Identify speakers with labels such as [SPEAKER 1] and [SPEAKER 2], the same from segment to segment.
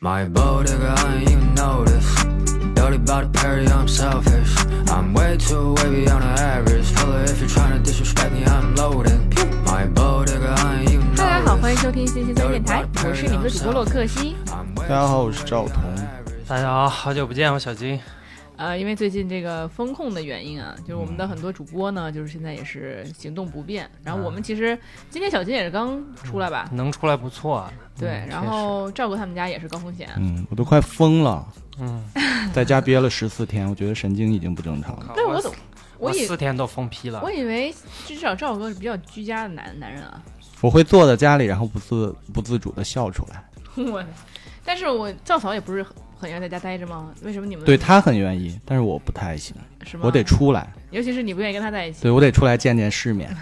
[SPEAKER 1] My bold nigga, I ain't even notice. Dirty body Perry, I'm selfish. I'm way too way beyond the average. Fella, if you're trying to disrespect me, I'm loading. My bold nigga, I ain't even
[SPEAKER 2] 大家好，欢迎
[SPEAKER 1] notice.
[SPEAKER 2] 收听星期三电台，我是你们的主播洛克西。
[SPEAKER 1] 大
[SPEAKER 3] 大家好我哦是赵彤
[SPEAKER 4] 大家好，好久不见，我小金。
[SPEAKER 2] 呃，因为最近这个风控的原因啊，就是我们的很多主播呢，就是现在也是行动不便。然后我们其实今天小金也是刚出来吧，
[SPEAKER 4] 能出来不错啊。
[SPEAKER 2] 对，然后赵哥他们家也是高风险。
[SPEAKER 3] 嗯，我都快疯了，
[SPEAKER 4] 嗯，
[SPEAKER 3] 在家憋了十四天，我觉得神经已经不正常了。
[SPEAKER 4] 但
[SPEAKER 2] 但是我总
[SPEAKER 4] 我
[SPEAKER 2] 以
[SPEAKER 4] 四天都封批了
[SPEAKER 2] 我，以为至少赵哥是比较居家的男 男人啊，
[SPEAKER 3] 我会坐在家里，然后不自不自主的笑出来。
[SPEAKER 2] 我，但是我赵嫂也不是很很愿意在家待着吗？为什么你们
[SPEAKER 3] 对他很愿意，但是我不太行，
[SPEAKER 2] 是吗？
[SPEAKER 3] 我得，出来，
[SPEAKER 2] 尤其是你不愿意跟他在一起。
[SPEAKER 3] 对我得出来见见世面。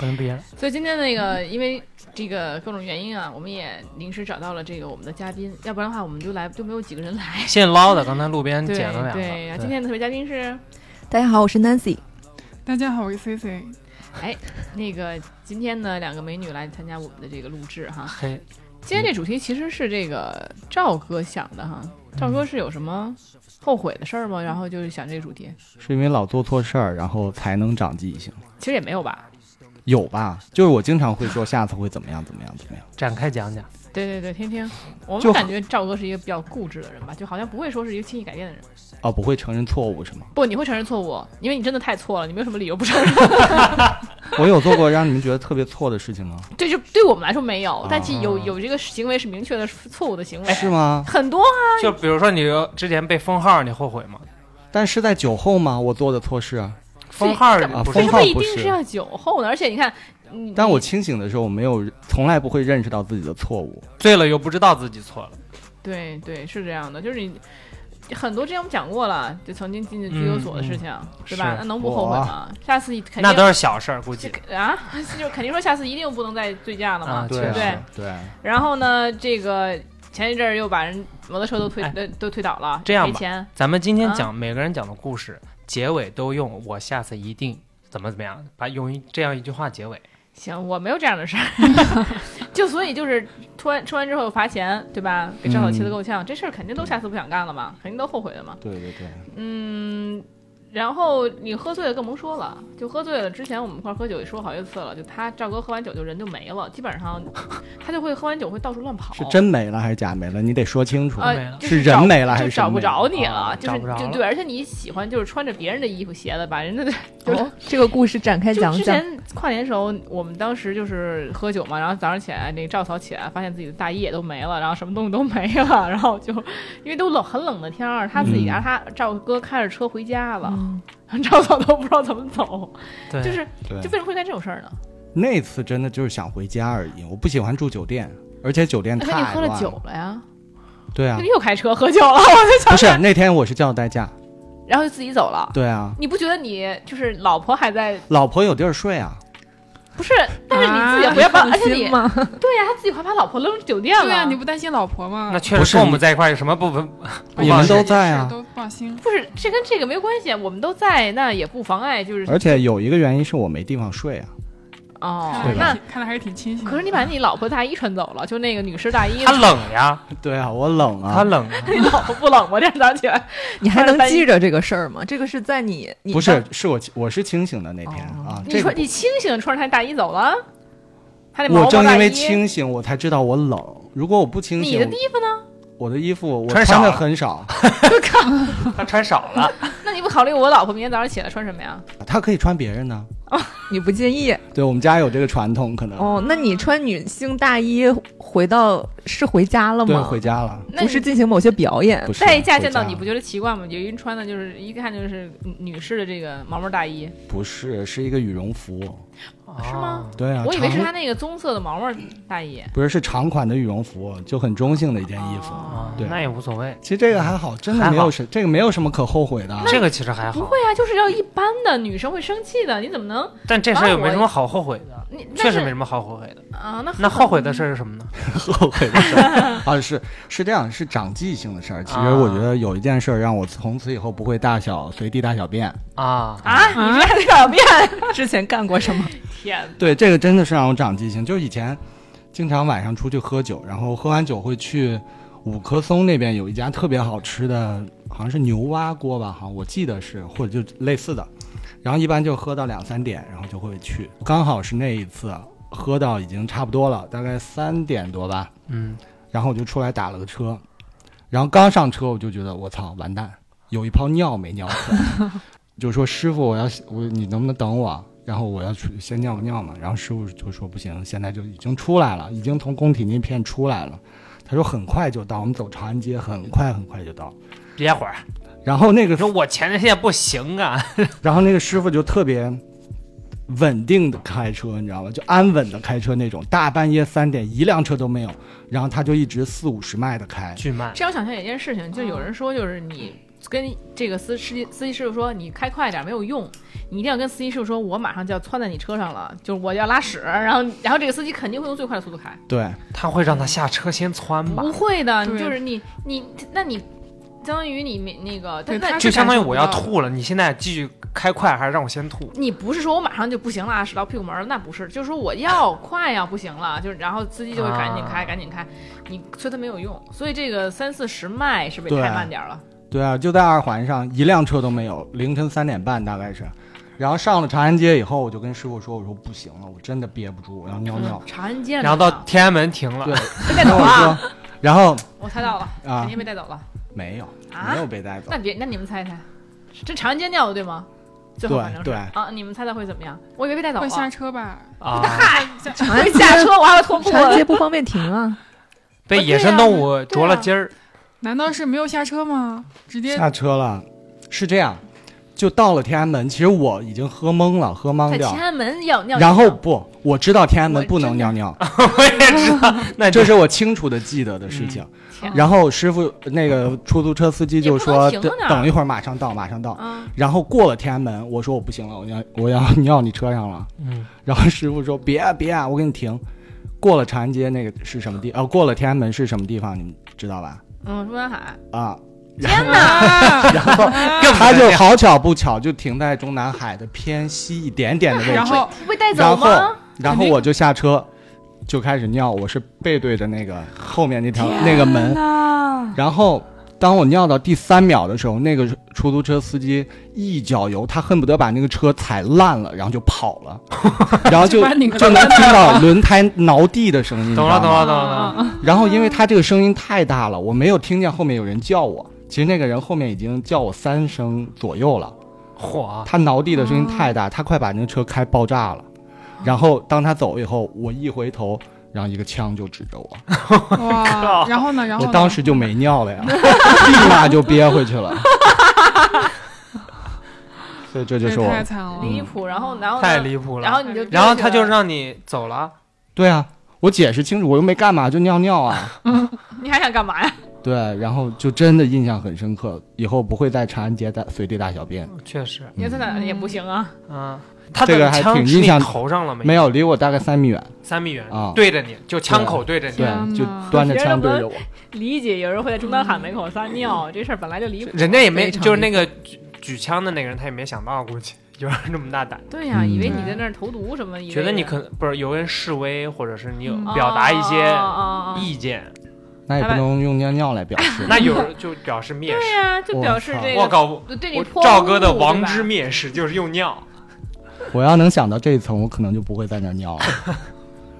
[SPEAKER 4] 跟别人
[SPEAKER 2] 所以今天那个，因为这个各种原因啊，我们也临时找到了这个我们的嘉宾，要不然的话我们就来就没有几个人 来。
[SPEAKER 4] 现捞的，刚才路边
[SPEAKER 2] 对
[SPEAKER 4] 捡了两个。
[SPEAKER 2] 对，然啊后今天的特别嘉宾是
[SPEAKER 5] 大家好，我是 Nancy。
[SPEAKER 6] 大家好，我是 C C。
[SPEAKER 2] 那个今天呢两个美女来参加我们的这个录制哈。
[SPEAKER 4] 嘿，
[SPEAKER 2] 今天这主题其实是这个赵哥想的哈，
[SPEAKER 4] 嗯
[SPEAKER 2] 赵哥是有什么后悔的事儿吗？然后就是想这个主题，
[SPEAKER 3] 是因为老做错事儿，然后才能长记性。
[SPEAKER 2] 其实也没有吧。
[SPEAKER 3] 有吧？就是我经常会说下次会怎么样怎么样怎么样。
[SPEAKER 4] 展开讲讲。
[SPEAKER 2] 对对对，听听，我们
[SPEAKER 3] 就
[SPEAKER 2] 感觉赵哥是一个比较固执的人吧，就好像不会说是一个轻易改变的人。
[SPEAKER 3] 哦，不会承认错误是吗？
[SPEAKER 2] 不，你会承认错误，因为你真的太错了，你没有什么理由不承认。
[SPEAKER 3] 我有做过让你们觉得特别错的事情吗？
[SPEAKER 2] 对，就对我们来说没
[SPEAKER 4] 哦
[SPEAKER 2] 有，但是有有这个行为是明确的错误的行
[SPEAKER 4] 哎
[SPEAKER 2] 为，
[SPEAKER 3] 是吗？
[SPEAKER 2] 很多啊。
[SPEAKER 4] 就比如说你之前被封号，你后悔吗？
[SPEAKER 3] 但是在酒后吗？我做的错事啊。
[SPEAKER 4] 封号
[SPEAKER 3] 啊
[SPEAKER 4] 不
[SPEAKER 2] 为
[SPEAKER 4] 是
[SPEAKER 3] 封
[SPEAKER 2] 什
[SPEAKER 3] 号
[SPEAKER 2] 么一
[SPEAKER 3] 不
[SPEAKER 2] 定
[SPEAKER 3] 是
[SPEAKER 2] 是要酒后呢？而且你看，嗯你
[SPEAKER 3] 但我
[SPEAKER 2] 你
[SPEAKER 3] 清醒的时候，我没有，从来不会认识到自己的错误。
[SPEAKER 4] 醉了又不知道自己错了。
[SPEAKER 2] 对对是这样的，就是你很多之前我们讲过了，就曾经进拘留所的事情，对吧
[SPEAKER 4] 嗯是？
[SPEAKER 2] 那能不后悔吗？下次肯定
[SPEAKER 4] 那都是小事儿，估计。
[SPEAKER 2] 这啊， 就肯定说下次一定不能再醉驾了嘛，
[SPEAKER 4] 啊
[SPEAKER 2] 对
[SPEAKER 4] 对
[SPEAKER 2] 不
[SPEAKER 4] 啊
[SPEAKER 2] 对？
[SPEAKER 3] 对，
[SPEAKER 2] 然后呢，这个前一阵儿又把人摩托车都推、呃都推倒了，
[SPEAKER 4] 哎这样
[SPEAKER 2] 赔
[SPEAKER 4] 吧
[SPEAKER 2] 钱。
[SPEAKER 4] 咱们今天
[SPEAKER 2] 啊
[SPEAKER 4] 讲每个人讲的故事，结尾都用我下次一定怎么怎么样，把用一这样一句话结尾。
[SPEAKER 2] 行，我没有这样的事儿， 就所以就是突然吃完之后罚钱，对吧？给赵小
[SPEAKER 3] 嗯
[SPEAKER 2] 气得够呛，这事儿肯定都下次不想干了嘛，肯定都后悔的嘛。
[SPEAKER 3] 对对对，
[SPEAKER 2] 嗯，然后你喝醉了更甭说了，就喝醉了。之前我们一块儿喝酒也说好几次了，就他赵哥喝完酒就人就没了，基本上他就会喝完酒会到处乱跑。
[SPEAKER 3] 是真没了还是假没了？你得说清楚。
[SPEAKER 4] 啊没
[SPEAKER 2] 呃
[SPEAKER 4] 了，
[SPEAKER 2] 就是找
[SPEAKER 3] 人没了还
[SPEAKER 2] 就是找
[SPEAKER 3] 神
[SPEAKER 2] 不
[SPEAKER 3] 没了
[SPEAKER 2] 着你了，
[SPEAKER 4] 啊
[SPEAKER 2] 就是
[SPEAKER 4] 找不着
[SPEAKER 2] 就
[SPEAKER 4] 了
[SPEAKER 2] 对，而且你喜欢就是穿着别人的衣服鞋子，把人 家的就
[SPEAKER 5] 哦，这个故事展开
[SPEAKER 2] 就
[SPEAKER 5] 讲
[SPEAKER 2] 之
[SPEAKER 5] 讲
[SPEAKER 2] 前。跨年时候，我们当时就是喝酒嘛，然后早上起来，那个赵嫂起来发现自己的大衣也都没了，然后什么东西都没了， 然后就因为都冷很冷的天儿，他自己
[SPEAKER 3] 嗯
[SPEAKER 2] 然后他赵哥开着车回家了，
[SPEAKER 5] 嗯
[SPEAKER 2] 赵嫂都不知道怎么走，
[SPEAKER 4] 对，
[SPEAKER 2] 就是
[SPEAKER 3] 对
[SPEAKER 2] 就为什么会干这种事儿呢？
[SPEAKER 3] 那次真的就是想回家而已，我不喜欢住酒店，而且酒店
[SPEAKER 2] 他
[SPEAKER 3] 太
[SPEAKER 2] 啊你喝
[SPEAKER 3] 乱
[SPEAKER 2] 了酒。了呀，
[SPEAKER 3] 对啊
[SPEAKER 2] 那你，又开车喝酒了，我就想
[SPEAKER 3] 不是那天我是叫代驾。
[SPEAKER 2] 然后就自己走了。
[SPEAKER 3] 对啊，
[SPEAKER 2] 你不觉得你就是老婆还在？
[SPEAKER 3] 老婆有地儿睡啊。
[SPEAKER 2] 不是，但是你自己回家把，
[SPEAKER 5] 啊
[SPEAKER 2] 而且你
[SPEAKER 5] 吗？
[SPEAKER 2] 对呀、他自己还把老婆扔酒店了。
[SPEAKER 6] 对啊，你不担心老婆吗？
[SPEAKER 4] 那确
[SPEAKER 3] 不
[SPEAKER 4] 实
[SPEAKER 3] 是
[SPEAKER 4] 跟我
[SPEAKER 3] 你
[SPEAKER 4] 们在一块儿有什么不分？不
[SPEAKER 2] 哦
[SPEAKER 3] 你
[SPEAKER 4] 放
[SPEAKER 3] 们
[SPEAKER 4] 心
[SPEAKER 3] 都在啊
[SPEAKER 6] 是都放心。
[SPEAKER 2] 不是，这跟这个没关系，我们都在，那也不妨碍，就是
[SPEAKER 3] 而且有一个原因是我没地方睡啊。
[SPEAKER 2] 哦
[SPEAKER 3] 对，
[SPEAKER 2] 那
[SPEAKER 6] 那看来还是挺清醒的。
[SPEAKER 2] 可是你把你老婆大衣穿走了，就那个女士大衣
[SPEAKER 4] 他，冷呀，
[SPEAKER 3] 对啊，我冷
[SPEAKER 4] 他
[SPEAKER 3] 啊。
[SPEAKER 4] 冷啊。
[SPEAKER 2] 你老婆不冷吗？这样早上起 来，
[SPEAKER 5] 你还能记着这个事儿吗？这个是在你你
[SPEAKER 3] 不是，是我我是清醒的那天啊。
[SPEAKER 2] 哦你
[SPEAKER 3] 这
[SPEAKER 2] 说
[SPEAKER 3] 个
[SPEAKER 2] 你清醒穿着她大衣走了，她那毛
[SPEAKER 3] 我
[SPEAKER 2] 毛
[SPEAKER 3] 正
[SPEAKER 2] 大
[SPEAKER 3] 因为
[SPEAKER 2] 衣，
[SPEAKER 3] 清醒，我才知道我冷。如果我不清
[SPEAKER 2] 你
[SPEAKER 3] 醒
[SPEAKER 2] 的，衣服呢？
[SPEAKER 3] 我的衣服我
[SPEAKER 4] 穿
[SPEAKER 3] 穿
[SPEAKER 4] 少
[SPEAKER 3] 的
[SPEAKER 4] 了
[SPEAKER 3] 很 少，
[SPEAKER 4] 他穿少了，
[SPEAKER 2] 那你不考虑我老婆明天早上起来穿什么呀？
[SPEAKER 3] 他可以穿别人的。
[SPEAKER 5] 你不介意
[SPEAKER 3] 对我们家有这个传统，可能、
[SPEAKER 5] 哦？那你穿女性大衣回到是回家了
[SPEAKER 3] 对
[SPEAKER 5] 吗？
[SPEAKER 3] 回家了，
[SPEAKER 2] 那
[SPEAKER 5] 不是
[SPEAKER 2] 你
[SPEAKER 5] 进行某些表演
[SPEAKER 3] 不，是
[SPEAKER 2] 代驾见
[SPEAKER 3] 回家
[SPEAKER 2] 到你不觉得奇怪吗？有人穿的就是一看就是女士的这个毛毛大衣，
[SPEAKER 3] 不是是一个羽绒服，
[SPEAKER 4] 是
[SPEAKER 2] 吗？
[SPEAKER 3] 对啊，
[SPEAKER 2] 我以为是
[SPEAKER 3] 长
[SPEAKER 2] 她那个棕色的毛毛大衣。
[SPEAKER 3] 不是是长款的羽绒服，就很中性的一件衣服。
[SPEAKER 2] 哦
[SPEAKER 4] 啊，
[SPEAKER 3] 对
[SPEAKER 4] 那也无所谓。
[SPEAKER 3] 其实这个还好，真
[SPEAKER 4] 还
[SPEAKER 3] 的
[SPEAKER 4] 好
[SPEAKER 3] 没有什这个没有什么可后悔的。啊
[SPEAKER 4] 这个其实还
[SPEAKER 2] 不
[SPEAKER 4] 好，
[SPEAKER 2] 会啊，就是要一般的女生会生气的，你怎么能
[SPEAKER 4] 但这事儿也没什么好后悔的，
[SPEAKER 2] 你
[SPEAKER 4] 确
[SPEAKER 2] 但是
[SPEAKER 4] 实没什么好后悔的。
[SPEAKER 2] 啊？那
[SPEAKER 4] 那后悔的事儿是什么呢？
[SPEAKER 3] 后悔的事 儿啊，是是这样，是长记性的事儿。其
[SPEAKER 2] 啊
[SPEAKER 3] 实我觉得有一件事儿让我从此以后不会大小随地大小便。
[SPEAKER 4] 啊，
[SPEAKER 2] 啊，你这还得狡辩？
[SPEAKER 5] 之前干过什么？
[SPEAKER 2] 天哪，
[SPEAKER 3] 对，这个真的是让我长记性。就以前经常晚上出去喝酒，然后喝完酒会去五棵松那边有一家特别好吃的，好像是牛蛙锅吧，哈，我记得是，或者就类似的。然后一般就喝到两三点，然后就会去。刚好是那一次喝到已经差不多了，大概三点多吧，
[SPEAKER 4] 嗯，
[SPEAKER 3] 然后我就出来打了个车，然后刚上车我就觉得我操完蛋，有一泡尿没尿出来，就说师傅我要我你能不能等我？然后我要去先尿个尿嘛，然后师傅就说不行，现在就已经出来了，已经从工体那片出来了。他说很快就到，我们走长安街，很快很快就到。
[SPEAKER 4] 憋会儿。
[SPEAKER 3] 然后那个
[SPEAKER 4] 你说我前列腺不行啊，
[SPEAKER 3] 然后那个师傅就特别稳定的开车，你知道吧？就安稳的开车那种，大半夜三点一辆车都没有，然后他就一直四五十迈的开。
[SPEAKER 4] 巨慢。
[SPEAKER 2] 这让我想象一件事情，就有
[SPEAKER 4] 嗯
[SPEAKER 2] 人说，就是你跟这个司司机司机师傅说你开快点没有用，你一定要跟司机师傅说，我马上就要窜在你车上了，就是我要拉屎，然后然后这个司机肯定会用最快的速度开，
[SPEAKER 3] 对，
[SPEAKER 4] 他会让他下车先窜吧
[SPEAKER 2] 不？会的，
[SPEAKER 6] 对
[SPEAKER 2] 就是你你那你相当于你没那个，
[SPEAKER 6] 对
[SPEAKER 2] 但那
[SPEAKER 6] 他
[SPEAKER 4] 就相当于我要
[SPEAKER 6] 感受不到
[SPEAKER 4] 吐了，你现在继续开快还是让我先吐？
[SPEAKER 2] 你不是说我马上就不行了啊，屎到屁股门儿了，那不是，就是说我 要快呀、不行了，就是然后司机就会赶紧开，
[SPEAKER 4] 啊
[SPEAKER 2] 赶紧开，你催他没有用，所以这个三四十迈是被
[SPEAKER 3] 对
[SPEAKER 2] 开慢点儿了，
[SPEAKER 3] 对啊，就在二环上一辆车都没有，凌晨三点半大概是。然后上了长安街以后，我就跟师傅说：“我说不行了，我真的憋不住，我要尿尿
[SPEAKER 2] 嗯。长安街呢，
[SPEAKER 4] 然后到天安门停了
[SPEAKER 3] 对，
[SPEAKER 2] 被带走
[SPEAKER 3] 我
[SPEAKER 2] 了，
[SPEAKER 3] 说，然后
[SPEAKER 2] 我猜到了，
[SPEAKER 3] 啊
[SPEAKER 2] 肯定被带走了。
[SPEAKER 3] 没有，
[SPEAKER 2] 啊
[SPEAKER 3] 没有被带走
[SPEAKER 2] 那。别，那你们猜一猜，这长安街尿的对吗？最后
[SPEAKER 3] 对
[SPEAKER 2] 反正是
[SPEAKER 3] 对
[SPEAKER 2] 啊，你们猜猜会怎么样？我以为被带走了
[SPEAKER 6] 会，下车吧？
[SPEAKER 4] 啊，
[SPEAKER 2] 我一下车我还要脱裤
[SPEAKER 5] 长安
[SPEAKER 2] 子。
[SPEAKER 5] 街不方便停啊，
[SPEAKER 4] 被野生动物啄了筋儿，
[SPEAKER 6] 难道是没有下车吗？直接
[SPEAKER 3] 下车了，是这样，就到了天安门。其实我已经喝懵了，喝懵
[SPEAKER 2] 在
[SPEAKER 3] 掉
[SPEAKER 2] 天。安门要尿，
[SPEAKER 3] 然后不，我知道天安门
[SPEAKER 2] 我
[SPEAKER 3] 不能
[SPEAKER 2] 真的哎
[SPEAKER 3] 尿尿，
[SPEAKER 4] 我也知道。那
[SPEAKER 3] 这是我清楚的记得的事情。
[SPEAKER 2] 天
[SPEAKER 3] 然后师傅那个出租车司机就说
[SPEAKER 2] 嗯也不能停
[SPEAKER 3] 等
[SPEAKER 2] 那儿
[SPEAKER 3] 等一会儿马上到，马上到。
[SPEAKER 2] 啊，
[SPEAKER 3] 然后过了天安门，我说我不行了，我要我要 尿你车上了。
[SPEAKER 4] 嗯，
[SPEAKER 3] 然后师傅说别啊别啊，我给你停。过了长安街那个是什么地？呃，过了天安门是什么地方？你们知道吧？
[SPEAKER 2] 嗯，中南海，
[SPEAKER 3] 啊，
[SPEAKER 2] 天哪！
[SPEAKER 6] 啊，
[SPEAKER 3] 然后
[SPEAKER 4] 更
[SPEAKER 3] 他就好巧不巧就停在中南海的偏西一点点的位置。
[SPEAKER 6] 然后
[SPEAKER 2] 不被带走
[SPEAKER 3] 然后
[SPEAKER 2] 吗？，
[SPEAKER 3] 然后我就下车，就开始尿。我是背对着那个后面那条那个门，然后当我尿到第三秒的时候，那个出租车司机一脚油，他恨不得把那个车踩烂了，然后就跑了，然后就
[SPEAKER 6] 就把你
[SPEAKER 3] 就能听到轮胎挠地的声音。你知
[SPEAKER 4] 懂
[SPEAKER 3] 道吗
[SPEAKER 4] 了懂了懂了
[SPEAKER 2] 嗯
[SPEAKER 4] 懂了。
[SPEAKER 3] 然后因为他这个声音太大了，我没有听见后面有人叫我。其实那个人后面已经叫我三声左右了。
[SPEAKER 4] 嚯，
[SPEAKER 3] 他挠地的声音
[SPEAKER 6] 哦
[SPEAKER 3] 太大，他快把那个车开爆炸了。然后当他走以后，我一回头，然后一个枪就指着我，
[SPEAKER 6] 哇，然后呢？然后
[SPEAKER 3] 我
[SPEAKER 6] 呢
[SPEAKER 3] 当时就没尿 了呀，立马就憋回去了。所以这就是嗯
[SPEAKER 6] 这也
[SPEAKER 3] 我
[SPEAKER 6] 太，惨了，
[SPEAKER 2] 离谱，然后然后呢
[SPEAKER 4] 太离谱
[SPEAKER 2] 然后
[SPEAKER 4] 了。
[SPEAKER 2] 你就
[SPEAKER 4] 然后他就让你走了，
[SPEAKER 3] 对啊，我解释清楚，我又没干嘛，就尿尿啊。
[SPEAKER 2] 你还想干嘛呀？
[SPEAKER 3] 对，然后就真的印象很深刻，以后不会在长安街大随地大小便。
[SPEAKER 4] 确实，
[SPEAKER 2] 你在哪儿也不行啊，
[SPEAKER 4] 嗯，他
[SPEAKER 3] 这个
[SPEAKER 4] 的
[SPEAKER 3] 还
[SPEAKER 4] 枪
[SPEAKER 3] 挺
[SPEAKER 4] 指
[SPEAKER 3] 印
[SPEAKER 4] 你
[SPEAKER 3] 象
[SPEAKER 4] 头上了没？
[SPEAKER 3] 没有，离我大概三米远，
[SPEAKER 4] 三米远
[SPEAKER 3] 啊
[SPEAKER 4] 对着你，就枪口对着你
[SPEAKER 3] 对
[SPEAKER 6] 天，哪
[SPEAKER 3] 就端着枪对着我。
[SPEAKER 2] 理解有人会在中南海门口撒
[SPEAKER 3] 嗯
[SPEAKER 2] 尿，这事儿本来就离谱。
[SPEAKER 4] 人家也没
[SPEAKER 5] 非常
[SPEAKER 4] 就是那个举举枪的那个人，他也没想到，估计 有人这么大胆，
[SPEAKER 2] 对呀，以为
[SPEAKER 3] 嗯
[SPEAKER 2] 你在那儿投毒什么，以为
[SPEAKER 4] 觉得你可能不是有人示威，或者是你有
[SPEAKER 6] 嗯
[SPEAKER 4] 表达一些
[SPEAKER 2] 哦哦哦哦
[SPEAKER 4] 意见，
[SPEAKER 3] 那也不能用尿尿来表 示。
[SPEAKER 4] 那有人就表示蔑
[SPEAKER 2] 对
[SPEAKER 4] 视。
[SPEAKER 2] 呀，就表示这
[SPEAKER 4] 我
[SPEAKER 2] 个
[SPEAKER 4] 搞不，
[SPEAKER 2] 对你
[SPEAKER 4] 我
[SPEAKER 2] 泼
[SPEAKER 4] 赵哥的王之
[SPEAKER 2] 之
[SPEAKER 4] 蔑视就是用尿，
[SPEAKER 3] 我要能想到这一层，我可能就不会在那儿 尿了。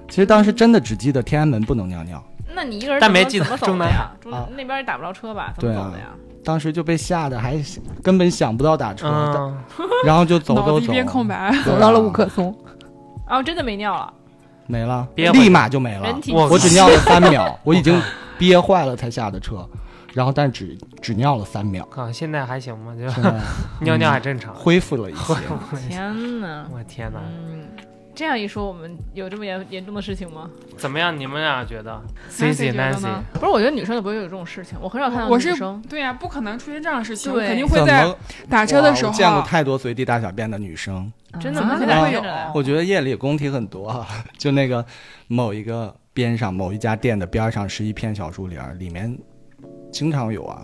[SPEAKER 3] 其实当时真的只记得天安门不能尿尿，
[SPEAKER 2] 那你一个人
[SPEAKER 4] 但没
[SPEAKER 2] 怎么
[SPEAKER 4] 记得
[SPEAKER 2] 怎么走
[SPEAKER 4] 中
[SPEAKER 2] 的
[SPEAKER 4] 南
[SPEAKER 2] 呀？中
[SPEAKER 3] 啊
[SPEAKER 2] 那边也打不着车吧？怎么
[SPEAKER 3] 对啊
[SPEAKER 2] 走的呀？
[SPEAKER 3] 当时就被吓得还根本想不到打车，
[SPEAKER 4] 嗯，
[SPEAKER 3] 然后就走
[SPEAKER 6] 脑
[SPEAKER 3] 走
[SPEAKER 6] 子一
[SPEAKER 3] 走，
[SPEAKER 6] 片空白。
[SPEAKER 3] 对啊
[SPEAKER 5] 走到了五棵松。
[SPEAKER 4] 啊
[SPEAKER 2] 然哦后真的没尿了，
[SPEAKER 3] 没了，
[SPEAKER 4] 憋回去
[SPEAKER 3] 立马就没了
[SPEAKER 2] 人。体
[SPEAKER 4] 我
[SPEAKER 3] 我只尿了三 秒，我已经憋坏了才下的车，然后但只只尿了三秒，
[SPEAKER 4] 啊，现在还行吗？就
[SPEAKER 3] 现在
[SPEAKER 4] 尿尿还正 常。
[SPEAKER 3] 恢复了一 些。
[SPEAKER 2] 天哪！
[SPEAKER 4] 我天哪，
[SPEAKER 2] 嗯，这样一说，我们有这么严严重的事情吗？
[SPEAKER 4] 怎么样？你们俩觉得
[SPEAKER 6] Nancy
[SPEAKER 4] ？C C
[SPEAKER 6] 觉得
[SPEAKER 4] Nancy，
[SPEAKER 6] 呢
[SPEAKER 2] 不是，我觉得女生就不会有这种事情，我很少看到
[SPEAKER 6] 我
[SPEAKER 2] 女
[SPEAKER 6] 是
[SPEAKER 2] 生。
[SPEAKER 6] 对啊呀，不可能出现这样的事情，
[SPEAKER 2] 对
[SPEAKER 6] 肯定
[SPEAKER 3] 怎
[SPEAKER 6] 会在
[SPEAKER 3] 么
[SPEAKER 6] 打车的时
[SPEAKER 3] 哇我见过
[SPEAKER 6] 候。啊
[SPEAKER 3] 太多随地大小便的女生，
[SPEAKER 6] 嗯
[SPEAKER 2] 真的
[SPEAKER 5] 啊
[SPEAKER 2] 吗？现在会有？哎
[SPEAKER 3] 我觉得夜里工体很多啊， 就那个某一个边上某一家店的边上是一片小树林儿，里面经常有啊。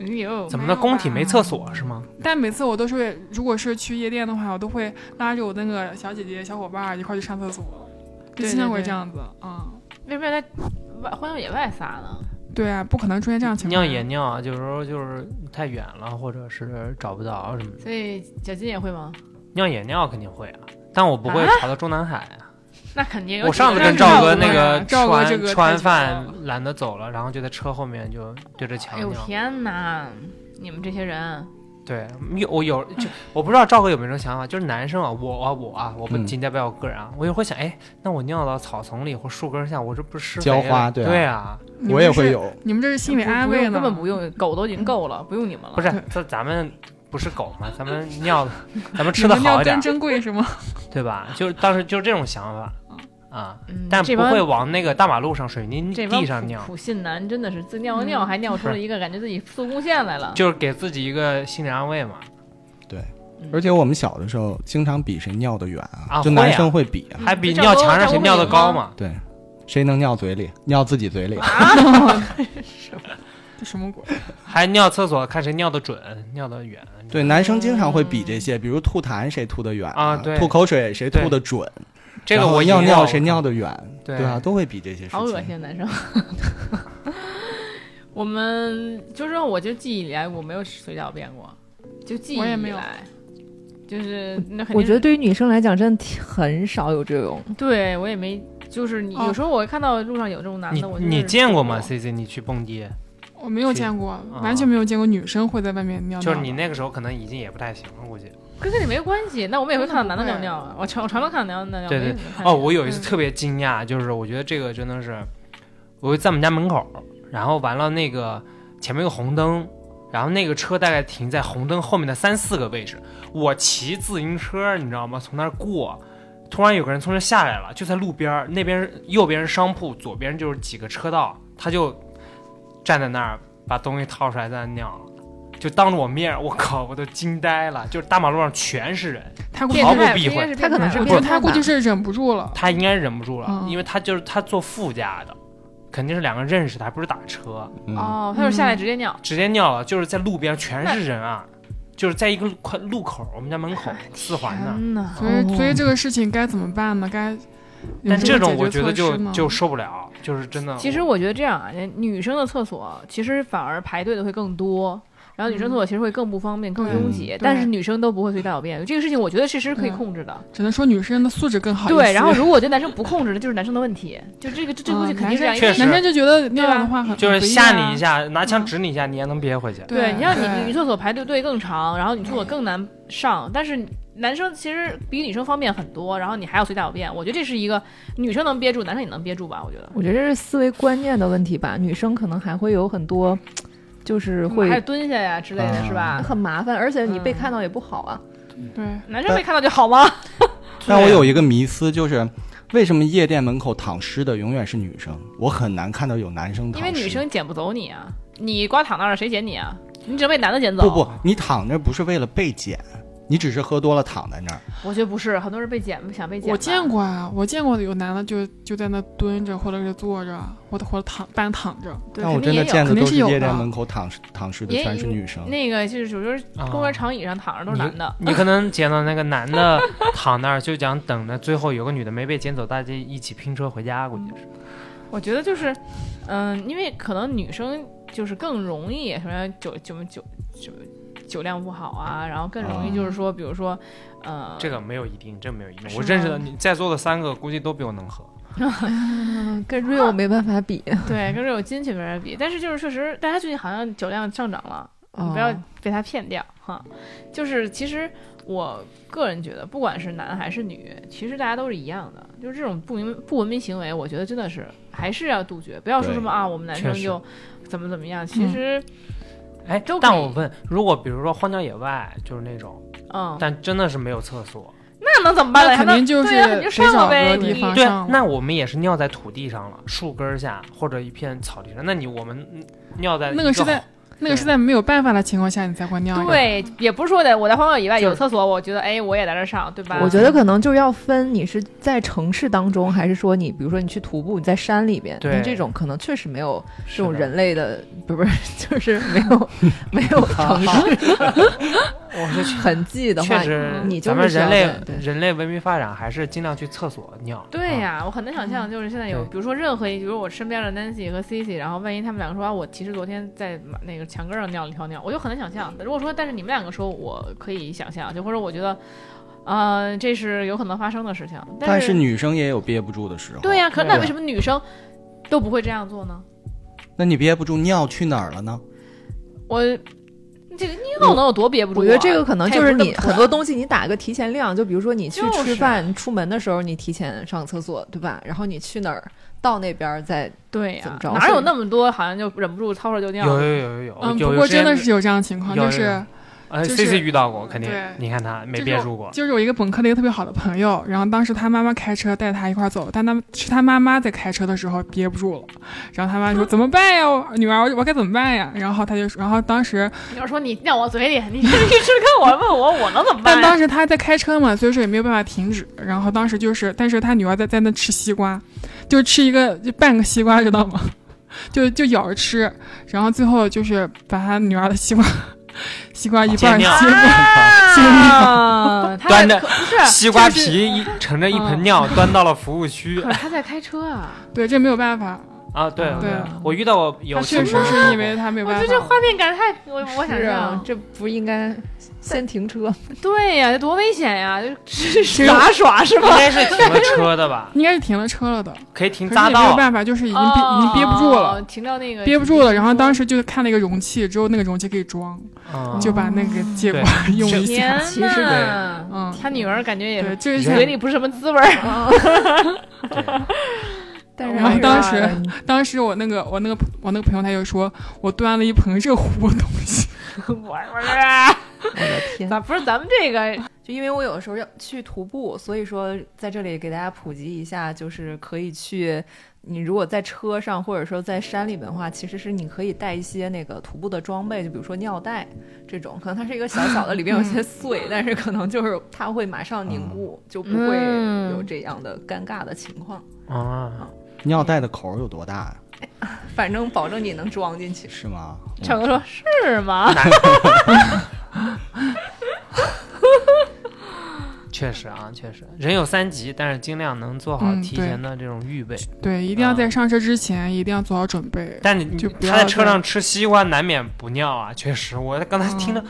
[SPEAKER 2] 哎呦，
[SPEAKER 4] 怎么的？工体没厕所是吗？
[SPEAKER 6] 但每次我都是会，如果是去夜店的话，我都会拉着我那个小姐姐、小伙伴儿一块儿去上厕所，就
[SPEAKER 2] 对
[SPEAKER 6] 经常
[SPEAKER 2] 对
[SPEAKER 6] 会
[SPEAKER 2] 对
[SPEAKER 6] 这样子啊。嗯
[SPEAKER 2] 为什么要在外荒郊野外撒呢？
[SPEAKER 6] 对啊，不可能出现这样情况
[SPEAKER 4] 尿
[SPEAKER 6] 呀。
[SPEAKER 4] 也尿啊，有时候就是太远了，或者是找不着什么的。
[SPEAKER 2] 所以小金也会吗？
[SPEAKER 4] 尿也尿肯定会啊，但我不会
[SPEAKER 2] 啊
[SPEAKER 4] 跑到中南海啊。
[SPEAKER 2] 那肯定有几个。
[SPEAKER 4] 我上次
[SPEAKER 6] 那
[SPEAKER 4] 跟
[SPEAKER 6] 这个
[SPEAKER 4] 赵
[SPEAKER 6] 不
[SPEAKER 4] 哥
[SPEAKER 6] 会
[SPEAKER 4] 那
[SPEAKER 6] 啊赵哥这
[SPEAKER 4] 吃完
[SPEAKER 6] 个太
[SPEAKER 4] 吃完
[SPEAKER 6] 绝了
[SPEAKER 4] 饭懒得走了，然后就在车后面就对着墙
[SPEAKER 2] 哎呦
[SPEAKER 4] 尿。
[SPEAKER 2] 天哪！你们这些人，啊
[SPEAKER 4] 对，有我有就我不知道赵哥有没有这种想法，就是男生啊，我啊我啊，我不
[SPEAKER 3] 嗯
[SPEAKER 4] 仅代表我个人啊，我也会想，哎，那我尿到草丛里或树根下，我这不是施
[SPEAKER 3] 浇
[SPEAKER 4] 肥
[SPEAKER 3] 花
[SPEAKER 4] 了
[SPEAKER 3] 对
[SPEAKER 4] 对
[SPEAKER 3] 啊
[SPEAKER 4] 啊，
[SPEAKER 6] 你们
[SPEAKER 3] 我也
[SPEAKER 6] 这是
[SPEAKER 3] 会。有，
[SPEAKER 6] 你们这是心理
[SPEAKER 2] 不
[SPEAKER 6] 安
[SPEAKER 2] 不
[SPEAKER 6] 慰
[SPEAKER 2] 用
[SPEAKER 6] 呢，
[SPEAKER 2] 根本不用，狗都已经够了，不用你们了。
[SPEAKER 4] 不 是
[SPEAKER 6] 对，
[SPEAKER 4] 咱咱们不是狗嘛，咱们尿，咱们
[SPEAKER 6] 你
[SPEAKER 4] 吃的
[SPEAKER 6] 们尿
[SPEAKER 4] 好一点
[SPEAKER 6] 真，珍贵是吗？
[SPEAKER 4] 对吧？就是当时就是这种想法啊，
[SPEAKER 2] 嗯，
[SPEAKER 4] 但
[SPEAKER 2] 这
[SPEAKER 4] 不
[SPEAKER 2] 帮
[SPEAKER 4] 会往那个大马路上、水泥
[SPEAKER 2] 这帮
[SPEAKER 4] 地上
[SPEAKER 2] 普
[SPEAKER 4] 尿，
[SPEAKER 2] 普信男真的是自尿尿
[SPEAKER 6] 嗯
[SPEAKER 2] 还尿出了
[SPEAKER 4] 是
[SPEAKER 2] 一个感觉自己做贡献来了。
[SPEAKER 4] 就是给自己一个心理安慰嘛。
[SPEAKER 3] 而且我们小的时候经常比谁尿得远啊，
[SPEAKER 4] 啊
[SPEAKER 3] 就男生会比啊，
[SPEAKER 2] 嗯
[SPEAKER 4] 还比
[SPEAKER 2] 这
[SPEAKER 4] 尿
[SPEAKER 2] 赵哥
[SPEAKER 4] 墙上
[SPEAKER 2] 赵
[SPEAKER 4] 谁
[SPEAKER 2] 哥
[SPEAKER 4] 尿
[SPEAKER 2] 会
[SPEAKER 4] 的
[SPEAKER 2] 赢
[SPEAKER 4] 高
[SPEAKER 2] 吗
[SPEAKER 4] 嘛？
[SPEAKER 3] 对，谁能尿嘴里，尿自己嘴里，
[SPEAKER 6] 这 什么鬼？
[SPEAKER 4] 还尿厕所看谁尿的准、尿的远。
[SPEAKER 3] 对，男生经常会比这些，比如吐痰谁吐得远
[SPEAKER 4] 啊对
[SPEAKER 3] 吐口水谁
[SPEAKER 4] 对
[SPEAKER 3] 吐得准，
[SPEAKER 4] 这个
[SPEAKER 3] 然后
[SPEAKER 4] 我
[SPEAKER 3] 尿
[SPEAKER 4] 赢了
[SPEAKER 3] 尿
[SPEAKER 4] 我
[SPEAKER 3] 谁
[SPEAKER 4] 靠
[SPEAKER 3] 尿得远，
[SPEAKER 4] 对
[SPEAKER 3] 啊，都会比这些事情。
[SPEAKER 2] 好恶心，男生。我们就是，我就记忆以来我没有随小便过，就记忆
[SPEAKER 6] 我也
[SPEAKER 2] 以
[SPEAKER 6] 没有
[SPEAKER 2] 来，就是那肯定
[SPEAKER 5] 我觉得
[SPEAKER 2] 是
[SPEAKER 5] 对于女生来讲，真的挺很少有这种。
[SPEAKER 2] 对我也没，就是你
[SPEAKER 6] 哦
[SPEAKER 2] 有时候我看到路上有这种男
[SPEAKER 4] 你
[SPEAKER 2] 的，我
[SPEAKER 4] 你见过吗
[SPEAKER 2] 就
[SPEAKER 4] ？C C，你去蹦迪，
[SPEAKER 6] 我没有
[SPEAKER 4] 去
[SPEAKER 6] 见过，
[SPEAKER 4] 啊
[SPEAKER 6] 完全没有见过女生会在外面尿尿的。
[SPEAKER 4] 就是你那个时候可能已经也不太行了，估计。
[SPEAKER 2] 跟跟你没关系。那我们也会看到男的尿
[SPEAKER 6] 真的不会
[SPEAKER 2] 尿啊，我常我常常看到男的尿尿。
[SPEAKER 4] 对对
[SPEAKER 2] 没怎么看
[SPEAKER 4] 哦，
[SPEAKER 2] 见
[SPEAKER 4] 我有一次
[SPEAKER 2] 嗯
[SPEAKER 4] 特别惊讶，就是我觉得这个真的是，我在我们家门口，然后完了那个前面有个红灯，然后那个车大概停在红灯后面的三四个位置，我骑自行车，你知道吗？从那儿过。突然有个人从这下来了，就在路边儿，那边是右边是商铺，左边就是几个车道，他就站在那儿把东西掏出来在那尿了，就当着我面儿，我靠，我都惊呆了，就是大马路上全是人，
[SPEAKER 6] 他估计
[SPEAKER 2] 变
[SPEAKER 4] 毫不
[SPEAKER 2] 态
[SPEAKER 4] 避
[SPEAKER 2] 应该
[SPEAKER 4] 讳
[SPEAKER 2] 是
[SPEAKER 5] 他可
[SPEAKER 2] 变态
[SPEAKER 5] 能是
[SPEAKER 6] 我觉
[SPEAKER 5] 变
[SPEAKER 6] 得
[SPEAKER 5] 态
[SPEAKER 6] 他估
[SPEAKER 5] 吧
[SPEAKER 6] 计是忍不住了。
[SPEAKER 4] 他应该忍不住了，
[SPEAKER 6] 嗯
[SPEAKER 4] 因为他就是他坐副驾的，肯定是两个人认识的，还不是打车，
[SPEAKER 3] 嗯，
[SPEAKER 2] 哦，他就是下来直接尿。
[SPEAKER 4] 直接尿了，就是在路边全是人啊，就是在一个快路口，我们家门口
[SPEAKER 6] 哎
[SPEAKER 4] 四环那儿。
[SPEAKER 2] 天哪！
[SPEAKER 6] 所以，所以这个事情该怎么办呢？该有
[SPEAKER 4] 但
[SPEAKER 6] 什
[SPEAKER 4] 这
[SPEAKER 6] 么
[SPEAKER 4] 种
[SPEAKER 6] 解
[SPEAKER 4] 我
[SPEAKER 6] 决
[SPEAKER 4] 觉得
[SPEAKER 6] 措
[SPEAKER 4] 就
[SPEAKER 6] 施呢
[SPEAKER 4] 就受不了，就是真的。
[SPEAKER 2] 其实我觉得这样啊，人女生的厕所其实反而排队的会更多，然后女生厕所其实会更不方便、更拥挤，但是女生都不会随大小便，这个事情我觉得其实可以控制的。
[SPEAKER 6] 只能说女生的素质更好一些。
[SPEAKER 2] 对，然后如果我觉得男生不控制的，就是男生的问题，就这个这这个东西
[SPEAKER 6] 嗯
[SPEAKER 2] 肯定是这样，因
[SPEAKER 4] 生
[SPEAKER 6] 男
[SPEAKER 2] 为
[SPEAKER 4] 确实
[SPEAKER 6] 男生就觉得尿尿的话很
[SPEAKER 4] 就是
[SPEAKER 6] 很不易
[SPEAKER 4] 吓
[SPEAKER 6] 啊
[SPEAKER 4] 你一下，拿枪指你一下，你也能憋回去。
[SPEAKER 2] 对，你像女女
[SPEAKER 6] 对
[SPEAKER 2] 厕所排队队更长，然后女厕所更难上，但是男生其实比女生方便很多，然后你还要随大小便，我觉得这是一个女生能憋住，男生也能憋住吧，我觉得。
[SPEAKER 5] 我觉得这是思维观念的问题吧。女生可能还会有很多，就是
[SPEAKER 2] 还是
[SPEAKER 5] 会
[SPEAKER 2] 蹲下呀之类的，是 吧？
[SPEAKER 5] 很麻烦，而且你被
[SPEAKER 2] 嗯
[SPEAKER 5] 看到也不好啊。
[SPEAKER 6] 对，
[SPEAKER 2] 男生没看到就好吗？
[SPEAKER 3] 但我有一个迷思，就是为什么夜店门口躺尸的永远是女生？我很难看到有男生躺
[SPEAKER 2] 因
[SPEAKER 3] 尸。
[SPEAKER 2] 为女生捡不走你啊，你光躺那儿谁捡你啊？你只能被男的捡走。
[SPEAKER 3] 不不，，你躺那不是为了被捡，你只是喝多了躺在那儿。
[SPEAKER 2] 我觉得不是，很多人被捡想被捡。
[SPEAKER 6] 我见，过啊，我见过有男的就就在那蹲着或者是坐着，或者或者躺半躺着，
[SPEAKER 2] 对，
[SPEAKER 3] 但我
[SPEAKER 2] 肯定也
[SPEAKER 3] 真的见
[SPEAKER 2] 有。
[SPEAKER 3] 的
[SPEAKER 6] 肯定
[SPEAKER 3] 都
[SPEAKER 6] 是
[SPEAKER 3] 是
[SPEAKER 6] 有
[SPEAKER 3] 夜店
[SPEAKER 6] 的
[SPEAKER 3] 门口躺躺尸的
[SPEAKER 2] 也
[SPEAKER 3] 全是女生。
[SPEAKER 2] 那个就是有时候公园长椅上躺着都是男的，
[SPEAKER 4] 你可能捡到那个男的 躺那儿，就讲等着最后有个女的没被捡走，大家一起拼车回家，估计
[SPEAKER 6] 嗯
[SPEAKER 4] 是。
[SPEAKER 2] 我觉得就是，嗯、因为可能女生就是更容易什么酒酒酒酒酒量不好啊，然后更容易就是说，比如说，呃，
[SPEAKER 4] 这个没有一定，这没有一定。
[SPEAKER 2] 是
[SPEAKER 4] 我认识
[SPEAKER 2] 吗
[SPEAKER 4] 的你在座的三个，估计都比我能喝。
[SPEAKER 5] 嗯，跟 real 没办法比。
[SPEAKER 2] 对跟这种金去没人比，但是就是确实，大家最近好像酒量上涨了。你不要
[SPEAKER 5] 哦
[SPEAKER 2] 被他骗掉哈。就是其实我个人觉得，不管是男还是女，其实大家都是一样的，就是这种不明不文明行为，我觉得真的是还是要杜绝，不要说
[SPEAKER 3] 对
[SPEAKER 2] 什么啊，我们男生
[SPEAKER 4] 确实
[SPEAKER 2] 就怎么怎么样，
[SPEAKER 6] 嗯
[SPEAKER 2] 其实
[SPEAKER 4] 哎
[SPEAKER 2] 都，可
[SPEAKER 4] 但
[SPEAKER 2] 以
[SPEAKER 4] 我问，如果比如说荒郊野外，就是那种，
[SPEAKER 2] 嗯，
[SPEAKER 4] 但真的是没有厕所，
[SPEAKER 6] 啊
[SPEAKER 2] 那能怎么办呢？
[SPEAKER 6] 那肯定就
[SPEAKER 2] 还能
[SPEAKER 6] 是
[SPEAKER 2] 对呀，肯定
[SPEAKER 6] 谁
[SPEAKER 2] 上
[SPEAKER 6] 找
[SPEAKER 2] 了
[SPEAKER 6] 个
[SPEAKER 2] 呗，
[SPEAKER 6] 地
[SPEAKER 2] 你
[SPEAKER 6] 方
[SPEAKER 4] 对啊
[SPEAKER 6] 上，了
[SPEAKER 4] 那我们也是尿在土地上了，树根儿下或者一片草地上。那你我们嗯尿在
[SPEAKER 6] 那个
[SPEAKER 4] 一
[SPEAKER 6] 是在那个是在没有办法的情况下你才会尿。，
[SPEAKER 2] 对，也不是说的我在荒郊野外
[SPEAKER 4] 就是
[SPEAKER 2] 有厕所，我觉得哎，我也在这儿上，对吧？
[SPEAKER 5] 我觉得可能就要分你是在城市当中，还是说你比如说你去徒步，你在山里边，
[SPEAKER 4] 对
[SPEAKER 5] 你这种可能确实没有
[SPEAKER 4] 是
[SPEAKER 5] 这种
[SPEAKER 4] 的
[SPEAKER 5] 人类的，不是不是，就是没有没有城市，
[SPEAKER 4] 我是 去
[SPEAKER 5] 痕迹的
[SPEAKER 4] 确
[SPEAKER 5] 话，
[SPEAKER 4] 实，
[SPEAKER 5] 你就
[SPEAKER 4] 咱们
[SPEAKER 5] 是需要
[SPEAKER 4] 人类
[SPEAKER 5] 对对
[SPEAKER 4] 人类文明发展还是尽量去厕所尿。
[SPEAKER 2] 对
[SPEAKER 4] 啊、
[SPEAKER 2] 呀、我很难想
[SPEAKER 5] 嗯
[SPEAKER 2] 象，就是现在有，
[SPEAKER 4] 对
[SPEAKER 2] 比如说任何一，比如我身边的 Nancy 和 Cici，然后万一他们两个说啊，我其实昨天在那个墙根上尿了一泡尿，我就很难想象。
[SPEAKER 5] 嗯
[SPEAKER 2] 如果说，但是你们两个说，我可以想象，就或者我觉得，呃，这是有可能发生的事情。
[SPEAKER 3] 但
[SPEAKER 2] 是，
[SPEAKER 3] 是女生也有憋不住的时候。
[SPEAKER 2] 对、啊
[SPEAKER 5] 哦
[SPEAKER 2] 呀、可那
[SPEAKER 4] 对
[SPEAKER 2] 为什么女生都不会这样做呢？
[SPEAKER 3] 那你憋不住尿去哪儿了呢？
[SPEAKER 2] 我这个尿能有多憋不住、啊？
[SPEAKER 5] 我觉得这个可能
[SPEAKER 2] 它也
[SPEAKER 5] 就是
[SPEAKER 2] 不那么
[SPEAKER 5] 你
[SPEAKER 2] 突然
[SPEAKER 5] 很多东西你打个提前量，就比如说你去
[SPEAKER 2] 就是
[SPEAKER 5] 吃饭、出门的时候你提前上厕所，对吧？然后你去哪儿到那边儿再
[SPEAKER 2] 对呀
[SPEAKER 5] 怎么、着
[SPEAKER 2] 哪有那么多好像就忍不住操着就尿？
[SPEAKER 4] 有有有有有，
[SPEAKER 6] 嗯，
[SPEAKER 4] 哦有
[SPEAKER 6] 不过真的是有这样的情况，
[SPEAKER 4] 有
[SPEAKER 6] 就
[SPEAKER 4] 有
[SPEAKER 6] 是
[SPEAKER 4] 有呃
[SPEAKER 6] 就
[SPEAKER 4] ，C
[SPEAKER 6] 是
[SPEAKER 4] C 遇到过，肯定
[SPEAKER 6] 对。
[SPEAKER 4] 你看他没
[SPEAKER 6] 就是
[SPEAKER 4] 憋住过，
[SPEAKER 6] 就是有一个本科的一个特别好的朋友，然后当时他妈妈开车带他一块儿走，但他是他妈妈在开车的时候憋不住了，然后他妈说怎么办呀，我女儿我我该怎么办呀？然后他就说，然后当时
[SPEAKER 2] 你要说你尿我嘴里，你 你是跟我问我，我能怎么办
[SPEAKER 6] 但
[SPEAKER 2] 呀？
[SPEAKER 6] 当时他在开车嘛，所以说也没有办法停止。然后当时就是，但是他女儿在在那吃西瓜，就吃一个就半个西瓜，知道吗？ 就就咬着吃，然后最后就是把他女儿的西瓜 西瓜一半
[SPEAKER 4] 煎
[SPEAKER 6] 儿
[SPEAKER 4] 酿
[SPEAKER 6] 切过来，
[SPEAKER 2] 啊， 他
[SPEAKER 4] 端
[SPEAKER 2] 在
[SPEAKER 4] 着
[SPEAKER 2] 可不是，
[SPEAKER 4] 西瓜
[SPEAKER 6] 就是嗯
[SPEAKER 4] 皮一盛着一盆 尿端到了服务区
[SPEAKER 2] 可是他在开车啊！
[SPEAKER 6] 对，这没有办法，
[SPEAKER 4] 啊！对
[SPEAKER 6] 嗯对
[SPEAKER 4] 我遇到过有
[SPEAKER 6] 他确实 是因为他没有
[SPEAKER 2] 我
[SPEAKER 6] 办
[SPEAKER 2] 觉
[SPEAKER 6] 法。，
[SPEAKER 2] 得这画面感太……我我想
[SPEAKER 5] 是啊
[SPEAKER 2] 让，
[SPEAKER 5] 这不应该先停车？
[SPEAKER 2] 对呀，这多危险呀！这是耍耍是
[SPEAKER 4] 应
[SPEAKER 2] 吧？
[SPEAKER 4] 该是停了车的吧
[SPEAKER 6] 应该是停了车了的，
[SPEAKER 4] 可以停
[SPEAKER 6] 可是
[SPEAKER 4] 匝
[SPEAKER 6] 也没有
[SPEAKER 4] 道，
[SPEAKER 6] 办法，就是已经憋、已经憋不住
[SPEAKER 2] 哦
[SPEAKER 6] 了，，
[SPEAKER 2] 停到那个
[SPEAKER 6] 憋不住了。然后当时就看了一个容器，只有那个容器可以装，
[SPEAKER 4] 嗯，
[SPEAKER 6] 就把那个结果 用了 一
[SPEAKER 2] 天
[SPEAKER 6] 下。
[SPEAKER 2] 呐
[SPEAKER 5] 其实
[SPEAKER 6] 嗯，
[SPEAKER 2] 他女儿感觉也
[SPEAKER 6] 对，
[SPEAKER 2] 是
[SPEAKER 6] 这是
[SPEAKER 2] 嘴里不是什么滋味儿。
[SPEAKER 4] 对
[SPEAKER 5] 但是哎
[SPEAKER 6] 然后
[SPEAKER 5] 还是
[SPEAKER 6] 当
[SPEAKER 5] 要
[SPEAKER 6] 时
[SPEAKER 5] 人
[SPEAKER 6] 当时我那个我那个我那个朋友他就说，我端了一盆热乎的东西，
[SPEAKER 2] 我我
[SPEAKER 5] 我的天！
[SPEAKER 2] 咋不是咱们这个
[SPEAKER 5] 就因为我有的时候要去徒步，所以说在这里给大家普及一下，就是可以去。你如果在车上或者说在山里面的话，其实是你可以带一些那个徒步的装备，就比如说尿袋这种，可能它是一个小 小的，里边有些碎，但是可能就是它会马上凝固，就不会有这样的尴尬的情况。
[SPEAKER 4] 啊，
[SPEAKER 3] 尿袋的口儿有多大呀、
[SPEAKER 5] 反正保证你能装进去。
[SPEAKER 3] 是吗？嗯
[SPEAKER 2] 小哥说是 吗？
[SPEAKER 4] 确实啊，确实人有三急，但是尽量能做好
[SPEAKER 6] 嗯
[SPEAKER 4] 提
[SPEAKER 6] 对
[SPEAKER 4] 前的这种预备。
[SPEAKER 6] 对，一定要
[SPEAKER 4] 啊
[SPEAKER 6] 在上车之前一定要做好准备。
[SPEAKER 4] 但你你
[SPEAKER 6] 就不
[SPEAKER 4] 他在
[SPEAKER 6] 要
[SPEAKER 4] 车
[SPEAKER 6] 再嗯
[SPEAKER 4] 上吃西瓜难免不尿啊，确实，我刚才听 着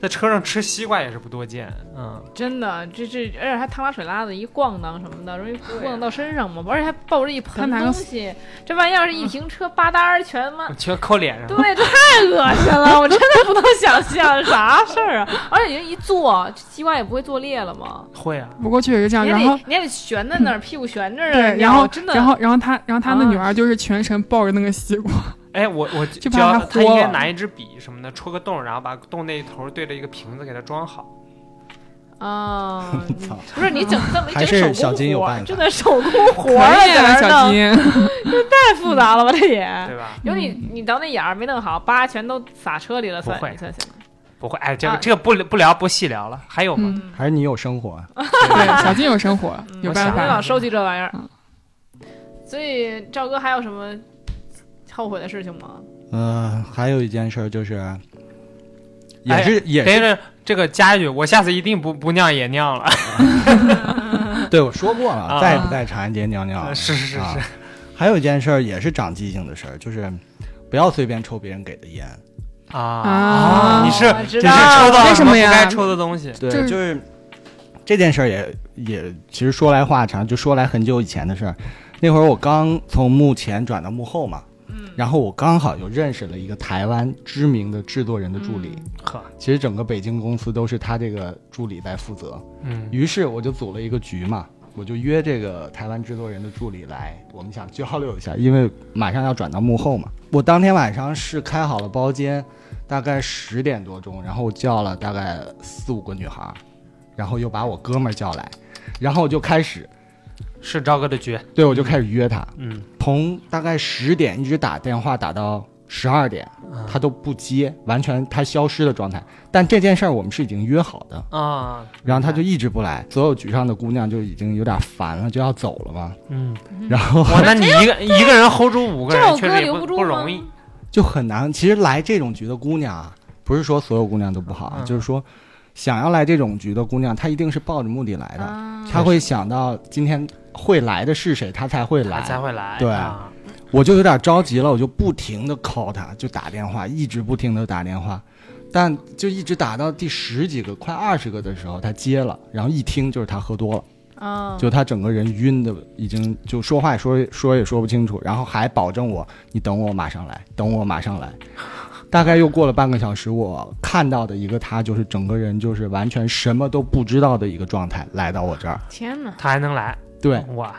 [SPEAKER 4] 在车上吃西瓜也是不多见，嗯，
[SPEAKER 2] 真的，这这而且还趟拉水拉子一咣当什么的，容易咣到身上嘛，而且还抱着一盆
[SPEAKER 6] 咱拿个嗯
[SPEAKER 2] 东西，这万一要是一停车，吧嗒儿全妈
[SPEAKER 6] 啊
[SPEAKER 4] 我觉得扣脸上，
[SPEAKER 2] 对，这太恶心了，我真的不能想象啥事儿啊！而且一坐，西瓜也不会坐裂了吗？
[SPEAKER 4] 会啊，
[SPEAKER 6] 不过确实是这样，
[SPEAKER 2] 你
[SPEAKER 6] 然
[SPEAKER 2] 还
[SPEAKER 6] 后嗯
[SPEAKER 2] 得你还得悬在那儿，屁股悬着呢，
[SPEAKER 6] 对，
[SPEAKER 2] 你知
[SPEAKER 6] 然
[SPEAKER 2] 道吗
[SPEAKER 6] 后
[SPEAKER 2] 哦真的，
[SPEAKER 6] 然后然后他然后他的
[SPEAKER 2] 啊
[SPEAKER 6] 女儿就是全程抱着那个西瓜，
[SPEAKER 4] 哎，我我
[SPEAKER 6] 就怕
[SPEAKER 4] 教
[SPEAKER 6] 它
[SPEAKER 4] 他
[SPEAKER 6] 豁
[SPEAKER 4] 应该
[SPEAKER 6] 了
[SPEAKER 4] 拿一支笔什么的戳个洞，然后把洞那一头对着一个瓶子给它装好。
[SPEAKER 2] 啊，你
[SPEAKER 3] 操
[SPEAKER 2] 不是你整这 么一
[SPEAKER 3] 还
[SPEAKER 2] 整
[SPEAKER 3] 是
[SPEAKER 2] 手工
[SPEAKER 3] 小金有
[SPEAKER 2] 活儿
[SPEAKER 3] 办法
[SPEAKER 2] 真的手工 活
[SPEAKER 6] 可以
[SPEAKER 2] 儿啊在那
[SPEAKER 6] 啊，
[SPEAKER 2] 儿
[SPEAKER 6] 小
[SPEAKER 2] 弄
[SPEAKER 6] 金。嗯
[SPEAKER 2] 太复杂了吧，这也。
[SPEAKER 6] 啊
[SPEAKER 4] 对吧？
[SPEAKER 2] 有你，你到那眼儿没弄好，叭，全都撒车里了，算
[SPEAKER 4] 不会
[SPEAKER 2] 算行。
[SPEAKER 4] 不会，哎，这个、
[SPEAKER 2] 啊
[SPEAKER 4] 这个不不聊不细聊了，还有吗？
[SPEAKER 6] 嗯，
[SPEAKER 3] 还是你有 生活啊？
[SPEAKER 6] 对，小金有生活，有
[SPEAKER 4] 我
[SPEAKER 6] 办
[SPEAKER 4] 想
[SPEAKER 2] 我
[SPEAKER 4] 了
[SPEAKER 6] 法
[SPEAKER 2] 嗯老。收集这玩意儿
[SPEAKER 6] 嗯。
[SPEAKER 2] 所以赵哥还有什么后悔的事情吗？
[SPEAKER 3] 嗯、还有一件事儿就是，也
[SPEAKER 4] 哎
[SPEAKER 3] 是、 也
[SPEAKER 4] 等一
[SPEAKER 3] 是
[SPEAKER 4] 下，这个加一句，我下次一定不不尿也尿了。
[SPEAKER 3] 对我说过了，
[SPEAKER 4] 啊
[SPEAKER 3] 再也不在长安街尿尿了。
[SPEAKER 4] 是是是
[SPEAKER 3] 啊
[SPEAKER 4] 是，
[SPEAKER 3] 还有一件事儿也是长记性的事儿，就是不要随便抽别人给的烟。
[SPEAKER 4] 啊
[SPEAKER 6] 啊
[SPEAKER 4] 你是
[SPEAKER 2] 我
[SPEAKER 4] 这
[SPEAKER 2] 知
[SPEAKER 4] 是
[SPEAKER 2] 道
[SPEAKER 4] 抽到
[SPEAKER 6] 为什
[SPEAKER 4] 么
[SPEAKER 6] 么
[SPEAKER 4] 不
[SPEAKER 6] 呀
[SPEAKER 4] 该抽的东西？
[SPEAKER 3] 对，
[SPEAKER 6] 就是
[SPEAKER 3] 就是这件事儿也也，其实说来话长，就说来很久以前的事儿。那会儿我刚从幕前转到幕后嘛，嗯，然后我刚好又认识了一个台湾知名的制作人的助理，
[SPEAKER 4] 呵，
[SPEAKER 3] 其实整个北京公司都是他这个助理在负责。
[SPEAKER 4] 嗯，
[SPEAKER 3] 于是我就组了一个局嘛，我就约这个台湾制作人的助理来，我们想交流一下，因为马上要转到幕后嘛。我当天晚上是开好了包间，大概十点多钟，然后我叫了大概四五个女孩儿，然后又把我哥们儿叫来，然后我就开始，
[SPEAKER 4] 是赵哥的局，
[SPEAKER 3] 对我就开始约他，
[SPEAKER 4] 嗯，
[SPEAKER 3] 从大概十点一直打电话打到十二点，他都不接，完全他消失的状态。但这件事儿我们是已经约好的，
[SPEAKER 4] 啊，
[SPEAKER 3] 然后他嗯就一直不来，所有局上的姑娘就已经有点烦了，就要走了嘛。
[SPEAKER 4] 嗯，
[SPEAKER 3] 然后
[SPEAKER 4] 哇，那你一个一个人 hold 住五个
[SPEAKER 2] 赵
[SPEAKER 4] 人，确
[SPEAKER 2] 哥
[SPEAKER 4] 实也
[SPEAKER 2] 留
[SPEAKER 4] 不
[SPEAKER 2] 住
[SPEAKER 4] 不
[SPEAKER 2] 吗
[SPEAKER 4] 容易？
[SPEAKER 3] 就很难。其实来这种局的姑娘啊，不是说所有姑娘都不好啊，
[SPEAKER 4] 嗯
[SPEAKER 3] 就是说想要来这种局的姑娘，她一定是抱着目的来的，
[SPEAKER 2] 啊，
[SPEAKER 3] 她会想到今天会来的是谁，她才会
[SPEAKER 4] 他
[SPEAKER 3] 来。
[SPEAKER 4] 啊才会来。
[SPEAKER 3] 对
[SPEAKER 4] 啊
[SPEAKER 3] 我就有点着急了，我就不停的 call 她，就打电话，一直不停的打电话，但就一直打到第十几个、快二十个的时候，她接了，然后一听就是她喝多了。
[SPEAKER 2] 啊，
[SPEAKER 3] 就他整个人晕的，已经就说话也说说也说不清楚，然后还保证我，你等我马上来，等我马上来。大概又过了半个小时，我看到的一个他就是整个人就是完全什么都不知道的一个状态来到我这儿。
[SPEAKER 2] 天哪，
[SPEAKER 4] 他还能来，
[SPEAKER 3] 对，
[SPEAKER 4] 哇，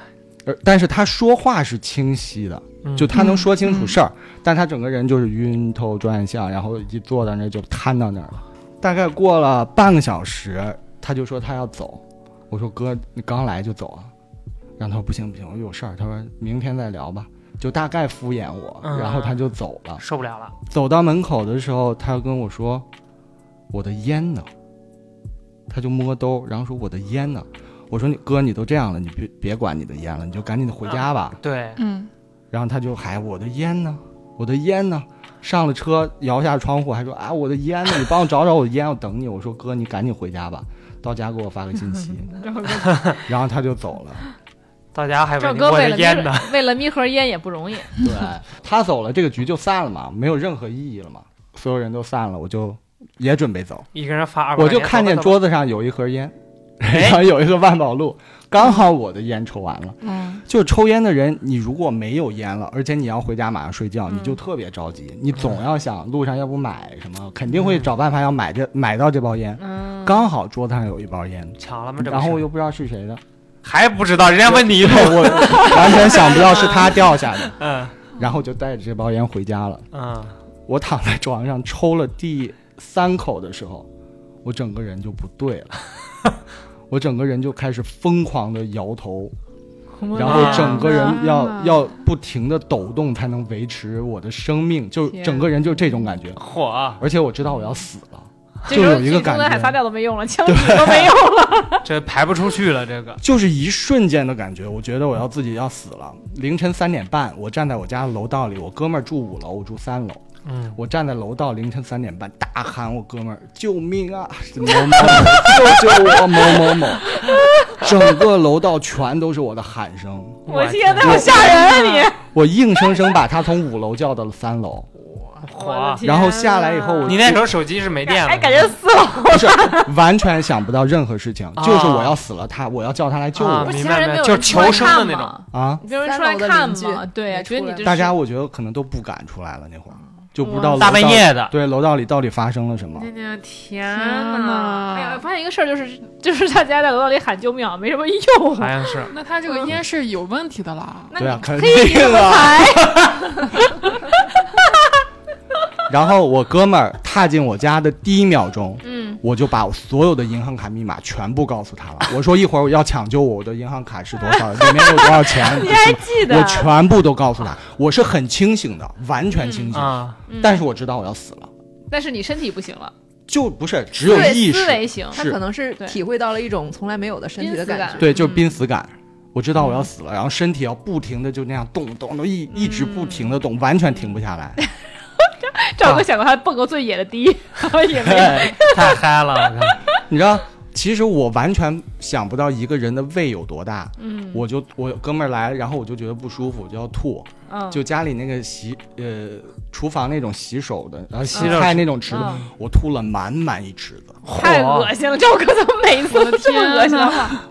[SPEAKER 3] 而但是他说话是清晰的，
[SPEAKER 4] 嗯
[SPEAKER 3] 就他能说清楚事儿，但他整个人就是晕头转向，然后一坐到那儿就瘫到那儿了。大概过了半个小时，他就说他要走，我说哥，你刚来就走啊？然后他说不行不行，我有事儿。他说明天再聊吧，就大概敷衍我，
[SPEAKER 4] 嗯
[SPEAKER 3] 然后他就走了。
[SPEAKER 4] 受不了了，
[SPEAKER 3] 走到门口的时候，他跟我说：“我的烟呢？”他就摸兜，然后说：“我的烟呢？”我说你：“哥，你都这样了，你别别管你的烟了，你就赶紧
[SPEAKER 4] 啊
[SPEAKER 3] 回家吧。
[SPEAKER 4] 对，
[SPEAKER 6] 嗯，
[SPEAKER 3] 然后他就喊我的烟呢？我的烟呢？上了车，摇下窗户，还说啊，我的烟呢？你帮我找找我的烟，我等你。我说哥，你赶紧回家吧，到家给我发个信息。 然后他就走了。
[SPEAKER 4] 到家还
[SPEAKER 2] 赵
[SPEAKER 4] 问
[SPEAKER 2] 哥
[SPEAKER 4] 我
[SPEAKER 2] 为
[SPEAKER 4] 的
[SPEAKER 2] 了
[SPEAKER 4] 烟呢
[SPEAKER 2] 咪，为了咪盒烟也不 容易，
[SPEAKER 3] 对他走了，这个局就散了嘛，没有任何意义了嘛，所有人都散了，我就也准备走。
[SPEAKER 4] 一个人发二百，
[SPEAKER 3] 我就看见
[SPEAKER 4] 走吧，
[SPEAKER 3] 桌子上有一盒烟，
[SPEAKER 4] 哎
[SPEAKER 3] 然后有一个万宝路，刚好我的烟抽完了。
[SPEAKER 6] 嗯，
[SPEAKER 3] 就抽烟的人，你如果没有烟了，而且你要回家马上睡觉，
[SPEAKER 6] 嗯
[SPEAKER 3] 你就特别着急，你总要想路上要不买什么，肯定会找办法要买这 买到这包烟。
[SPEAKER 2] 嗯，
[SPEAKER 3] 刚好桌子上有一包烟，
[SPEAKER 4] 走吧巧了吗？这不
[SPEAKER 3] 然后
[SPEAKER 4] 是
[SPEAKER 3] 我又不知道是谁的，
[SPEAKER 4] 还不知道，人家问你一
[SPEAKER 3] 因
[SPEAKER 4] 通
[SPEAKER 3] 为， 我完全想不到是他掉下的，
[SPEAKER 4] 嗯
[SPEAKER 3] 然后就带着这包烟回家了。
[SPEAKER 4] 嗯，
[SPEAKER 3] 我躺在床上抽了第三口的时候，我整个人就不对了，我整个人就开始疯狂的摇头，然后整个人要、
[SPEAKER 2] 啊
[SPEAKER 3] 要不停的抖动才能维持我的生命，就
[SPEAKER 2] 天
[SPEAKER 3] 整个人就这种感觉，
[SPEAKER 4] 嚯，
[SPEAKER 3] 而且我知道我要死了，
[SPEAKER 2] 这
[SPEAKER 3] 就
[SPEAKER 2] 时候
[SPEAKER 3] 有一个
[SPEAKER 2] 剧中的
[SPEAKER 3] 感觉
[SPEAKER 2] 海撒掉都没用 了，枪毙都没用了，
[SPEAKER 4] 这排不出去了，这个
[SPEAKER 3] 就是一瞬间的感觉，我觉得我要自己要死了。凌晨三点半，我站在我家的楼道里，我哥们儿住五楼，我住三楼，
[SPEAKER 4] 嗯，
[SPEAKER 3] 我站在楼道凌晨三点半大喊我哥们儿救命啊！某某某救救我某某某，整个楼道全都是我的喊声，
[SPEAKER 2] 我天哪，
[SPEAKER 4] 呐，
[SPEAKER 2] 好吓人啊你！
[SPEAKER 3] 我硬生生把他从五楼叫到了三楼。
[SPEAKER 2] 我的
[SPEAKER 4] 嚯，
[SPEAKER 2] 天
[SPEAKER 3] 然后下来以后
[SPEAKER 2] 哪
[SPEAKER 3] 我
[SPEAKER 4] 你啊那时候手机是没电了，
[SPEAKER 2] 哎，感觉死了，
[SPEAKER 3] 不是，完全想不到任何事情，
[SPEAKER 4] 啊
[SPEAKER 3] 就是我要死了他，我要叫他来救
[SPEAKER 4] 啊
[SPEAKER 3] 我
[SPEAKER 2] 不是
[SPEAKER 4] 明
[SPEAKER 2] 其
[SPEAKER 4] 白
[SPEAKER 2] 他人没有
[SPEAKER 4] 就
[SPEAKER 2] 人
[SPEAKER 4] 是
[SPEAKER 2] 出来
[SPEAKER 4] 求生的
[SPEAKER 2] 看
[SPEAKER 4] 那哎
[SPEAKER 2] 吗？
[SPEAKER 3] 啊！
[SPEAKER 2] 没有人
[SPEAKER 5] 三
[SPEAKER 2] 出来
[SPEAKER 5] 楼的
[SPEAKER 2] 看
[SPEAKER 5] 邻居
[SPEAKER 2] 嘛？对，
[SPEAKER 5] 没
[SPEAKER 2] 觉得你
[SPEAKER 5] 出来
[SPEAKER 2] 这
[SPEAKER 3] 大
[SPEAKER 2] 是嗯
[SPEAKER 3] 家我觉得可能都不敢出来了，那会儿就不知道
[SPEAKER 2] 哇
[SPEAKER 3] 楼
[SPEAKER 4] 大半
[SPEAKER 3] 道
[SPEAKER 4] 夜的，
[SPEAKER 3] 对楼道里到底发生了什么
[SPEAKER 2] 那。就天
[SPEAKER 6] 天
[SPEAKER 2] 呐！
[SPEAKER 3] 嗯
[SPEAKER 6] 哪
[SPEAKER 2] 哎呀，我发现一个事儿，就是就是大家在楼道里喊救命啊，没什么用
[SPEAKER 4] 好
[SPEAKER 2] 啊。
[SPEAKER 4] 像是，
[SPEAKER 6] 那他这个烟是有问题的了。
[SPEAKER 2] 那
[SPEAKER 3] 对啊，
[SPEAKER 2] 你
[SPEAKER 3] 肯
[SPEAKER 2] 黑你
[SPEAKER 3] 定
[SPEAKER 2] 怎么
[SPEAKER 3] 啊。
[SPEAKER 2] 才？
[SPEAKER 3] 然后我哥们儿踏进我家的第一秒钟，
[SPEAKER 2] 嗯，
[SPEAKER 3] 我就把我所有的银行卡密码全部告诉他了。我说一会儿我要抢救我，我的银行卡是多少，里面有多少钱，
[SPEAKER 2] 你还记得
[SPEAKER 3] 我？全部都告诉他。我是很清醒的，完全清醒，
[SPEAKER 4] 啊，
[SPEAKER 2] 嗯
[SPEAKER 3] 但是我知道我要死了，
[SPEAKER 2] 但是你身体不行了，
[SPEAKER 3] 就不是只有
[SPEAKER 2] 思维
[SPEAKER 3] 意识
[SPEAKER 2] 思，维行，
[SPEAKER 5] 他
[SPEAKER 3] 是
[SPEAKER 5] 可能是
[SPEAKER 2] 对
[SPEAKER 5] 体会到了一种从来没有的身体
[SPEAKER 2] 濒
[SPEAKER 5] 的
[SPEAKER 2] 死
[SPEAKER 5] 感
[SPEAKER 2] 感
[SPEAKER 5] 觉。
[SPEAKER 3] 对，就是
[SPEAKER 2] 嗯
[SPEAKER 3] 濒死感。我知道我要死了，然后身体要不停的就那样动动动，一一直
[SPEAKER 2] 嗯
[SPEAKER 3] 不停的动，完全停不下来。
[SPEAKER 2] 赵哥想过他蹦过最野的迪，然后也 没。
[SPEAKER 3] 对，
[SPEAKER 4] 太嗨了，我看
[SPEAKER 3] 你知道，其实我完全想不到一个人的胃有多大。
[SPEAKER 2] 嗯，
[SPEAKER 3] 我就我哥们儿来，然后我就觉得不舒服，我就要吐。
[SPEAKER 2] 嗯
[SPEAKER 3] 就家里那个洗呃厨房那种洗手的，然后洗
[SPEAKER 4] 洗手
[SPEAKER 3] 菜
[SPEAKER 4] 池
[SPEAKER 3] 那种池子，
[SPEAKER 2] 嗯
[SPEAKER 3] 我吐了满满一池子。
[SPEAKER 2] 太恶
[SPEAKER 4] 嚯，
[SPEAKER 2] 心了，赵哥怎么每一次
[SPEAKER 6] 我的
[SPEAKER 2] 都这么
[SPEAKER 6] 天
[SPEAKER 2] 恶心啊的啊
[SPEAKER 6] 呐
[SPEAKER 2] 话？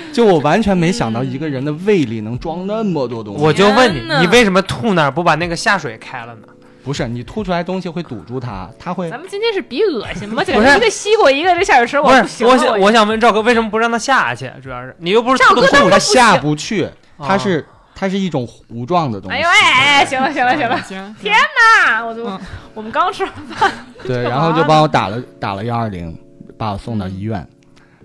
[SPEAKER 3] 就我完全没想到
[SPEAKER 2] 嗯
[SPEAKER 3] 一个人的胃里能装那么多东西。
[SPEAKER 4] 我就问你
[SPEAKER 2] 天，呐
[SPEAKER 4] 你为什么吐那儿不把那个下水开了呢？
[SPEAKER 3] 不是你吐出来东西会堵住它，它会
[SPEAKER 2] 咱们今天是比恶心吗？简
[SPEAKER 4] 不是
[SPEAKER 2] 直一个西瓜，一个这下水池，
[SPEAKER 4] 不
[SPEAKER 2] 我
[SPEAKER 4] 是，
[SPEAKER 2] 行了
[SPEAKER 4] 我想我想问赵哥，为什么不让他下去？主要是你又不是
[SPEAKER 2] 赵
[SPEAKER 4] 吐
[SPEAKER 2] 哥
[SPEAKER 4] 的
[SPEAKER 2] 当
[SPEAKER 4] 吐
[SPEAKER 2] 然
[SPEAKER 3] 它
[SPEAKER 4] 的
[SPEAKER 3] 下不去，它
[SPEAKER 4] 啊
[SPEAKER 3] 是它是一种糊状的东西。
[SPEAKER 2] 哎呦哎，哎行了行 了行了，
[SPEAKER 6] 行，
[SPEAKER 2] 天那啊我就
[SPEAKER 6] 嗯
[SPEAKER 2] 我们刚吃完
[SPEAKER 3] 对，
[SPEAKER 2] 干
[SPEAKER 3] 然后
[SPEAKER 2] 嘛
[SPEAKER 3] 就
[SPEAKER 2] 呢
[SPEAKER 3] 帮我打了打了幺二零，把我送到医院。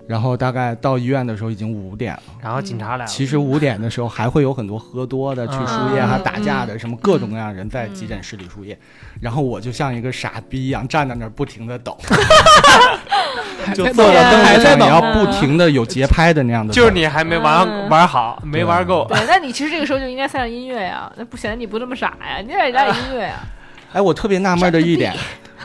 [SPEAKER 3] 然后大概到医院的时候已经五点了。
[SPEAKER 4] 然后警察来了，
[SPEAKER 3] 其实五点的时候还会有很多喝多的、去输液、
[SPEAKER 2] 嗯
[SPEAKER 3] 还有打架的，什么各种各样的人在急诊室里输液。然后我就像一个傻逼一样站在那儿不停的抖，就坐到
[SPEAKER 2] 在
[SPEAKER 3] 灯台上
[SPEAKER 6] 还在
[SPEAKER 3] 也
[SPEAKER 6] 等
[SPEAKER 3] 要不停的有节拍的那样的。
[SPEAKER 4] 就是。你还没玩
[SPEAKER 2] 嗯
[SPEAKER 4] 玩好，没玩够，
[SPEAKER 2] 对，那你其实这个时候就应该塞上音乐呀，那不显得你不这么傻呀，你得加点音乐呀。
[SPEAKER 3] 哎，我特别纳闷的一点，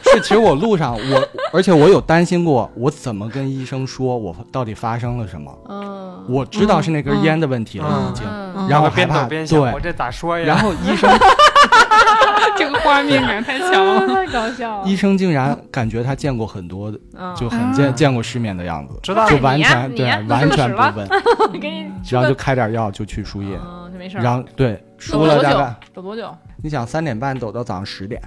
[SPEAKER 3] 这其实我路上我，而且我有担心过，我怎么跟医生说我到底发生了什么？
[SPEAKER 2] 嗯，
[SPEAKER 3] 我知道是那根烟的问题了，已经。
[SPEAKER 2] 嗯
[SPEAKER 3] 然后
[SPEAKER 4] 边
[SPEAKER 3] 害
[SPEAKER 4] 抖
[SPEAKER 3] 怕
[SPEAKER 4] 边想，
[SPEAKER 3] 对
[SPEAKER 4] 我这咋说呀？
[SPEAKER 3] 然后医生
[SPEAKER 6] 这个画面感太强了。
[SPEAKER 2] 太啊搞笑了。
[SPEAKER 3] 医生竟然感觉他见过很多，
[SPEAKER 2] 嗯，
[SPEAKER 3] 就很见
[SPEAKER 6] 啊
[SPEAKER 3] 见过世面的样子，
[SPEAKER 4] 知道
[SPEAKER 3] 就
[SPEAKER 4] 了，
[SPEAKER 3] 完全
[SPEAKER 2] 你
[SPEAKER 3] 对
[SPEAKER 2] 呀你呀
[SPEAKER 3] 完
[SPEAKER 2] 你是
[SPEAKER 3] 全
[SPEAKER 2] 不
[SPEAKER 3] 不
[SPEAKER 2] 是
[SPEAKER 3] 问，
[SPEAKER 2] 给你嗯
[SPEAKER 3] 然后就开点药就去输液，
[SPEAKER 2] 嗯，就没事儿。
[SPEAKER 3] 然后对输
[SPEAKER 2] 抖
[SPEAKER 3] 了
[SPEAKER 2] 多
[SPEAKER 3] 大
[SPEAKER 2] 久啊
[SPEAKER 3] 概
[SPEAKER 2] 抖多久？
[SPEAKER 3] 你想三点半抖到早上十点，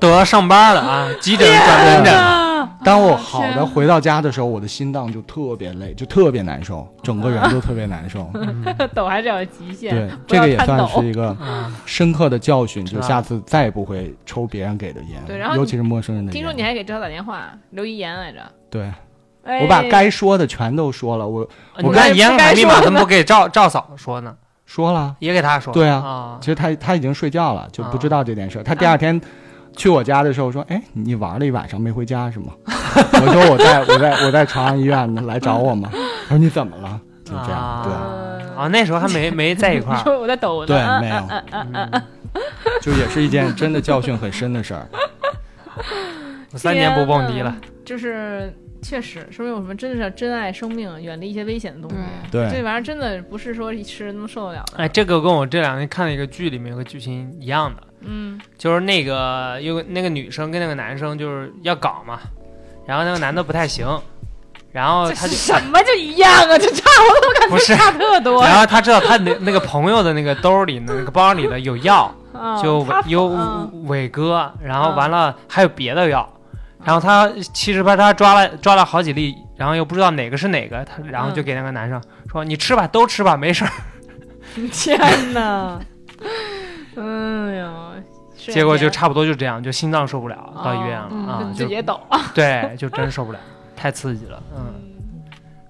[SPEAKER 4] 都要上班了啊，急诊转门诊。
[SPEAKER 2] 啊，
[SPEAKER 3] 当我好
[SPEAKER 6] 天
[SPEAKER 3] 的
[SPEAKER 6] 啊
[SPEAKER 3] 回到家的时候，我的心脏就特别累，就特别难受，整个人都特别难受。
[SPEAKER 2] 抖还是要有极限。
[SPEAKER 3] 对，
[SPEAKER 2] 不
[SPEAKER 3] 这
[SPEAKER 2] 要
[SPEAKER 3] 个也
[SPEAKER 2] 看
[SPEAKER 3] 算
[SPEAKER 2] 抖
[SPEAKER 3] 是一个
[SPEAKER 4] 嗯
[SPEAKER 3] 深刻的教训，就
[SPEAKER 4] 啊
[SPEAKER 3] 下次再也不会抽别人给的烟，
[SPEAKER 2] 对然后
[SPEAKER 3] 尤其是陌生人的
[SPEAKER 2] 听说
[SPEAKER 3] 烟。
[SPEAKER 2] 你还给哲涛打电话留遗言来着。
[SPEAKER 3] 对，
[SPEAKER 2] 哎
[SPEAKER 3] 我把该说的全都说了，我
[SPEAKER 4] 你
[SPEAKER 2] 该
[SPEAKER 4] 看严
[SPEAKER 2] 不该
[SPEAKER 4] 凯立马
[SPEAKER 2] 说
[SPEAKER 4] 怎么不给赵赵嫂说呢？
[SPEAKER 3] 说了。
[SPEAKER 4] 也给他说。
[SPEAKER 3] 对啊
[SPEAKER 4] 啊
[SPEAKER 3] 其，实他他已经睡觉了，就不
[SPEAKER 4] 啊
[SPEAKER 3] 知道这件事儿。他第二天去我家的时候说：“哎，你玩了一晚上没回家是吗？” 我说：“我在我在我在朝阳医院呢，来找我嘛。”他说：“你怎么了？”就这样，对。
[SPEAKER 4] 啊啊，那时候还没没在一 块
[SPEAKER 2] 你
[SPEAKER 4] 儿。
[SPEAKER 2] 说我在抖呢。
[SPEAKER 3] 对
[SPEAKER 2] 嗯
[SPEAKER 3] 没有
[SPEAKER 2] 嗯嗯嗯嗯
[SPEAKER 4] 嗯
[SPEAKER 3] 就也是一件真的教训很深的事儿。
[SPEAKER 4] 我三年不蹦迪了，
[SPEAKER 2] 就是确实，说明我们真的是要珍爱生命，远离一些危险的东西。
[SPEAKER 6] 对
[SPEAKER 2] 这
[SPEAKER 3] 对，
[SPEAKER 2] 玩意儿真的不是说一吃能受得了的。
[SPEAKER 4] 哎，这个跟我这两天看了一个剧里面有个剧情一样的，
[SPEAKER 2] 嗯，
[SPEAKER 4] 就是那个有个那个女生跟那个男生就是要搞嘛，然后那个男的不太行，然后
[SPEAKER 2] 这
[SPEAKER 4] 哦他
[SPEAKER 2] 是
[SPEAKER 4] 就
[SPEAKER 2] 什么就一样啊？这差我都感
[SPEAKER 4] 不是
[SPEAKER 2] 觉差特多。
[SPEAKER 4] 然后他知道他那那个朋友的那个兜里那个包里的有药，
[SPEAKER 2] 嗯
[SPEAKER 4] 就伟
[SPEAKER 2] 他
[SPEAKER 4] 有
[SPEAKER 2] 嗯
[SPEAKER 4] 伟哥，然后完了还有别的药，然后他七十八他抓了抓了好几粒，然后又不知道哪个是哪个，他然后
[SPEAKER 2] 嗯
[SPEAKER 4] 就给那个男生说：“你吃吧，都吃吧，没事儿。
[SPEAKER 2] 天哪！ 哎呦，”是
[SPEAKER 4] 结果就
[SPEAKER 2] 也
[SPEAKER 4] 差不多就这样，就心脏受不了到医院
[SPEAKER 2] 哦
[SPEAKER 4] 了
[SPEAKER 6] 嗯
[SPEAKER 4] 啊，
[SPEAKER 2] 自
[SPEAKER 4] 就
[SPEAKER 2] 己也抖。
[SPEAKER 4] 对，就真受不了，太刺激了，嗯，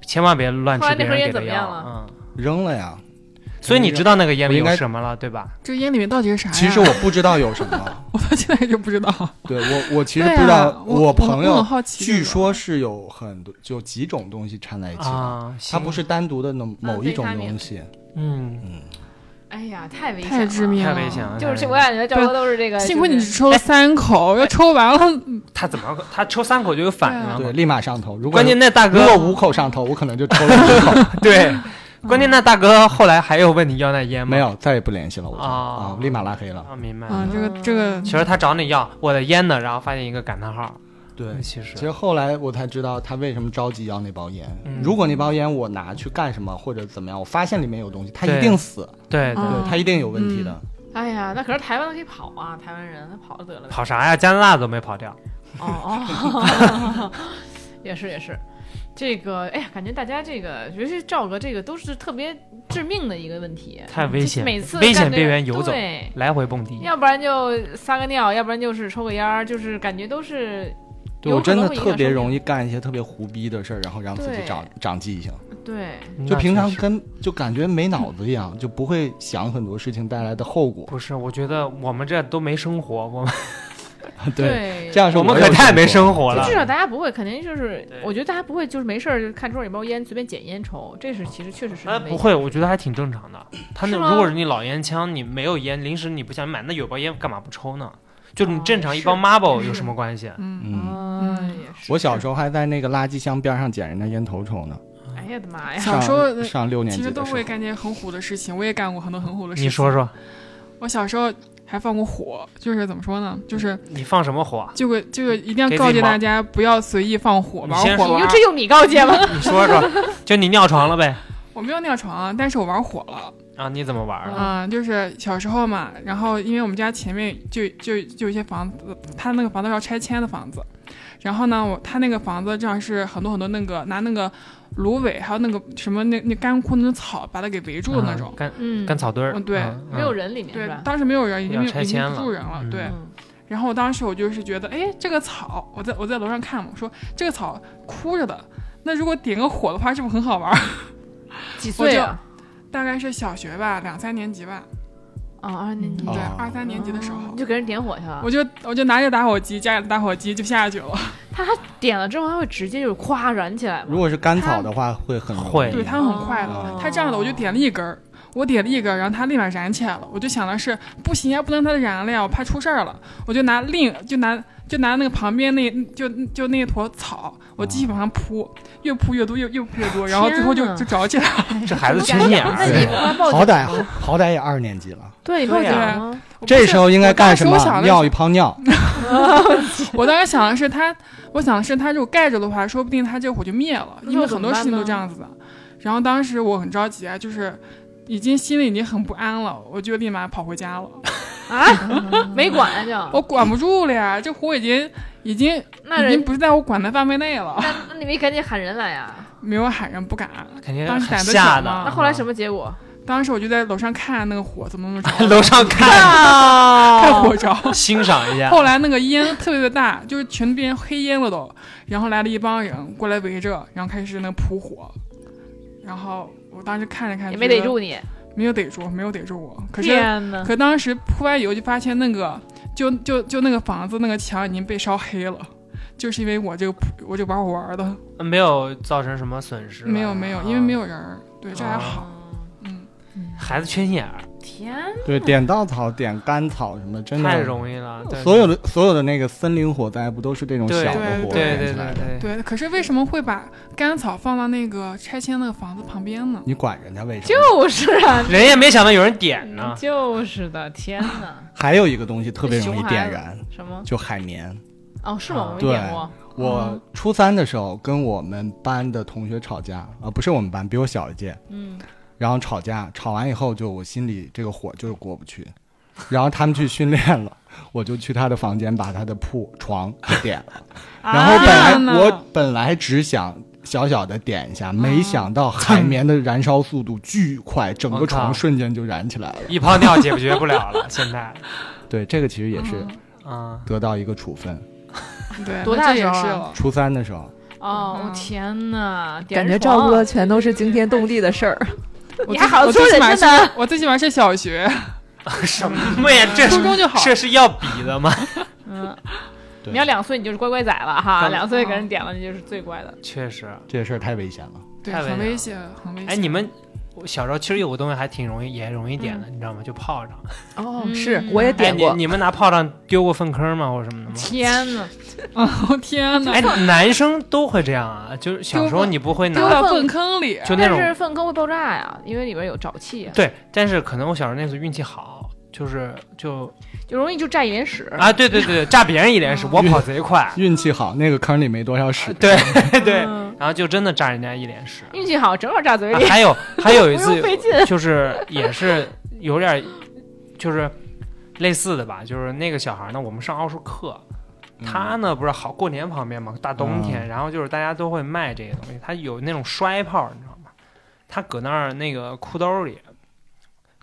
[SPEAKER 4] 千万别乱
[SPEAKER 2] 后
[SPEAKER 4] 吃
[SPEAKER 2] 来那
[SPEAKER 4] 别
[SPEAKER 2] 盒
[SPEAKER 4] 人
[SPEAKER 2] 烟
[SPEAKER 4] 给
[SPEAKER 2] 怎
[SPEAKER 4] 的
[SPEAKER 2] 么
[SPEAKER 4] 药
[SPEAKER 2] 样，
[SPEAKER 4] 嗯。
[SPEAKER 3] 扔了
[SPEAKER 2] 哎
[SPEAKER 3] 呀。
[SPEAKER 4] 所以你知道那个烟
[SPEAKER 3] 我应
[SPEAKER 4] 里有
[SPEAKER 3] 该
[SPEAKER 4] 什么了，对吧？
[SPEAKER 6] 这烟里面到底是啥呀？
[SPEAKER 3] 其实我不知道有什么，
[SPEAKER 6] 我到现在就不知道。
[SPEAKER 3] 对我啊我其
[SPEAKER 6] 其
[SPEAKER 3] 实不知道。
[SPEAKER 6] 啊我
[SPEAKER 3] 朋
[SPEAKER 6] 我很
[SPEAKER 3] 友
[SPEAKER 6] 好奇这个，
[SPEAKER 3] 据说是有很多，就几种东西掺在一起的，
[SPEAKER 4] 啊，
[SPEAKER 3] 它不
[SPEAKER 4] 行，
[SPEAKER 3] 是单独的那么某一种
[SPEAKER 2] 啊维他命
[SPEAKER 3] 东西。
[SPEAKER 4] 嗯，
[SPEAKER 2] 哎呀，太危险，
[SPEAKER 6] 太致。命
[SPEAKER 4] 太
[SPEAKER 6] 了，
[SPEAKER 4] 危险。了。
[SPEAKER 2] 嗯就是
[SPEAKER 4] 太
[SPEAKER 2] 这，
[SPEAKER 4] 危
[SPEAKER 2] 我
[SPEAKER 4] 险了
[SPEAKER 2] 感觉赵哥都是这个。
[SPEAKER 6] 幸亏你
[SPEAKER 2] 就
[SPEAKER 6] 只
[SPEAKER 2] 是
[SPEAKER 6] 抽了三口，要抽完了，
[SPEAKER 4] 他怎么他抽三口就有反应了
[SPEAKER 2] 啊
[SPEAKER 3] 对，
[SPEAKER 4] 嘛？
[SPEAKER 3] 立马上头。如果
[SPEAKER 4] 啊关键那大
[SPEAKER 3] 如
[SPEAKER 4] 哥
[SPEAKER 3] 果五口上头，我可能就抽了五口，
[SPEAKER 4] 对，
[SPEAKER 2] 嗯
[SPEAKER 4] 关键那大哥后来还有问你要那烟吗？
[SPEAKER 3] 没有，再也不联系了。我就
[SPEAKER 4] 啊
[SPEAKER 3] 啊，立马拉黑了。
[SPEAKER 4] 啊，明白。
[SPEAKER 2] 嗯
[SPEAKER 6] 啊，这个这个
[SPEAKER 4] 其实他找你要我的烟呢，然后发现一个感叹号。
[SPEAKER 3] 对，
[SPEAKER 4] 其实
[SPEAKER 3] 其实后来我才知道他为什么着急要那包烟
[SPEAKER 4] 嗯。
[SPEAKER 3] 如果那包烟我拿去干什么或者怎么样，我发现里面有东西，他
[SPEAKER 4] 对
[SPEAKER 3] 一定死，
[SPEAKER 4] 对
[SPEAKER 2] 嗯
[SPEAKER 4] 对，
[SPEAKER 6] 啊
[SPEAKER 3] 对他一定有问题的。
[SPEAKER 2] 哎呀，那可是台湾的可以跑啊，台湾人他跑就得了呗。
[SPEAKER 4] 跑啥呀？加拿大都没跑掉。
[SPEAKER 2] 哦哦， 也是也是，这个哎呀，感觉大家这个，尤其是赵哥这个，都是特别致命的一个问题，嗯
[SPEAKER 4] 太危险
[SPEAKER 2] 就每次
[SPEAKER 4] 危险
[SPEAKER 2] 干这个
[SPEAKER 4] 边缘游走
[SPEAKER 2] 对，
[SPEAKER 4] 来回蹦迪，
[SPEAKER 2] 要不然就撒个尿，要不然就是抽个烟儿，就是感觉都是
[SPEAKER 3] 对
[SPEAKER 2] 有
[SPEAKER 3] 我
[SPEAKER 2] 可
[SPEAKER 3] 真
[SPEAKER 2] 能
[SPEAKER 3] 的
[SPEAKER 2] 会影
[SPEAKER 3] 特
[SPEAKER 2] 响
[SPEAKER 3] 别
[SPEAKER 2] 生
[SPEAKER 3] 容
[SPEAKER 2] 命
[SPEAKER 3] 易干一些特别胡逼的事儿，然后让自己
[SPEAKER 2] 对
[SPEAKER 3] 长长记性。
[SPEAKER 2] 对，
[SPEAKER 3] 就
[SPEAKER 4] 那
[SPEAKER 3] 平常
[SPEAKER 4] 确实
[SPEAKER 3] 跟就感觉没脑子一样，就不会想很多事情带来的后 果。
[SPEAKER 4] 不是，我觉得我们这都没生活，我们
[SPEAKER 3] 对，
[SPEAKER 2] 对
[SPEAKER 3] 这样是
[SPEAKER 4] 我们
[SPEAKER 3] 有
[SPEAKER 4] 可太没
[SPEAKER 3] 生
[SPEAKER 4] 生活
[SPEAKER 2] 就
[SPEAKER 4] 了
[SPEAKER 2] 至少大家不会，肯定就是
[SPEAKER 4] 对，
[SPEAKER 2] 我觉得大家不会就是没事儿就看桌上有包烟随便捡烟抽，这是其实确实是
[SPEAKER 4] 哎，
[SPEAKER 2] 很危
[SPEAKER 4] 不
[SPEAKER 2] 险
[SPEAKER 4] 会，我觉得还挺正常的。他那
[SPEAKER 2] 是吗
[SPEAKER 4] 如果是你老烟枪，你没有烟，临时你不想买，那有包烟干嘛不抽呢？就是你
[SPEAKER 2] 哦
[SPEAKER 4] 正常一
[SPEAKER 2] 是
[SPEAKER 4] 包 marble
[SPEAKER 2] 是
[SPEAKER 4] 有什么 关系？
[SPEAKER 6] 嗯，
[SPEAKER 3] 嗯，
[SPEAKER 2] 啊
[SPEAKER 6] 嗯
[SPEAKER 2] 也是
[SPEAKER 3] 我小时候还在那个垃圾箱边上捡人家烟头抽呢。
[SPEAKER 2] 哎呀我的妈呀，
[SPEAKER 6] 小时候
[SPEAKER 3] 上上六年
[SPEAKER 6] 其
[SPEAKER 3] 级
[SPEAKER 6] 实
[SPEAKER 3] 的时
[SPEAKER 6] 都
[SPEAKER 3] 候
[SPEAKER 6] 会，干这些很虎的事情，我也干过很多很虎的事情。
[SPEAKER 4] 你说，说，
[SPEAKER 6] 我小时候还放过火，就是怎么说呢？就是
[SPEAKER 4] 你放什么火？
[SPEAKER 6] 这个这个一定
[SPEAKER 4] 给
[SPEAKER 6] 要
[SPEAKER 4] 自己
[SPEAKER 6] 告诫
[SPEAKER 4] 忙
[SPEAKER 6] 大家不要随意放火，
[SPEAKER 4] 你
[SPEAKER 6] 玩
[SPEAKER 4] 先
[SPEAKER 6] 火
[SPEAKER 4] 说
[SPEAKER 6] 玩
[SPEAKER 2] 又这用你告诫 吗？
[SPEAKER 4] 你说说，就你尿床了呗？
[SPEAKER 6] 我没有尿床，但是我玩火了。
[SPEAKER 4] 啊，你怎么玩的？
[SPEAKER 6] 啊、就是小时候嘛，然后因为我们家前面就就就有一些房子，他那个房子是要拆迁的房子，然后呢，我他那个房子正好是很多很多那个拿那个芦苇还有那个什么那那干枯那种草把它给围住的那
[SPEAKER 4] 嗯
[SPEAKER 6] 种。
[SPEAKER 4] 干
[SPEAKER 2] 嗯，
[SPEAKER 4] 干草堆儿。
[SPEAKER 6] 嗯对
[SPEAKER 4] 嗯
[SPEAKER 2] 没有。人里面
[SPEAKER 6] 对
[SPEAKER 2] 是吧，？
[SPEAKER 6] 当时没有人，已经
[SPEAKER 4] 要
[SPEAKER 6] 没有
[SPEAKER 4] 拆
[SPEAKER 6] 已经
[SPEAKER 4] 迁
[SPEAKER 6] 不
[SPEAKER 4] 了
[SPEAKER 6] 住人了，
[SPEAKER 4] 嗯
[SPEAKER 6] 对。
[SPEAKER 2] 嗯
[SPEAKER 6] 然后我当时我就是觉得，哎，这个草，我在我在楼上看嘛，我说这个草枯着的，那如果点个火的话，是不是很好玩儿？
[SPEAKER 2] 几
[SPEAKER 6] 我
[SPEAKER 2] 岁
[SPEAKER 6] 就
[SPEAKER 2] 啊？
[SPEAKER 6] 大概是小学吧，两三年级吧，
[SPEAKER 2] 啊，二年级
[SPEAKER 6] 对，
[SPEAKER 3] 哦
[SPEAKER 6] 二三年级的时候。
[SPEAKER 2] 你就给人点火去了
[SPEAKER 6] 我。就我就拿着打火机，家里的打火机就下去了。
[SPEAKER 2] 点了之后，它会直接就是咵燃起来吗
[SPEAKER 3] 如果是干草的话，会很容易
[SPEAKER 4] 会
[SPEAKER 6] 对，它很快的。
[SPEAKER 2] 哦
[SPEAKER 6] 它这样的，我就点了一根儿，我点了一个，然后他立马燃起来了。我就想的是，不行呀，啊不能让它燃了呀，我怕出事儿了。我就拿另就拿就拿那个旁边那就就那坨草，我继续往上扑，越扑越多，越越扑越多，然后最后就
[SPEAKER 2] 天啊
[SPEAKER 6] 就着起来了。
[SPEAKER 4] 这孩子啊
[SPEAKER 2] 你敢
[SPEAKER 4] 缺心眼
[SPEAKER 2] 养
[SPEAKER 4] 儿
[SPEAKER 2] 自己不敢报警
[SPEAKER 7] 好歹
[SPEAKER 2] 吗
[SPEAKER 7] 好歹也二年级了，
[SPEAKER 2] 对你报警
[SPEAKER 6] 对啊
[SPEAKER 2] 吗？
[SPEAKER 6] 我不
[SPEAKER 3] 这
[SPEAKER 6] 是
[SPEAKER 3] 时候应该干什
[SPEAKER 6] 我
[SPEAKER 3] 么
[SPEAKER 6] 当时我想？的是
[SPEAKER 3] 尿一泡 尿，
[SPEAKER 6] 我当时想的是他，我想的是他如果盖着的话，说不定他这火就灭了，
[SPEAKER 2] 那
[SPEAKER 6] 因为
[SPEAKER 2] 怎么
[SPEAKER 6] 很多
[SPEAKER 2] 办
[SPEAKER 6] 事情都
[SPEAKER 2] 呢
[SPEAKER 6] 这样子的。然后当时我很着急啊，就是已经心里已经很不安了，我就立马跑回家了。
[SPEAKER 2] 啊， 没管就
[SPEAKER 6] 我管不住了呀，这火已经已经
[SPEAKER 2] 那
[SPEAKER 6] 已
[SPEAKER 2] 人
[SPEAKER 6] 经不是在我管的范围内了，
[SPEAKER 2] 那那你没赶紧喊人来呀？
[SPEAKER 6] 没有喊人不敢。
[SPEAKER 4] 肯定
[SPEAKER 6] 啊当时
[SPEAKER 4] 很
[SPEAKER 6] 胆子
[SPEAKER 4] 吓
[SPEAKER 6] 小
[SPEAKER 4] 的。，
[SPEAKER 6] 嘛
[SPEAKER 2] 那后来什么结果？
[SPEAKER 6] 当时我就在楼上看那个火怎么那么着
[SPEAKER 4] 楼上哦看，
[SPEAKER 3] 啊
[SPEAKER 6] 看火着。
[SPEAKER 4] 欣赏一下。
[SPEAKER 6] 后来那个烟特别的大，就是全变黑烟了都。然后来了一帮人过来围着，然后开始那个扑火。然后我当时看了看，
[SPEAKER 2] 也没
[SPEAKER 6] 觉得
[SPEAKER 2] 逮住，你。
[SPEAKER 6] 没有逮住，没有逮住我。可是
[SPEAKER 2] 天哪！
[SPEAKER 6] 可当时扑完以后就发现那个就就就那个房子那个墙已经被烧黑了，就是因为我这个扑我这玩火玩的。
[SPEAKER 4] 嗯没有造成什么损失吧，
[SPEAKER 6] 没有没有，因为没有人儿，对，这还好。
[SPEAKER 2] 嗯
[SPEAKER 6] 嗯，
[SPEAKER 4] 孩子缺心眼儿，
[SPEAKER 2] 天，
[SPEAKER 3] 对，点稻草、点干草什么，真的
[SPEAKER 4] 太容易了。对
[SPEAKER 3] 所有的所有的那个森林火灾不都是这种小
[SPEAKER 4] 对
[SPEAKER 3] 的
[SPEAKER 6] 对
[SPEAKER 3] 火
[SPEAKER 4] 对
[SPEAKER 3] 点
[SPEAKER 4] 对
[SPEAKER 3] 起来
[SPEAKER 4] 对
[SPEAKER 3] 的？
[SPEAKER 4] 对，
[SPEAKER 6] 对。可是为什么会把干草放到那个拆迁那个房子旁边呢？
[SPEAKER 3] 你管人家为什么？
[SPEAKER 2] 就是啊，
[SPEAKER 4] 人也没想到有人点呢。
[SPEAKER 2] 就是的，天哪！
[SPEAKER 3] 还有一个东西特别容易
[SPEAKER 2] 熊孩
[SPEAKER 3] 点
[SPEAKER 2] 子
[SPEAKER 3] 燃，
[SPEAKER 2] 什么？
[SPEAKER 3] 就海绵。
[SPEAKER 2] 哦，是吗？我没
[SPEAKER 3] 对
[SPEAKER 2] 点过。
[SPEAKER 6] 哦
[SPEAKER 3] 我初三的时候跟我们班的同学吵架，啊、不是我们班，比我小一届，
[SPEAKER 2] 嗯，
[SPEAKER 3] 然后吵架，吵完以后就我心里这个火就是过不去，然后他们去训练了， 我就去他的房间把他的铺床给点了，然后本
[SPEAKER 6] 啊
[SPEAKER 3] 来、
[SPEAKER 6] 呢
[SPEAKER 3] 我本来只想。小小的点一下，没想到海绵的燃烧速度巨快，整
[SPEAKER 4] 我
[SPEAKER 3] 个
[SPEAKER 4] 靠
[SPEAKER 6] 哦
[SPEAKER 3] 床瞬间就燃起来了。
[SPEAKER 4] 一泡尿解决不了了，现 在
[SPEAKER 3] 对，这个其实也
[SPEAKER 6] 哦
[SPEAKER 3] 是
[SPEAKER 4] 啊，
[SPEAKER 3] 得到一个处分。
[SPEAKER 6] 对，
[SPEAKER 2] 多
[SPEAKER 6] 那
[SPEAKER 2] 大
[SPEAKER 6] 这
[SPEAKER 2] 时
[SPEAKER 6] 也
[SPEAKER 2] 候
[SPEAKER 6] 是
[SPEAKER 2] 啊
[SPEAKER 6] 了。
[SPEAKER 3] 初三的时候，
[SPEAKER 2] 哦，
[SPEAKER 6] 嗯
[SPEAKER 2] 我天哪！点
[SPEAKER 5] 感觉
[SPEAKER 2] 着
[SPEAKER 5] 赵
[SPEAKER 2] 床
[SPEAKER 5] 哥全都是惊天动地的事儿。
[SPEAKER 6] 我
[SPEAKER 2] 你
[SPEAKER 6] 最
[SPEAKER 2] 还好
[SPEAKER 6] 我
[SPEAKER 2] 说
[SPEAKER 6] 最起
[SPEAKER 2] 人
[SPEAKER 6] 码
[SPEAKER 2] 家
[SPEAKER 6] 是
[SPEAKER 2] 呢，
[SPEAKER 6] 我最起码是 小学，
[SPEAKER 4] 啊什么呀？这
[SPEAKER 6] 初
[SPEAKER 4] 是
[SPEAKER 6] 中就好。
[SPEAKER 4] 这是要比的吗？
[SPEAKER 2] 嗯，
[SPEAKER 3] 对
[SPEAKER 2] 你要两岁你就是乖乖仔了哈，
[SPEAKER 4] 咱
[SPEAKER 2] 两岁给人点了你就是最乖的。
[SPEAKER 4] 确实，
[SPEAKER 3] 这事儿太危险了。
[SPEAKER 6] 对，
[SPEAKER 4] 太危
[SPEAKER 6] 很
[SPEAKER 4] 险
[SPEAKER 6] 危
[SPEAKER 4] 了
[SPEAKER 6] 险，很危险。
[SPEAKER 4] 哎，你们我小时候其实有个东西还挺容易，也容易点的，
[SPEAKER 6] 嗯
[SPEAKER 4] 你知道吗？就炮仗。
[SPEAKER 5] 哦
[SPEAKER 2] 嗯
[SPEAKER 5] 是我也
[SPEAKER 4] 哎，
[SPEAKER 5] 点
[SPEAKER 4] 你
[SPEAKER 5] 过，
[SPEAKER 4] 你们拿炮仗丢过粪坑吗，或者什么的吗？
[SPEAKER 2] 天哪！
[SPEAKER 6] 哦 天哪，
[SPEAKER 4] 哎，男生都会这样啊，就是小时候你不会
[SPEAKER 6] 丢
[SPEAKER 4] 拿，
[SPEAKER 6] 到粪坑里，
[SPEAKER 4] 就那
[SPEAKER 2] 但
[SPEAKER 4] 种
[SPEAKER 2] 是粪坑会爆炸呀，因为里边有沼气啊，
[SPEAKER 4] 对，但是可能我小时候那次运气好，就是就
[SPEAKER 2] 就容易就占一脸 屎。
[SPEAKER 4] 啊，对对对，炸别人一
[SPEAKER 2] 嗯
[SPEAKER 4] 脸屎，我跑贼 快，
[SPEAKER 3] 运气好，那个坑里没多少屎。
[SPEAKER 4] 对哎对，
[SPEAKER 2] 嗯
[SPEAKER 4] 然后就真的炸人家一脸屎。
[SPEAKER 2] 运气好，正好炸嘴
[SPEAKER 4] 啊
[SPEAKER 2] 里，
[SPEAKER 4] 还 有还 有一
[SPEAKER 2] 不用
[SPEAKER 4] 次，
[SPEAKER 2] 费劲。
[SPEAKER 4] 就是也是有点儿，就是类似的吧，就是那个小孩儿呢，我们上奥数课，
[SPEAKER 3] 嗯
[SPEAKER 4] 他呢不是好过年旁边嘛，大冬天，然后就是大家都会卖这些东西，他有那种摔炮，你知道吗？他搁那儿那个裤兜里，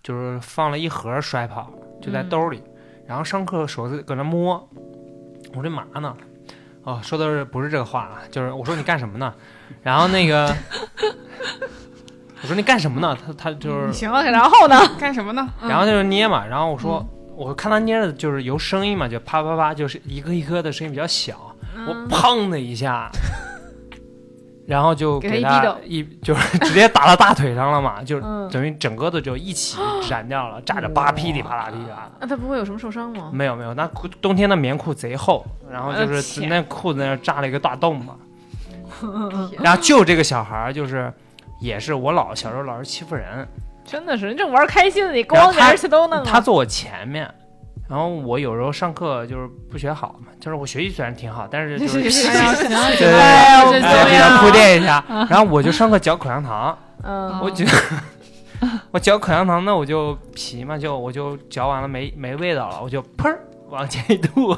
[SPEAKER 4] 就是放了一盒摔炮，就在兜里，然后上课手搁那摸，我这嘛呢？哦，说的是不是这个话啊？就是我说你干什么呢？然后那个。我说你干什么呢？他他就是
[SPEAKER 2] 行了，然后呢？
[SPEAKER 6] 干什么呢？嗯
[SPEAKER 4] 然后就是捏嘛，然后我说，我看他捏的就是有声音嘛，就啪啪啪，就是一颗一颗的声音比较小，
[SPEAKER 2] 嗯
[SPEAKER 4] 我砰的一下， 然后就
[SPEAKER 2] 给
[SPEAKER 4] 给
[SPEAKER 2] 他一
[SPEAKER 4] 他一就是 直接打到大腿上了嘛，就是
[SPEAKER 2] 嗯
[SPEAKER 4] 等于整个的就一起燃 掉了，炸着吧噼里啪啦噼里啪啦。
[SPEAKER 2] 那他不会有什么受伤吗？
[SPEAKER 4] 没有没有，那裤冬天的棉裤贼厚，然后就
[SPEAKER 2] 呃
[SPEAKER 4] 是
[SPEAKER 2] 天
[SPEAKER 4] 那裤子那儿炸了一个大洞嘛。然后就这个小孩儿就是，也是我老小时候老是欺负人，
[SPEAKER 2] 真的是，你正玩开心呢，你
[SPEAKER 4] 然后
[SPEAKER 2] 咣给
[SPEAKER 4] 他
[SPEAKER 2] 人去都弄了。
[SPEAKER 4] 他坐我前面，然后我有时候上课就是不学好嘛，就是我学习虽然挺好，但是就是
[SPEAKER 6] 哎呀，行了，
[SPEAKER 4] 对
[SPEAKER 6] 行
[SPEAKER 4] 对
[SPEAKER 6] 了
[SPEAKER 2] 哎呀，我
[SPEAKER 4] 哎
[SPEAKER 2] 不啊
[SPEAKER 4] 给
[SPEAKER 2] 行
[SPEAKER 4] 他
[SPEAKER 2] 了
[SPEAKER 4] 铺垫一下，然后我就上课嚼口香糖，
[SPEAKER 2] 嗯，
[SPEAKER 4] 我觉得 我嚼口香糖呢，我就皮嘛，就我就嚼完了没没味道了，我就砰儿往前一 吐，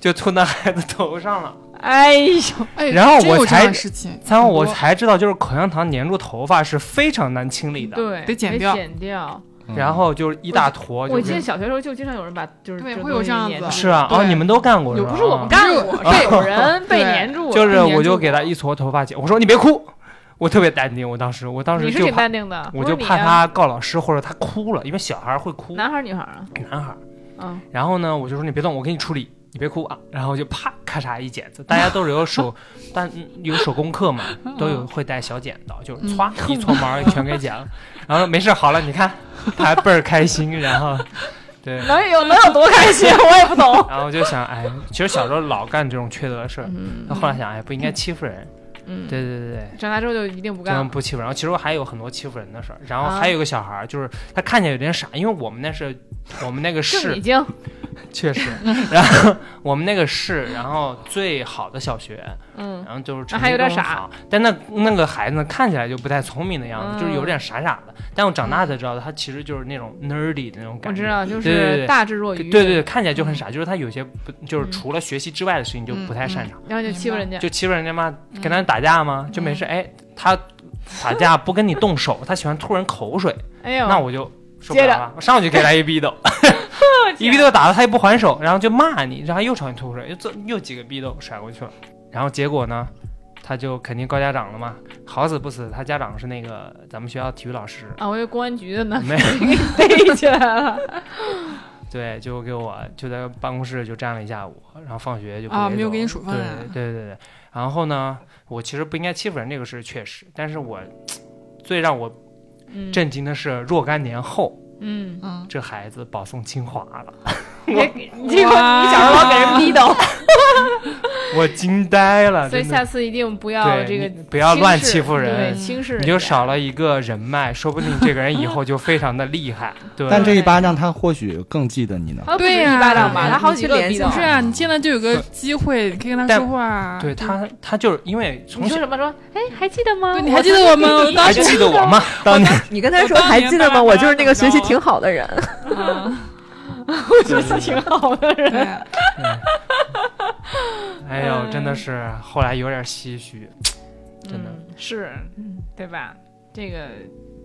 [SPEAKER 4] 就吐到孩子头上了。
[SPEAKER 2] 哎呦，
[SPEAKER 6] 哎，
[SPEAKER 4] 然后
[SPEAKER 6] 真
[SPEAKER 4] 我
[SPEAKER 6] 有这
[SPEAKER 4] 才
[SPEAKER 6] 样的事情，
[SPEAKER 4] 然后我
[SPEAKER 6] 很多
[SPEAKER 4] 才知道，就是口香糖粘住头发是非常难清理的。，
[SPEAKER 2] 对，
[SPEAKER 6] 得剪掉
[SPEAKER 2] 剪掉。
[SPEAKER 3] 嗯
[SPEAKER 4] 然后就是一大坨，
[SPEAKER 2] 我
[SPEAKER 4] 就
[SPEAKER 2] 记得
[SPEAKER 4] 是
[SPEAKER 2] 小学时候就经常有人把就是
[SPEAKER 6] 对
[SPEAKER 2] 这
[SPEAKER 6] 会有
[SPEAKER 2] 东西
[SPEAKER 6] 这样
[SPEAKER 2] 粘
[SPEAKER 6] 子
[SPEAKER 2] 住
[SPEAKER 4] 是啊，哦，
[SPEAKER 6] 对
[SPEAKER 4] 你们都干过
[SPEAKER 6] 有
[SPEAKER 4] 是吧？
[SPEAKER 2] 不是我们
[SPEAKER 4] 哦
[SPEAKER 2] 干
[SPEAKER 6] 不是
[SPEAKER 2] 过，是有 人被粘住了，
[SPEAKER 4] 就是
[SPEAKER 6] 被粘
[SPEAKER 4] 我就
[SPEAKER 6] 住
[SPEAKER 4] 给他一撮头发剪，我说你别哭，我特别淡定，我当时我当时
[SPEAKER 2] 你是
[SPEAKER 4] 就
[SPEAKER 2] 挺
[SPEAKER 4] 怕，
[SPEAKER 2] 淡定的，不
[SPEAKER 4] 我
[SPEAKER 2] 是
[SPEAKER 4] 就怕
[SPEAKER 2] 你啊，
[SPEAKER 4] 他告老师或者他哭了，因为小孩会哭，
[SPEAKER 2] 男孩儿女孩儿啊，
[SPEAKER 4] 男孩儿。
[SPEAKER 2] 嗯
[SPEAKER 4] 然后呢，我就说你别动，我给你处理。你别哭啊，然后就啪咔嚓一剪子，大家都是 有手，但有手工课嘛，
[SPEAKER 2] 嗯
[SPEAKER 4] 都有会带小剪刀，就是歘一撮毛儿全给剪了，然后说没事好了，你看他还倍儿开心，然后对，
[SPEAKER 2] 能有能有多开心？我也不懂。
[SPEAKER 4] 然后我就想，哎，其实小时候老干这种缺德事 儿，
[SPEAKER 2] 嗯
[SPEAKER 4] 后来想，哎，不应该欺负人，
[SPEAKER 2] 嗯，
[SPEAKER 4] 对对对对。
[SPEAKER 2] 长大之后就一定不
[SPEAKER 4] 这
[SPEAKER 2] 干
[SPEAKER 4] 样
[SPEAKER 2] 了。
[SPEAKER 4] 不欺负人，然后其实我还有很多欺负人的事儿，然后
[SPEAKER 2] 啊
[SPEAKER 4] 还有一个小孩儿，就是他看起来有点傻，因为我们那是我们那个
[SPEAKER 2] 正
[SPEAKER 4] 市
[SPEAKER 2] 已，经，
[SPEAKER 4] 确实， 然后我们那个市，然后最好的小学，
[SPEAKER 2] 嗯
[SPEAKER 4] 然后就是
[SPEAKER 2] 那还有点傻
[SPEAKER 4] 成绩都很好，但那那个孩子呢看起来就不太聪明的样子，
[SPEAKER 2] 嗯
[SPEAKER 4] 就是有点傻傻的。但我长大才知道，他其实就是那种 nerdy 的那种
[SPEAKER 2] 我
[SPEAKER 4] 感觉。
[SPEAKER 2] 知道，就
[SPEAKER 4] 对对
[SPEAKER 2] 是
[SPEAKER 4] 对
[SPEAKER 2] 大智若
[SPEAKER 4] 对
[SPEAKER 2] 愚。
[SPEAKER 4] 对对，看起来就很傻，就是他有些不就是
[SPEAKER 2] 嗯
[SPEAKER 4] 除了学习之外的事情就不太擅长，
[SPEAKER 2] 然后就欺负人家。
[SPEAKER 4] 就欺负人家嘛，跟他打架嘛，就没事。哎，他打架不跟你动手， 他喜欢吐人口水，
[SPEAKER 2] 哎呦，
[SPEAKER 4] 那我就受不
[SPEAKER 2] 接
[SPEAKER 4] 了
[SPEAKER 2] 着
[SPEAKER 4] 了，我上去给他一逼斗， 一逼斗打了他也不还手，然后就骂你，然后又朝你吐口水，又这又几个逼斗甩过去了，然后结果呢，他就肯定告家长了嘛，好死不死他家长是那个咱们学校体育老师，
[SPEAKER 2] 啊，我以为公安局的呢，
[SPEAKER 4] 没有
[SPEAKER 2] 给 逮起来 了。
[SPEAKER 4] 对，就给我就在办公室就站了一下午，然后放学就不
[SPEAKER 6] 啊
[SPEAKER 4] 走
[SPEAKER 6] 没有给你处分
[SPEAKER 4] 对
[SPEAKER 6] 啊
[SPEAKER 4] 对对对。然后呢，我其实不应该欺负人，这个是确实，但是我最让我
[SPEAKER 2] 嗯
[SPEAKER 4] 震惊的是，若干年后
[SPEAKER 2] 嗯，
[SPEAKER 6] 嗯，
[SPEAKER 4] 这孩子保送清华了，
[SPEAKER 2] 别你这个你小时候给人 逼斗，
[SPEAKER 4] 我惊呆了，
[SPEAKER 2] 所以
[SPEAKER 4] 真的
[SPEAKER 2] 下次一定不要
[SPEAKER 4] 对
[SPEAKER 2] 这个
[SPEAKER 4] 你不要
[SPEAKER 2] 轻
[SPEAKER 4] 乱
[SPEAKER 2] 视
[SPEAKER 4] 欺负
[SPEAKER 2] 对，
[SPEAKER 4] 人。
[SPEAKER 2] 轻视
[SPEAKER 4] 你就
[SPEAKER 2] 人家
[SPEAKER 4] 少了一个人脉，说不定这个人以后就非常的 厉害。对，
[SPEAKER 7] 但这一巴掌他或许更记得你呢。
[SPEAKER 2] 啊，不
[SPEAKER 6] 对
[SPEAKER 2] 止
[SPEAKER 6] 呀
[SPEAKER 2] 一巴掌吧，
[SPEAKER 5] 对
[SPEAKER 2] 他好几个
[SPEAKER 5] 你去
[SPEAKER 2] 逼
[SPEAKER 5] 联系
[SPEAKER 2] 斗
[SPEAKER 6] 不。是啊，你现在就有个机会，你可以跟他
[SPEAKER 4] 但
[SPEAKER 6] 说话啊。
[SPEAKER 4] 对他，他就是因为
[SPEAKER 2] 你
[SPEAKER 4] 从
[SPEAKER 2] 说
[SPEAKER 4] 小
[SPEAKER 2] 什么？说哎，还记得吗？
[SPEAKER 6] 对你还记得我们我
[SPEAKER 4] 还
[SPEAKER 6] 当时
[SPEAKER 4] 记得 我吗？当年
[SPEAKER 5] 你跟他说还记得吗？我就是那个学习挺好的人。
[SPEAKER 6] 啊，
[SPEAKER 2] 我觉得挺好的人。
[SPEAKER 6] 对，
[SPEAKER 4] 哎呦，真的是后来有点唏嘘，真的
[SPEAKER 2] 嗯，是，对吧？这个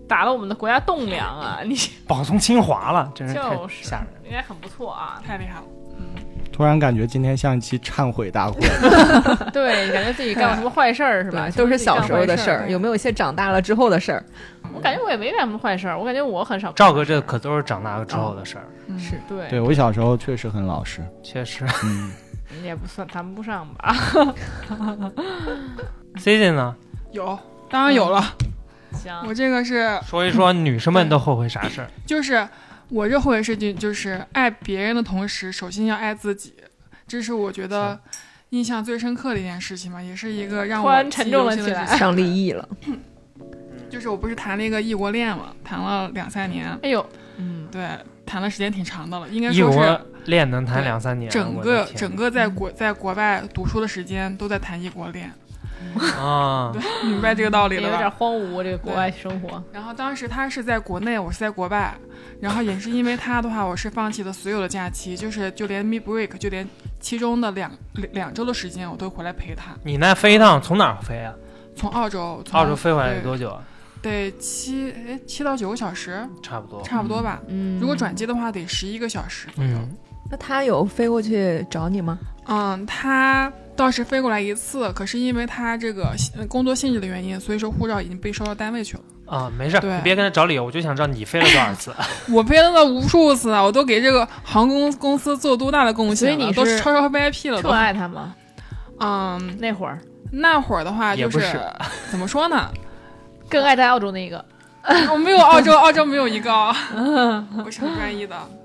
[SPEAKER 2] 打了我们的国家栋梁 啊，你
[SPEAKER 4] 保送清华了，真是太
[SPEAKER 2] 就是
[SPEAKER 4] 吓人了。
[SPEAKER 2] 应该很不错啊。
[SPEAKER 6] 太厉害了。
[SPEAKER 7] 突然感觉今天像一期忏悔大会，
[SPEAKER 2] 对，感觉自己干了什么坏事儿是吧？
[SPEAKER 5] 都是小时候的
[SPEAKER 2] 事嗯
[SPEAKER 5] 事儿，有没有一些长大了之后的事 儿？
[SPEAKER 2] 我感觉我也没干什么坏事儿，我感觉我很少。
[SPEAKER 4] 赵哥这可都是长大了之后的事儿，
[SPEAKER 6] 嗯
[SPEAKER 5] 是
[SPEAKER 2] 对，
[SPEAKER 7] 对我小时候确实很老实，
[SPEAKER 4] 确实。
[SPEAKER 7] 嗯，
[SPEAKER 2] 也不算谈不上
[SPEAKER 6] 啊
[SPEAKER 2] 吧。
[SPEAKER 4] C C 呢，
[SPEAKER 6] 有，当然有了。
[SPEAKER 2] 行，
[SPEAKER 4] 嗯
[SPEAKER 6] 我这个是
[SPEAKER 4] 说一说女生们都后悔啥事儿？
[SPEAKER 6] 就是我这后悔事情，就是爱别人的同时，首先要爱自己，这是我觉得印象最深刻的一件事情嘛，也是一个让我
[SPEAKER 2] 突然沉重了
[SPEAKER 6] 记忆犹新的
[SPEAKER 2] 起
[SPEAKER 6] 事情。
[SPEAKER 5] 上立意了，
[SPEAKER 6] 就是我不是谈了一个异国恋嘛，谈了两三年，
[SPEAKER 2] 哎呦，嗯，
[SPEAKER 6] 对，谈的时间挺长的了，应该
[SPEAKER 4] 异
[SPEAKER 6] 说
[SPEAKER 4] 国
[SPEAKER 6] 是
[SPEAKER 4] 恋能谈两三年，
[SPEAKER 6] 整
[SPEAKER 4] 我
[SPEAKER 6] 个
[SPEAKER 4] 的天嗯
[SPEAKER 6] 整个在国在国外读书的时间都在谈异国恋，
[SPEAKER 4] 啊，
[SPEAKER 6] 明白这个道理
[SPEAKER 2] 也
[SPEAKER 6] 了
[SPEAKER 2] 有
[SPEAKER 6] 吧？
[SPEAKER 2] 点荒芜这个国外生活。
[SPEAKER 6] 然后当时他是在国内，我是在国外，然后也是因为他的话，我是放弃了所有的假期，就是就连 mid break，就连其中的两两两周的时间，我都回来陪他。
[SPEAKER 4] 你那飞一趟从哪儿飞啊？
[SPEAKER 6] 从澳洲，从
[SPEAKER 4] 澳洲飞回来多久啊？
[SPEAKER 6] 对得七哎七到九个小时，
[SPEAKER 4] 差不多。
[SPEAKER 6] 差不多吧。
[SPEAKER 2] 嗯，
[SPEAKER 6] 如果转机的话，得十一个小时左右。
[SPEAKER 4] 嗯，
[SPEAKER 5] 那他有飞过去找你吗？
[SPEAKER 6] 嗯，他倒是飞过来一次，可是因为他这个呃工作性质的原因，所以说护照已经被收到单位去了。
[SPEAKER 4] 啊，没事儿，
[SPEAKER 6] 对
[SPEAKER 4] 你别跟他找理由，我就想知道你飞了多少次。
[SPEAKER 6] 我飞了无数次啊，我都给这个航空公司做多大的贡献
[SPEAKER 2] 所以你
[SPEAKER 6] 了，都
[SPEAKER 2] 是
[SPEAKER 6] 超超 VIP 了
[SPEAKER 2] 特
[SPEAKER 6] 都。
[SPEAKER 2] 爱他吗？
[SPEAKER 6] 嗯，
[SPEAKER 2] 那会儿
[SPEAKER 6] 那会儿的话
[SPEAKER 4] 也
[SPEAKER 6] 就
[SPEAKER 4] 不
[SPEAKER 6] 是
[SPEAKER 4] 是
[SPEAKER 6] 怎么说呢？
[SPEAKER 2] 更爱在澳洲那个，
[SPEAKER 6] 我没有澳 洲，澳洲没有一个啊，我是很专一的。
[SPEAKER 2] 嗯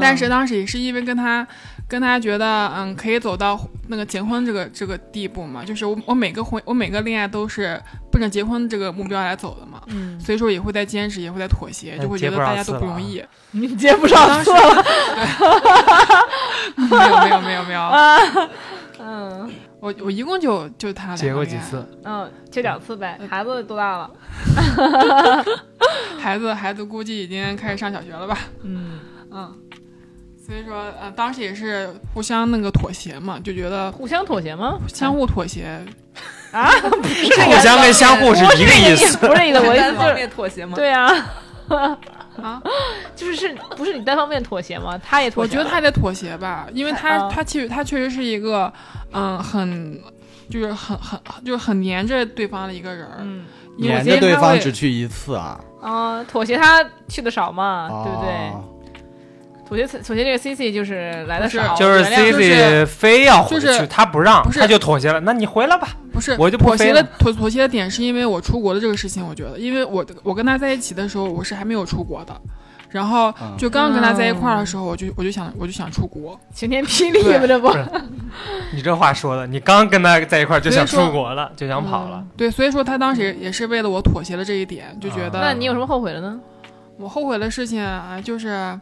[SPEAKER 6] 但是当时也是因为跟他，跟他觉得嗯可以走到那个结婚这个这个地步嘛，就是我我每个婚我每个恋爱都是奔着结婚这个目标来走的嘛，
[SPEAKER 2] 嗯，
[SPEAKER 6] 所以说也会在坚持，也会在妥协，
[SPEAKER 4] 那
[SPEAKER 6] 就会
[SPEAKER 4] 结
[SPEAKER 6] 觉得
[SPEAKER 4] 不上
[SPEAKER 6] 大家都
[SPEAKER 4] 次
[SPEAKER 6] 不
[SPEAKER 4] 了啊
[SPEAKER 6] 容易。
[SPEAKER 2] 你接不上错了。
[SPEAKER 6] 没 有没有没有没有，
[SPEAKER 2] 嗯
[SPEAKER 6] 我我一共就就谈了
[SPEAKER 4] 结
[SPEAKER 6] 两
[SPEAKER 4] 过
[SPEAKER 6] 个
[SPEAKER 4] 几
[SPEAKER 6] 恋爱，
[SPEAKER 4] 次？
[SPEAKER 2] 嗯，就两次呗。孩子多大了？
[SPEAKER 6] 孩子孩子估计已经开始上小学了吧。
[SPEAKER 2] 嗯，
[SPEAKER 6] 嗯，所以说，呃，当时也是互相那个妥协嘛，就觉得
[SPEAKER 2] 互相妥协 吗？
[SPEAKER 6] 相互妥协，
[SPEAKER 2] 啊，不是这
[SPEAKER 4] 互
[SPEAKER 2] 个
[SPEAKER 4] 相跟相互是一个意
[SPEAKER 2] 意思，
[SPEAKER 4] 思。
[SPEAKER 2] 不是这个意思，我意
[SPEAKER 5] 单
[SPEAKER 2] 思
[SPEAKER 5] 方
[SPEAKER 2] 就是
[SPEAKER 5] 面妥协吗？
[SPEAKER 2] 对啊，
[SPEAKER 6] 啊，
[SPEAKER 2] 就是是不是你单方面妥协吗？他也妥
[SPEAKER 6] 我
[SPEAKER 2] 协
[SPEAKER 6] 觉
[SPEAKER 2] 了，
[SPEAKER 6] 得他得妥协吧，因为他
[SPEAKER 2] 啊
[SPEAKER 6] 他其实他确实是一个，嗯、很就是很很就是很黏着对方的一个人儿，
[SPEAKER 2] 嗯
[SPEAKER 6] 因为
[SPEAKER 7] 黏
[SPEAKER 6] 我觉
[SPEAKER 7] 着
[SPEAKER 6] 得
[SPEAKER 7] 对
[SPEAKER 6] 他
[SPEAKER 7] 方
[SPEAKER 6] 会
[SPEAKER 7] 只去一次啊，
[SPEAKER 4] 哦
[SPEAKER 2] 啊，妥协他去的少嘛，对不
[SPEAKER 7] 哦
[SPEAKER 2] 对？首先，首先这个 C C 就是来的少，
[SPEAKER 4] 就是 C
[SPEAKER 2] 原谅
[SPEAKER 4] C 非要回
[SPEAKER 6] 就是
[SPEAKER 4] 去，他不让，
[SPEAKER 6] 不是
[SPEAKER 4] 他就妥协了。那你回来吧，
[SPEAKER 6] 不是
[SPEAKER 4] 我就不
[SPEAKER 6] 妥
[SPEAKER 4] 飞
[SPEAKER 6] 协
[SPEAKER 4] 了
[SPEAKER 6] 的妥妥协的点是因为我出国的这个事情，我觉得，因为我我跟他在一起的时候，我是还没有出国的。然后
[SPEAKER 3] 嗯
[SPEAKER 6] 就刚刚跟他在一块儿的时候，我就我就想我就想出国，
[SPEAKER 2] 晴天霹雳
[SPEAKER 6] 对
[SPEAKER 2] 吧，这不
[SPEAKER 4] 不是你这话说的，你刚跟他在一块儿就想
[SPEAKER 6] 所以说
[SPEAKER 4] 出国了，就想跑了。
[SPEAKER 6] 对，所以说他当时也是为了我妥协了这一点，就觉得、
[SPEAKER 4] 啊
[SPEAKER 2] 那你有什么后悔的呢？
[SPEAKER 6] 我后悔的事情啊，就是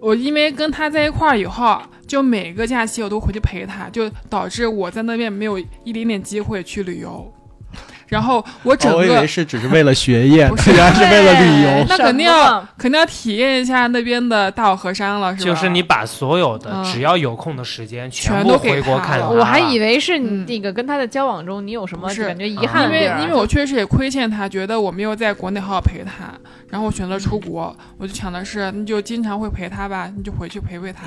[SPEAKER 6] 我因为跟他在一块儿以后，就每个假期我都回去陪他，就导致我在那边没有一点点机会去旅游。然后我整
[SPEAKER 3] 哦我以
[SPEAKER 6] 个
[SPEAKER 3] 为是只是为了学业，
[SPEAKER 6] 不是
[SPEAKER 3] 原来是为了旅
[SPEAKER 2] 对
[SPEAKER 3] 游。
[SPEAKER 6] 那肯定
[SPEAKER 2] 什么
[SPEAKER 4] 啊
[SPEAKER 6] 肯定要体验一下那边的大好河山了，是吧？
[SPEAKER 4] 就是你把所有的
[SPEAKER 6] 嗯
[SPEAKER 4] 只要有空的时间
[SPEAKER 6] 全
[SPEAKER 4] 部
[SPEAKER 6] 都给
[SPEAKER 4] 回国
[SPEAKER 6] 他
[SPEAKER 4] 看啊
[SPEAKER 6] 了
[SPEAKER 2] 我还以
[SPEAKER 4] 为
[SPEAKER 2] 为是你
[SPEAKER 6] 嗯
[SPEAKER 2] 那个跟他的交往中，你有什么
[SPEAKER 6] 不是
[SPEAKER 2] 感觉遗
[SPEAKER 4] 啊
[SPEAKER 2] 憾
[SPEAKER 6] 因
[SPEAKER 2] 的地
[SPEAKER 6] 为
[SPEAKER 2] 儿？
[SPEAKER 6] 因为我确实也亏欠他，觉得我没有在国内好好陪他，然后我选择
[SPEAKER 5] 嗯
[SPEAKER 6] 出国，我就想的是，你就经常会陪他吧，你就回去陪陪他。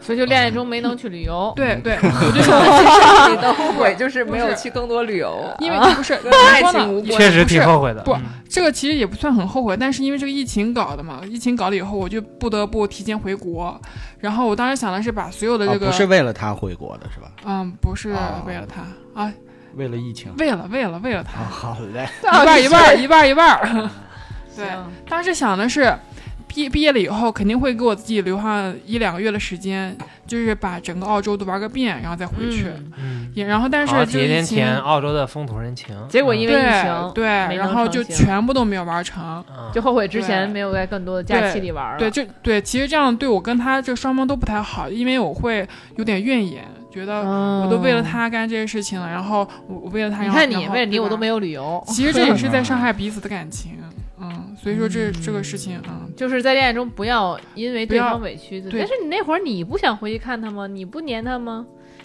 [SPEAKER 2] 所以就恋爱中没能去旅游。
[SPEAKER 6] 对对，我就
[SPEAKER 5] 你的后悔就是没有去更多旅游，
[SPEAKER 6] 因为不是
[SPEAKER 5] 跟
[SPEAKER 6] 怎么
[SPEAKER 5] 爱
[SPEAKER 6] 说呢
[SPEAKER 5] 情无关。
[SPEAKER 4] 确实挺后悔的。
[SPEAKER 6] 不
[SPEAKER 4] 嗯
[SPEAKER 6] 这个其实也不算很后悔，但是因为这个疫情搞的嘛，疫情搞了以后，我就不得不提前回国。然后我当时想的是把所有的这
[SPEAKER 3] 哦
[SPEAKER 6] 个，
[SPEAKER 3] 不是为了他回国的是吧？
[SPEAKER 6] 嗯，不是
[SPEAKER 3] 啊
[SPEAKER 6] 为了他啊，
[SPEAKER 3] 为了疫情。
[SPEAKER 6] 为了为了为了
[SPEAKER 3] 啊，
[SPEAKER 6] 他，
[SPEAKER 3] 好嘞，
[SPEAKER 6] 一
[SPEAKER 2] 哦
[SPEAKER 6] 半儿一半儿一半儿一半儿。对，
[SPEAKER 2] 行
[SPEAKER 6] 当时想的是，毕毕业了以后肯定会给我自己留上一两个月的时间，就是把整个澳洲都玩个遍，然后再回去。
[SPEAKER 2] 嗯
[SPEAKER 4] 嗯，
[SPEAKER 6] 也然后但是
[SPEAKER 4] 好像
[SPEAKER 6] 这
[SPEAKER 4] 甜
[SPEAKER 6] 个疫
[SPEAKER 4] 甜
[SPEAKER 6] 情
[SPEAKER 4] 甜，澳洲的风土人情。嗯
[SPEAKER 2] 结果因为疫
[SPEAKER 6] 对
[SPEAKER 2] 情，
[SPEAKER 6] 嗯对，
[SPEAKER 2] 没
[SPEAKER 6] 然
[SPEAKER 2] 能
[SPEAKER 6] 后
[SPEAKER 2] 成
[SPEAKER 6] 就
[SPEAKER 2] 行
[SPEAKER 6] 全部都没有玩成。
[SPEAKER 4] 嗯
[SPEAKER 2] 就后悔之前
[SPEAKER 6] 对
[SPEAKER 2] 没有在更多的假期里玩了。
[SPEAKER 6] 对，就对，其实这样对我跟他这双方都不太好，因为我会有点怨言，觉得
[SPEAKER 2] 嗯
[SPEAKER 6] 我都为了，他干这些事情了，然后我我为了他，
[SPEAKER 2] 你
[SPEAKER 6] 然后
[SPEAKER 2] 看你为了你我都。没
[SPEAKER 6] 然后
[SPEAKER 2] 有旅游
[SPEAKER 6] 对吧，其实这也是在伤害彼此的感情，嗯，所以说这、这个事情，嗯，
[SPEAKER 2] 就是在恋爱中不要因为对
[SPEAKER 6] 不要
[SPEAKER 2] 方委屈自己。
[SPEAKER 6] 对
[SPEAKER 2] 但是你那会儿你不想回去看他吗？你不黏他吗？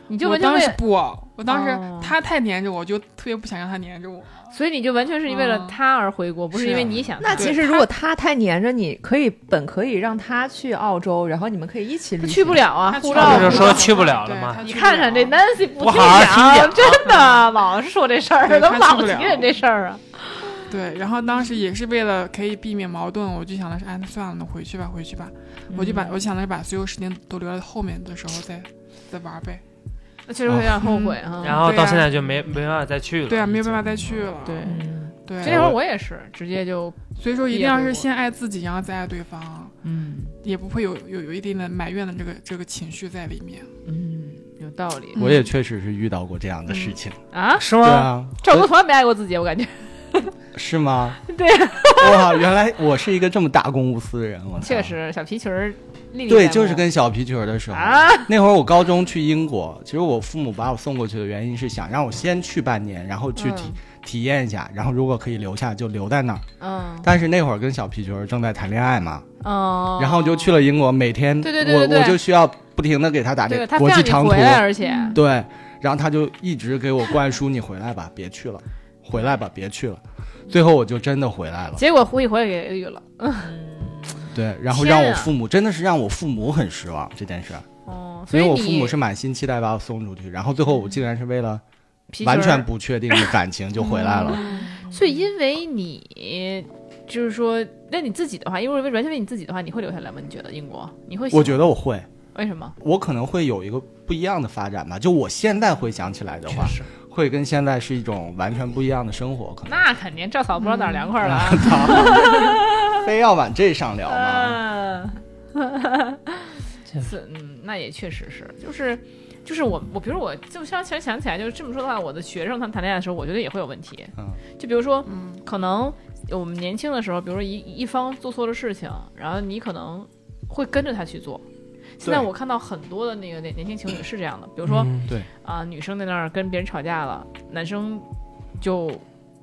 [SPEAKER 2] 你就
[SPEAKER 6] 我
[SPEAKER 2] 完全
[SPEAKER 6] 当时
[SPEAKER 2] 为，
[SPEAKER 6] 不，我当时
[SPEAKER 2] 哦啊
[SPEAKER 6] 他太黏着我，我就特别不想让他黏着我，
[SPEAKER 2] 所以你就完全是为了
[SPEAKER 6] 嗯
[SPEAKER 2] 他而回国，不是
[SPEAKER 6] 是
[SPEAKER 2] 因为你想他。
[SPEAKER 5] 那其实如果他太黏着你，可以本可以让他去澳洲，然后你们可以一起旅
[SPEAKER 2] 他
[SPEAKER 5] 行。
[SPEAKER 2] 去不了啊，
[SPEAKER 6] 他
[SPEAKER 2] 护
[SPEAKER 6] 去
[SPEAKER 2] 照
[SPEAKER 4] 他就是
[SPEAKER 6] 不
[SPEAKER 4] 说
[SPEAKER 6] 了
[SPEAKER 4] 去不了了
[SPEAKER 6] 对
[SPEAKER 4] 吗
[SPEAKER 6] 他
[SPEAKER 2] 你
[SPEAKER 6] 去不
[SPEAKER 2] 看看
[SPEAKER 6] 了
[SPEAKER 2] 这 Nancy 不
[SPEAKER 4] 我好好听
[SPEAKER 2] 讲，真的老是说这事儿，
[SPEAKER 6] 对
[SPEAKER 2] 都
[SPEAKER 6] 他
[SPEAKER 2] 老
[SPEAKER 6] 去不
[SPEAKER 2] 提
[SPEAKER 6] 了
[SPEAKER 2] 人这事儿啊。
[SPEAKER 6] 对，然后当时也是为了可以避免矛盾，我就想的是，哎，那算了，那回去吧，回去吧，我
[SPEAKER 2] 嗯
[SPEAKER 6] 就把我想的是把所有时间都留在后面的时候再再玩呗。
[SPEAKER 2] 那确实有点后悔哈。
[SPEAKER 4] 然后
[SPEAKER 6] 对
[SPEAKER 4] 到
[SPEAKER 6] 啊
[SPEAKER 4] 现在就没没办法再去了。
[SPEAKER 6] 对啊，没有办法
[SPEAKER 4] 已经
[SPEAKER 6] 再去了。
[SPEAKER 2] 对，
[SPEAKER 5] 嗯，
[SPEAKER 2] 其
[SPEAKER 6] 对，
[SPEAKER 2] 实那会儿我也是直接就
[SPEAKER 6] 所以说一定要是先爱自己，然后再爱对方，
[SPEAKER 2] 嗯
[SPEAKER 6] 也不会有有有一定的埋怨的这个这个情绪在里面。
[SPEAKER 2] 嗯有道理
[SPEAKER 3] 我也确实是遇到过这样的事情。
[SPEAKER 2] 啊。
[SPEAKER 4] 是
[SPEAKER 3] 对
[SPEAKER 4] 吗？
[SPEAKER 3] 啊，
[SPEAKER 2] 赵哥从来没爱过自己，我感觉
[SPEAKER 3] 是吗？
[SPEAKER 2] 对，
[SPEAKER 3] 哇，原来我是一个这么大公无私的人，我操
[SPEAKER 2] 确。实小皮裙儿历历在
[SPEAKER 3] 对，
[SPEAKER 2] 目
[SPEAKER 3] 就是跟小皮裙儿的时候，
[SPEAKER 2] 啊，
[SPEAKER 3] 那会儿我高中去英国，其实我父母把我送过去的原因是想让我先去半年，然后去体、体验一下，然后如果可以留下就留在那儿。
[SPEAKER 2] 嗯
[SPEAKER 3] 但是那会儿跟小皮裙儿正在谈恋爱嘛，
[SPEAKER 2] 嗯，
[SPEAKER 3] 然后就去了英国，每天
[SPEAKER 2] 对对对对对
[SPEAKER 3] 我我就需要不停的给他打
[SPEAKER 2] 对
[SPEAKER 3] 这
[SPEAKER 2] 他非
[SPEAKER 3] 国
[SPEAKER 2] 让
[SPEAKER 3] 际
[SPEAKER 2] 你
[SPEAKER 3] 长途
[SPEAKER 2] 回，
[SPEAKER 3] 嗯
[SPEAKER 2] 来，而且
[SPEAKER 3] 对，然后他就一直给我灌输你回来吧，别去了，回来吧，别去了。最后我就真的回来了，
[SPEAKER 2] 结果胡一回来给抑郁了。
[SPEAKER 3] 对，然后
[SPEAKER 2] 天
[SPEAKER 3] 让我
[SPEAKER 2] 啊
[SPEAKER 3] 父母、真的是让我父母很失望这件事儿，
[SPEAKER 2] 哦，
[SPEAKER 3] 所
[SPEAKER 2] 以
[SPEAKER 3] 以
[SPEAKER 2] 你
[SPEAKER 3] 我父母是满心期待把我送出去，然后最后我竟然是为了
[SPEAKER 2] 皮裙
[SPEAKER 3] 完全
[SPEAKER 2] 儿
[SPEAKER 3] 不确定的感情就回来
[SPEAKER 2] 嗯
[SPEAKER 3] 了。
[SPEAKER 2] 所以因为你就是说，那你自己的话，因为完全为你自己的话，你会留下来吗？你觉得英国你会喜欢？
[SPEAKER 3] 我觉得我会，
[SPEAKER 2] 为什么？
[SPEAKER 3] 我可能会有一个不一样的发展吧。就我现在回想起来的话，会跟现在是一种完全不一样的生活，可能。
[SPEAKER 2] 那肯定，赵嫂不知道哪儿凉快了
[SPEAKER 3] 嗯
[SPEAKER 2] 啊。
[SPEAKER 3] 非要往这上聊吗？
[SPEAKER 2] 嗯，
[SPEAKER 3] 嗯
[SPEAKER 2] 是，嗯，那也确实是，就是。就是我，我比如我，就像想想起来，就是这么说的话，我的学生他们谈恋爱的时候，我觉得也会有问题。
[SPEAKER 3] 嗯，
[SPEAKER 2] 就比如说，可能我们年轻的时候，比如说一一方做错了事情，然后你可能会跟着他去做。现在
[SPEAKER 3] 对
[SPEAKER 2] 我看到很多的那个年年轻情侣是这样的，比如说，
[SPEAKER 4] 嗯
[SPEAKER 2] 啊、女生在那儿跟别人吵架了，男生就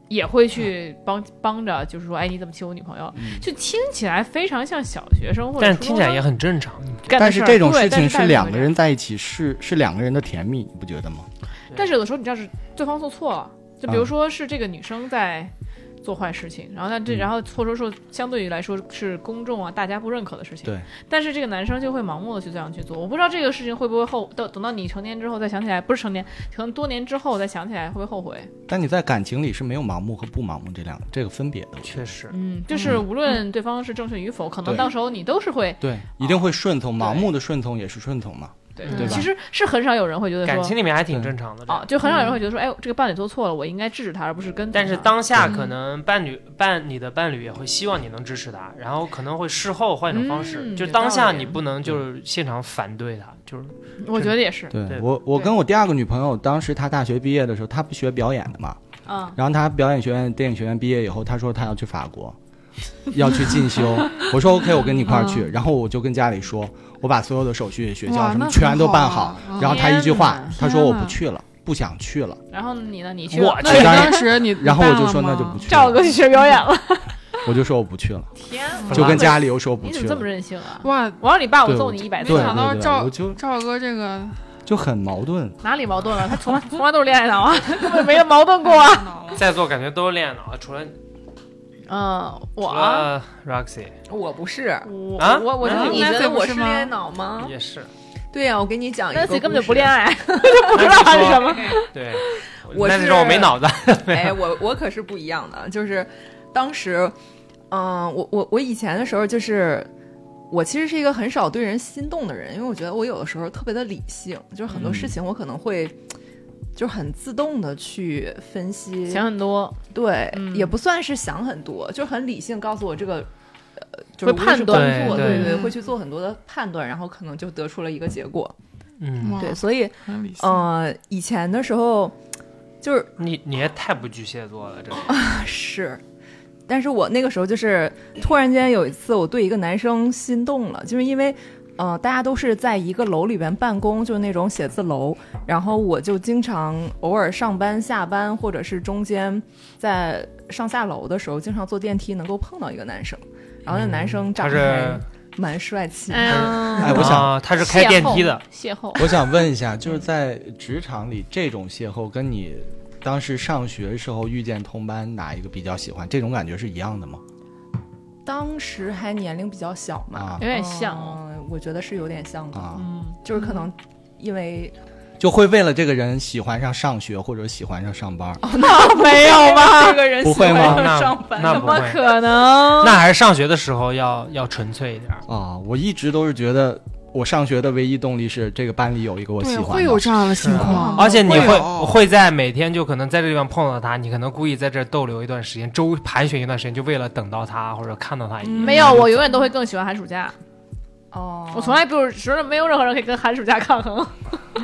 [SPEAKER 2] 也会去帮帮着，就是说，哎，你怎么欺负我女朋友？就听起来非常像小学生或者
[SPEAKER 4] 但是
[SPEAKER 2] 初
[SPEAKER 4] 听
[SPEAKER 2] 中
[SPEAKER 4] 起来也
[SPEAKER 2] 生
[SPEAKER 4] 很正常。你
[SPEAKER 2] 干的
[SPEAKER 3] 但
[SPEAKER 2] 事
[SPEAKER 3] 是
[SPEAKER 2] 儿
[SPEAKER 3] 这种
[SPEAKER 2] 对
[SPEAKER 3] 事
[SPEAKER 2] 但
[SPEAKER 3] 情
[SPEAKER 2] 是大
[SPEAKER 3] 是
[SPEAKER 2] 人
[SPEAKER 3] 两
[SPEAKER 2] 会
[SPEAKER 3] 个
[SPEAKER 2] 这样
[SPEAKER 3] 人在一起，是是两个人的甜蜜，你不觉得吗？嗯
[SPEAKER 2] 但是有的时候，你知道是对方做错了，就比如说是这个女生在做坏事情，然后那这
[SPEAKER 3] 嗯
[SPEAKER 2] 然后或者说相对于来说是公众啊大家不认可的事情，
[SPEAKER 3] 对。
[SPEAKER 2] 但是这个男生就会盲目的去这样去做，我不知道这个事情会不会后等等到你成年之后再想起来，不是成年，可能多年之后再想起来会不会后悔？
[SPEAKER 3] 但你在感情里是没有盲目和不盲目这两这个分别的，
[SPEAKER 4] 确实，
[SPEAKER 2] 嗯，就是无论对方是正确与否，可能
[SPEAKER 3] 对
[SPEAKER 2] 到时候你都是会
[SPEAKER 3] 对，一定会顺
[SPEAKER 4] 哦
[SPEAKER 3] 从，盲目的顺从也是顺从嘛，
[SPEAKER 2] 对
[SPEAKER 4] 对吧
[SPEAKER 2] 嗯其实是很少有人会觉得
[SPEAKER 4] 感
[SPEAKER 2] 说
[SPEAKER 4] 情里面还挺正常的。这
[SPEAKER 2] 哦，
[SPEAKER 4] 样
[SPEAKER 2] 就很少有人会觉得说，哎，这个伴侣做错了，我应该制止他，而不是跟从他。
[SPEAKER 4] 但是当下
[SPEAKER 2] 嗯
[SPEAKER 4] 可能伴侣伴你的伴侣也会希望你能支持他，然后可能会事后换一种方式，
[SPEAKER 2] 嗯
[SPEAKER 4] 就
[SPEAKER 2] 有
[SPEAKER 4] 当
[SPEAKER 2] 道
[SPEAKER 4] 下
[SPEAKER 2] 理
[SPEAKER 4] 你不能就是现场反对他，就是
[SPEAKER 2] 我觉得也是，
[SPEAKER 3] 对
[SPEAKER 4] 对
[SPEAKER 3] 我，我
[SPEAKER 2] 对
[SPEAKER 3] 跟我第二个女朋友，当时她大学毕业的时候，她不学表演的嘛，
[SPEAKER 2] 嗯，
[SPEAKER 3] 然后她表演学院、电影学院毕业以后，她说她要去法国，要去进 修。我说 OK，我跟你一块儿去。然后我就跟家里说，我把所有的手续、学
[SPEAKER 6] 嗯哇
[SPEAKER 3] 校什么
[SPEAKER 6] 那
[SPEAKER 3] 全
[SPEAKER 6] 很
[SPEAKER 3] 都
[SPEAKER 6] 好
[SPEAKER 3] 办
[SPEAKER 6] 啊
[SPEAKER 3] 好。
[SPEAKER 6] 嗯
[SPEAKER 3] 然后她一句话，她说
[SPEAKER 6] 天
[SPEAKER 3] 我不
[SPEAKER 6] 哪
[SPEAKER 3] 去了，不想去了。
[SPEAKER 2] 然后你呢？你去
[SPEAKER 4] 我
[SPEAKER 2] 了
[SPEAKER 6] 那你
[SPEAKER 3] 去当然
[SPEAKER 6] 当时你，你
[SPEAKER 3] 然后我
[SPEAKER 6] 办
[SPEAKER 3] 就
[SPEAKER 6] 了
[SPEAKER 3] 说那
[SPEAKER 6] 吗
[SPEAKER 3] 就不去
[SPEAKER 2] 赵
[SPEAKER 3] 了，
[SPEAKER 2] 哥去学表演了，
[SPEAKER 3] 我就说我不去了，
[SPEAKER 2] 天
[SPEAKER 4] 不，
[SPEAKER 3] 就
[SPEAKER 4] 浪
[SPEAKER 3] 跟
[SPEAKER 4] 费
[SPEAKER 3] 家里又说我不
[SPEAKER 2] 你
[SPEAKER 3] 去
[SPEAKER 2] 怎么这么
[SPEAKER 3] 了。
[SPEAKER 2] 任性啊？
[SPEAKER 6] 哇，
[SPEAKER 2] 我让你爸，我
[SPEAKER 3] 对
[SPEAKER 2] 揍
[SPEAKER 3] 我
[SPEAKER 2] 你一百
[SPEAKER 3] 对
[SPEAKER 2] 次
[SPEAKER 6] 没
[SPEAKER 3] 对
[SPEAKER 6] 想
[SPEAKER 2] 啊！
[SPEAKER 6] 到
[SPEAKER 3] 对，
[SPEAKER 6] 赵
[SPEAKER 3] 我就
[SPEAKER 6] 赵哥这个
[SPEAKER 3] 就很矛盾。
[SPEAKER 2] 哪里矛盾了？他从来从来都是恋爱脑啊， 根本没有矛盾过 啊。
[SPEAKER 4] 在座感觉都是恋爱脑，啊除了
[SPEAKER 2] 嗯，我
[SPEAKER 4] 除了 Roxy
[SPEAKER 5] 我不是，
[SPEAKER 2] 我
[SPEAKER 4] 啊
[SPEAKER 2] 我我
[SPEAKER 4] 啊
[SPEAKER 2] 就
[SPEAKER 5] 你
[SPEAKER 2] 觉
[SPEAKER 5] 觉
[SPEAKER 2] 得
[SPEAKER 5] 得
[SPEAKER 2] 我
[SPEAKER 5] 我
[SPEAKER 2] 是
[SPEAKER 5] 是
[SPEAKER 2] 吗
[SPEAKER 5] 恋爱脑吗？
[SPEAKER 4] 也是，
[SPEAKER 5] 对啊呀、我给你讲一个，
[SPEAKER 2] ，Nancy 根本就不恋。爱，
[SPEAKER 4] 不
[SPEAKER 2] 不知道他是什么。
[SPEAKER 4] 对，
[SPEAKER 5] 我
[SPEAKER 4] 那
[SPEAKER 5] 是
[SPEAKER 4] 时候我没脑子，
[SPEAKER 2] 啊
[SPEAKER 5] 哎，我我可是不一样的，就是当时，嗯、我我我以前的时候就是。我其实是一个很少对人心动的人，因为我觉得我有的时候特别的理性，就是很多
[SPEAKER 2] 嗯
[SPEAKER 5] 事情我可能会，就是很自动的去分析，
[SPEAKER 2] 想很多，
[SPEAKER 5] 对，
[SPEAKER 2] 嗯
[SPEAKER 5] 也不算是想很多，就是很理性告诉我这个，呃，就
[SPEAKER 2] 会
[SPEAKER 5] 是无论是
[SPEAKER 2] 判断
[SPEAKER 5] 工作
[SPEAKER 4] 对
[SPEAKER 5] 对
[SPEAKER 6] 对
[SPEAKER 5] 会去做很多的判断，然后可能就得出了一个结果。
[SPEAKER 4] 嗯，
[SPEAKER 6] 哇
[SPEAKER 5] 对，所以
[SPEAKER 6] 很理性。
[SPEAKER 5] 呃，以前的时候就是
[SPEAKER 4] 你你也太不巨蟹座了，真的。
[SPEAKER 5] 是，但是我那个时候就是突然间有一次，我对一个男生心动了，就是因为。呃，大家都是在一个楼里边办公，就是那种写字楼。然后我就经常偶尔上班、下班，或者是中间在上下楼的时候，经常坐电梯能够碰到一个男生。然后那男生
[SPEAKER 4] 嗯他
[SPEAKER 5] 长
[SPEAKER 4] 是
[SPEAKER 5] 得还蛮帅气的，
[SPEAKER 2] 哎
[SPEAKER 3] 哎
[SPEAKER 2] 呀，
[SPEAKER 3] 我想
[SPEAKER 4] 啊他是开电 梯的，
[SPEAKER 2] 邂逅，
[SPEAKER 3] 我想问一下，就是在职场里，这种邂逅跟你当时上学时候遇见同班哪一个比较喜欢？这种感觉是一样的吗？
[SPEAKER 5] 当时还年龄比较小嘛，
[SPEAKER 3] 啊
[SPEAKER 2] 有点像哦。
[SPEAKER 5] 嗯我觉得是有点像的，
[SPEAKER 3] 啊，
[SPEAKER 2] 嗯，
[SPEAKER 5] 就是可能因为
[SPEAKER 3] 就会为了这个人喜欢上上学或者喜欢上上班。
[SPEAKER 2] 没有吧？
[SPEAKER 5] 这个人
[SPEAKER 3] 不会
[SPEAKER 5] 喜
[SPEAKER 3] 吗
[SPEAKER 5] 欢上
[SPEAKER 4] 啊那
[SPEAKER 5] 上班
[SPEAKER 4] 那
[SPEAKER 2] 怎
[SPEAKER 4] 不
[SPEAKER 2] 么
[SPEAKER 4] 会
[SPEAKER 2] 可能？
[SPEAKER 4] 那还是上学的时候要要纯粹一点儿。
[SPEAKER 3] 啊，我一直都是觉得我上学的唯一动力是这个班里有一个我喜
[SPEAKER 6] 对，
[SPEAKER 3] 欢的。
[SPEAKER 6] 会有这样的情
[SPEAKER 3] 啊
[SPEAKER 6] 况，
[SPEAKER 4] 而且你
[SPEAKER 6] 会
[SPEAKER 4] 会
[SPEAKER 6] 有
[SPEAKER 4] 会在每天就可能在这地方碰到他，你可能故意在这儿逗留一段时间，周盘旋一段时间，就为了等到他或者看到他一眼。
[SPEAKER 2] 没有，我永远都会更喜欢寒暑假。
[SPEAKER 5] 哦，
[SPEAKER 2] 我从来不是觉得没有任何人可以跟寒暑假抗衡。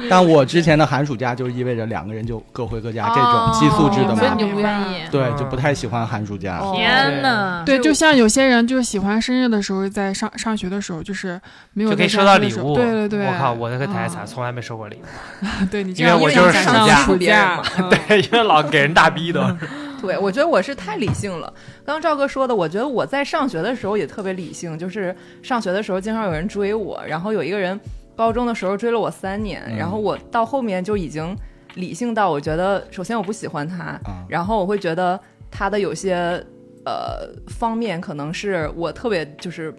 [SPEAKER 3] 但我之前的寒暑假就意味着两个人就各回各家，这
[SPEAKER 2] 哦
[SPEAKER 3] 种寄宿制的
[SPEAKER 2] 所以
[SPEAKER 3] 嘛
[SPEAKER 2] 你，就不愿
[SPEAKER 6] 明
[SPEAKER 2] 意。
[SPEAKER 3] 对，就不太喜欢寒暑假。
[SPEAKER 5] 哦
[SPEAKER 2] 天哪！
[SPEAKER 6] 对，就像有些人就是喜欢生日的时候，在上上学的时候，就是没有
[SPEAKER 4] 就可以
[SPEAKER 6] 在
[SPEAKER 4] 收到
[SPEAKER 6] 上学
[SPEAKER 4] 礼
[SPEAKER 6] 的时候
[SPEAKER 4] 物，
[SPEAKER 6] 对对对，
[SPEAKER 4] 我靠，我那个太
[SPEAKER 6] 啊
[SPEAKER 4] 惨，从来没收过礼物，
[SPEAKER 6] 对你这
[SPEAKER 4] 因为
[SPEAKER 6] 样
[SPEAKER 4] 我
[SPEAKER 6] 一
[SPEAKER 4] 就是
[SPEAKER 6] 上
[SPEAKER 4] 暑
[SPEAKER 6] 上
[SPEAKER 4] 假
[SPEAKER 6] 暑假， 对，
[SPEAKER 4] 因为老给人大逼的。
[SPEAKER 5] 对，我觉得我是太理性了。刚刚赵哥说的，我觉得我在上学的时候也特别理性，就是上学的时候经常有人追我，然后有一个人高中的时候追了我三年，
[SPEAKER 3] 嗯
[SPEAKER 5] 然后我到后面就已经理性到我觉得，首先我不喜欢他，
[SPEAKER 3] 啊，
[SPEAKER 5] 然后我会觉得他的有些呃方面可能是我特别就是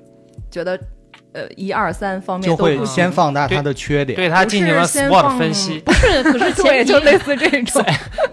[SPEAKER 5] 觉得呃一二三方面
[SPEAKER 3] 就
[SPEAKER 5] 都
[SPEAKER 3] 会
[SPEAKER 5] 不行
[SPEAKER 3] 先放大他的缺点。
[SPEAKER 4] 对他进行了
[SPEAKER 5] 不是先
[SPEAKER 4] SWOT
[SPEAKER 5] 放
[SPEAKER 4] 分析，
[SPEAKER 2] 不是，可是
[SPEAKER 5] 对，
[SPEAKER 2] 前
[SPEAKER 5] 就类
[SPEAKER 2] 提
[SPEAKER 5] 似这种，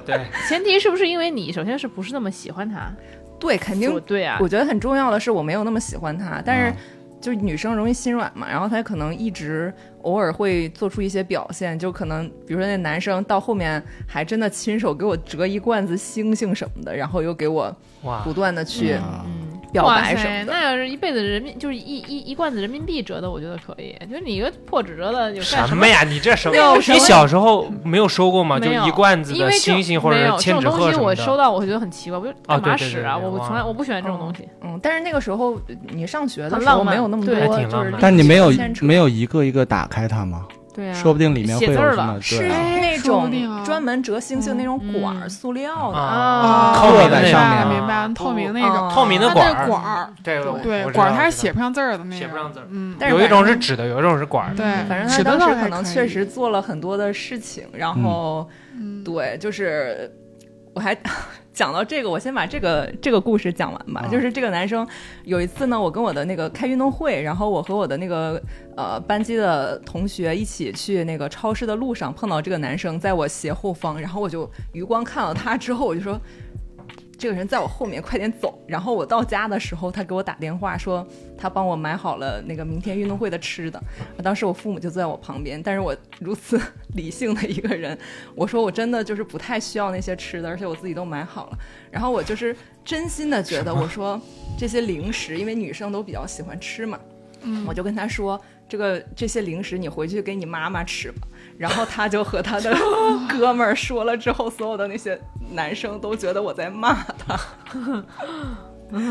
[SPEAKER 4] 对，
[SPEAKER 2] 前提是不是因为你首先是不是那么喜欢他？
[SPEAKER 5] 对，肯定
[SPEAKER 2] 我对啊，
[SPEAKER 5] 我觉得很重要的是我没有那么喜欢他，但
[SPEAKER 3] 嗯
[SPEAKER 5] 是就是女生容易心软嘛，然后她可能一直偶尔会做出一些表现，就可能比如说那男生到后面还真的亲手给我折一罐子星星什么的，然后又给我
[SPEAKER 4] 哇
[SPEAKER 5] 不，断的去
[SPEAKER 3] 啊，
[SPEAKER 2] 嗯，
[SPEAKER 5] 表
[SPEAKER 2] 哇
[SPEAKER 5] 白什
[SPEAKER 2] 塞
[SPEAKER 5] 么的。
[SPEAKER 2] 那要是一辈子人民就是一一一罐子人民币折的，我觉得可以。就是你一个破纸折的，有干
[SPEAKER 4] 什么
[SPEAKER 2] 呀？
[SPEAKER 4] 呀？你这什么？
[SPEAKER 2] 有什么
[SPEAKER 4] 你小时候没有收过吗？就
[SPEAKER 2] 没有
[SPEAKER 4] 一罐子
[SPEAKER 2] 因
[SPEAKER 4] 的
[SPEAKER 2] 为这
[SPEAKER 4] 星星或
[SPEAKER 2] 没
[SPEAKER 4] 者
[SPEAKER 2] 有
[SPEAKER 4] 千
[SPEAKER 2] 这
[SPEAKER 4] 纸
[SPEAKER 2] 种
[SPEAKER 4] 鹤
[SPEAKER 2] 东西，
[SPEAKER 4] 什么
[SPEAKER 2] 我
[SPEAKER 4] 的。
[SPEAKER 2] 收到我会觉得很奇怪，我就干
[SPEAKER 4] 啊对
[SPEAKER 2] 嘛
[SPEAKER 4] 对对
[SPEAKER 2] 使啊？
[SPEAKER 4] 对
[SPEAKER 2] 我我
[SPEAKER 4] 忘
[SPEAKER 2] 从来
[SPEAKER 4] 了
[SPEAKER 2] 我不喜欢这种东西。
[SPEAKER 5] 嗯，但是那个时候你上学的
[SPEAKER 2] 很
[SPEAKER 5] 时
[SPEAKER 2] 浪
[SPEAKER 5] 候
[SPEAKER 2] 漫
[SPEAKER 5] 没有那么
[SPEAKER 2] 对
[SPEAKER 5] 多，
[SPEAKER 4] 还挺
[SPEAKER 5] 就
[SPEAKER 4] 浪
[SPEAKER 5] 是
[SPEAKER 4] 漫
[SPEAKER 3] 但你没有
[SPEAKER 5] 牵扯
[SPEAKER 3] 没有一个一个打开它吗？
[SPEAKER 2] 对啊，
[SPEAKER 3] 说不定里面会有
[SPEAKER 2] 写字儿
[SPEAKER 3] 什
[SPEAKER 2] 了
[SPEAKER 3] 么
[SPEAKER 5] 是
[SPEAKER 3] 对啊
[SPEAKER 5] 那
[SPEAKER 6] 说不
[SPEAKER 5] 种
[SPEAKER 6] 定啊
[SPEAKER 5] 专门折星星那种管儿，
[SPEAKER 2] 嗯
[SPEAKER 5] 塑料的。
[SPEAKER 4] 啊，
[SPEAKER 2] 啊
[SPEAKER 4] 透明
[SPEAKER 3] 刻在
[SPEAKER 4] 的
[SPEAKER 3] 上
[SPEAKER 4] 那
[SPEAKER 3] 面
[SPEAKER 4] 种
[SPEAKER 6] 明白透明那种，
[SPEAKER 5] 啊
[SPEAKER 4] 透哦明的
[SPEAKER 6] 它
[SPEAKER 4] 管
[SPEAKER 6] 哦那
[SPEAKER 4] 儿
[SPEAKER 6] 个管儿，
[SPEAKER 4] 对我
[SPEAKER 6] 对
[SPEAKER 4] 我知道
[SPEAKER 6] 管儿它
[SPEAKER 4] 我知
[SPEAKER 6] 是
[SPEAKER 4] 道
[SPEAKER 6] 写不上字儿的那个，
[SPEAKER 4] 写不上字儿
[SPEAKER 6] 嗯，
[SPEAKER 5] 但是
[SPEAKER 4] 有一
[SPEAKER 5] 反
[SPEAKER 4] 种是纸的，有一种是管儿的。
[SPEAKER 6] 对，
[SPEAKER 2] 嗯
[SPEAKER 5] 反正
[SPEAKER 6] 纸
[SPEAKER 5] 他当
[SPEAKER 6] 的倒
[SPEAKER 5] 时
[SPEAKER 6] 还
[SPEAKER 5] 可能
[SPEAKER 6] 以
[SPEAKER 5] 确实做了很多的事情，然后
[SPEAKER 3] 嗯
[SPEAKER 5] 对，就是我还 讲到这个，我先把这个这个故事讲完吧。
[SPEAKER 7] 啊
[SPEAKER 5] 就是这个男生有一次呢，我跟我的那个开运动会，然后我和我的那个呃班级的同学一起去那个超市的路上碰到这个男生，在我斜后方，然后我就余光看到他之后，我就说。这个人在我后面，快点走！然后我到家的时候，他给我打电话说他帮我买好了那个明天运动会的吃的。啊当时我父母就在我旁边，但是我如此 理性的一个人，我说我真的就是不太需要那些吃的，而且我自己都买好了。然后我就是真心的觉得，我说这些零食，因为女生都比较喜欢吃嘛，
[SPEAKER 6] 嗯
[SPEAKER 5] 我就跟他说，这个这些零食你回去给你妈妈吃吧。然后他就和他的哥们儿说了之后，所有的那些男生都觉得我在骂他。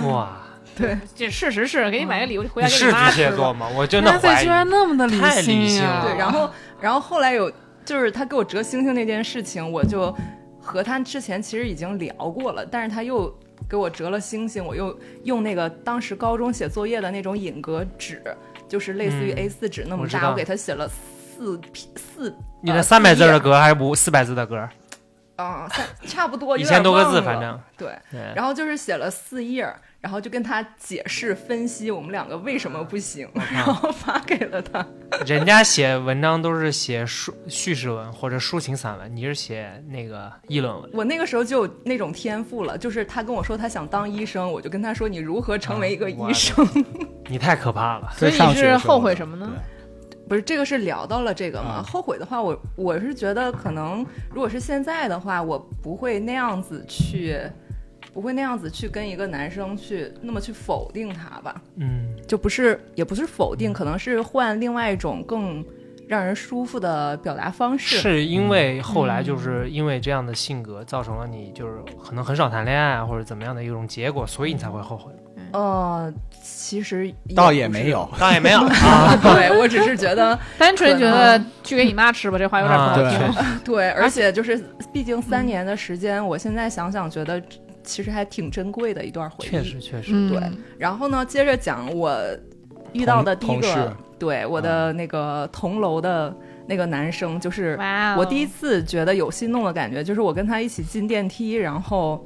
[SPEAKER 4] 哇，
[SPEAKER 5] 对，
[SPEAKER 2] 这事实是给你买个礼物回家给
[SPEAKER 4] 你是
[SPEAKER 2] 你
[SPEAKER 4] 巨
[SPEAKER 2] 妈吃
[SPEAKER 4] 蟹
[SPEAKER 2] 吧
[SPEAKER 4] 座吗？我真的
[SPEAKER 6] 哇塞，
[SPEAKER 4] 怀疑
[SPEAKER 6] 居。然那么的理
[SPEAKER 4] 太理性
[SPEAKER 6] 啊！
[SPEAKER 4] 了
[SPEAKER 5] 对，然后然后后来有就是他给我折星星那件事情，我就和他之前其实已经聊过了，但是他又给我折了星星，我又用那个当时高中写作业的那种引格纸，就是类似于
[SPEAKER 4] 嗯
[SPEAKER 5] A 4纸那么
[SPEAKER 4] 我知
[SPEAKER 5] 大，
[SPEAKER 4] 道
[SPEAKER 5] 我给他写了四批四。
[SPEAKER 4] 你
[SPEAKER 5] 呃
[SPEAKER 4] 的三百字
[SPEAKER 5] 四
[SPEAKER 4] 的
[SPEAKER 5] 页
[SPEAKER 4] 格还是五四百字的格？
[SPEAKER 5] 啊、三差 不多，
[SPEAKER 4] 一
[SPEAKER 5] 有
[SPEAKER 4] 千
[SPEAKER 5] 点
[SPEAKER 4] 多个
[SPEAKER 5] 忘
[SPEAKER 4] 字，
[SPEAKER 5] 了
[SPEAKER 4] 反正。嗯
[SPEAKER 5] 对。
[SPEAKER 4] 对，
[SPEAKER 5] 然后就是写了四页儿，然后就跟他解释分析我们两个为什么不行，然后发给了他。
[SPEAKER 4] 人家写文章都是写抒叙事文或者抒情散文，你是写那个议论文。
[SPEAKER 5] 我那个时候就有那种天赋了，就是他跟我说他想当医生，我就跟他说你如何成为一个医生。
[SPEAKER 4] 你太可怕了，
[SPEAKER 2] 所以
[SPEAKER 7] 在上
[SPEAKER 2] 你
[SPEAKER 7] 学的
[SPEAKER 2] 是
[SPEAKER 7] 时候
[SPEAKER 2] 后悔什么呢？
[SPEAKER 5] 不是这个是聊到了这个嘛？
[SPEAKER 7] 啊
[SPEAKER 5] 后悔的话，我我是觉得可能如果是现在的话，我不会那样子去，不会那样子去跟一个男生去那么去否定他吧。
[SPEAKER 4] 嗯，
[SPEAKER 5] 就不是也不是否定，可能是换另外一种更让人舒服的表达方式。
[SPEAKER 4] 是因为后来就是因为这样的性格，造成了你就是可能很少谈恋爱啊或者怎么样的一种结果，所以你才会后悔。
[SPEAKER 5] 呃，其实
[SPEAKER 7] 倒
[SPEAKER 5] 不
[SPEAKER 7] 也
[SPEAKER 5] 是
[SPEAKER 7] 没有，
[SPEAKER 4] 当然也没 有啊，
[SPEAKER 5] 对我只是 觉得
[SPEAKER 2] 单纯觉得去给你妈吃吧，这话有点不好
[SPEAKER 4] 啊
[SPEAKER 2] 听。
[SPEAKER 4] 确
[SPEAKER 5] 对，而且就是毕竟三年的时间，我现在想想觉得其实还挺珍贵的一段回忆。
[SPEAKER 4] 确实确实，
[SPEAKER 6] 嗯，
[SPEAKER 5] 对然后呢，接着讲我遇 到的第一
[SPEAKER 7] 同事
[SPEAKER 5] 个，对我的那个同楼的那个男生，就是
[SPEAKER 2] 哇哦，
[SPEAKER 5] 我第一次觉得有心动的感觉，就是我跟他一起进电梯，然后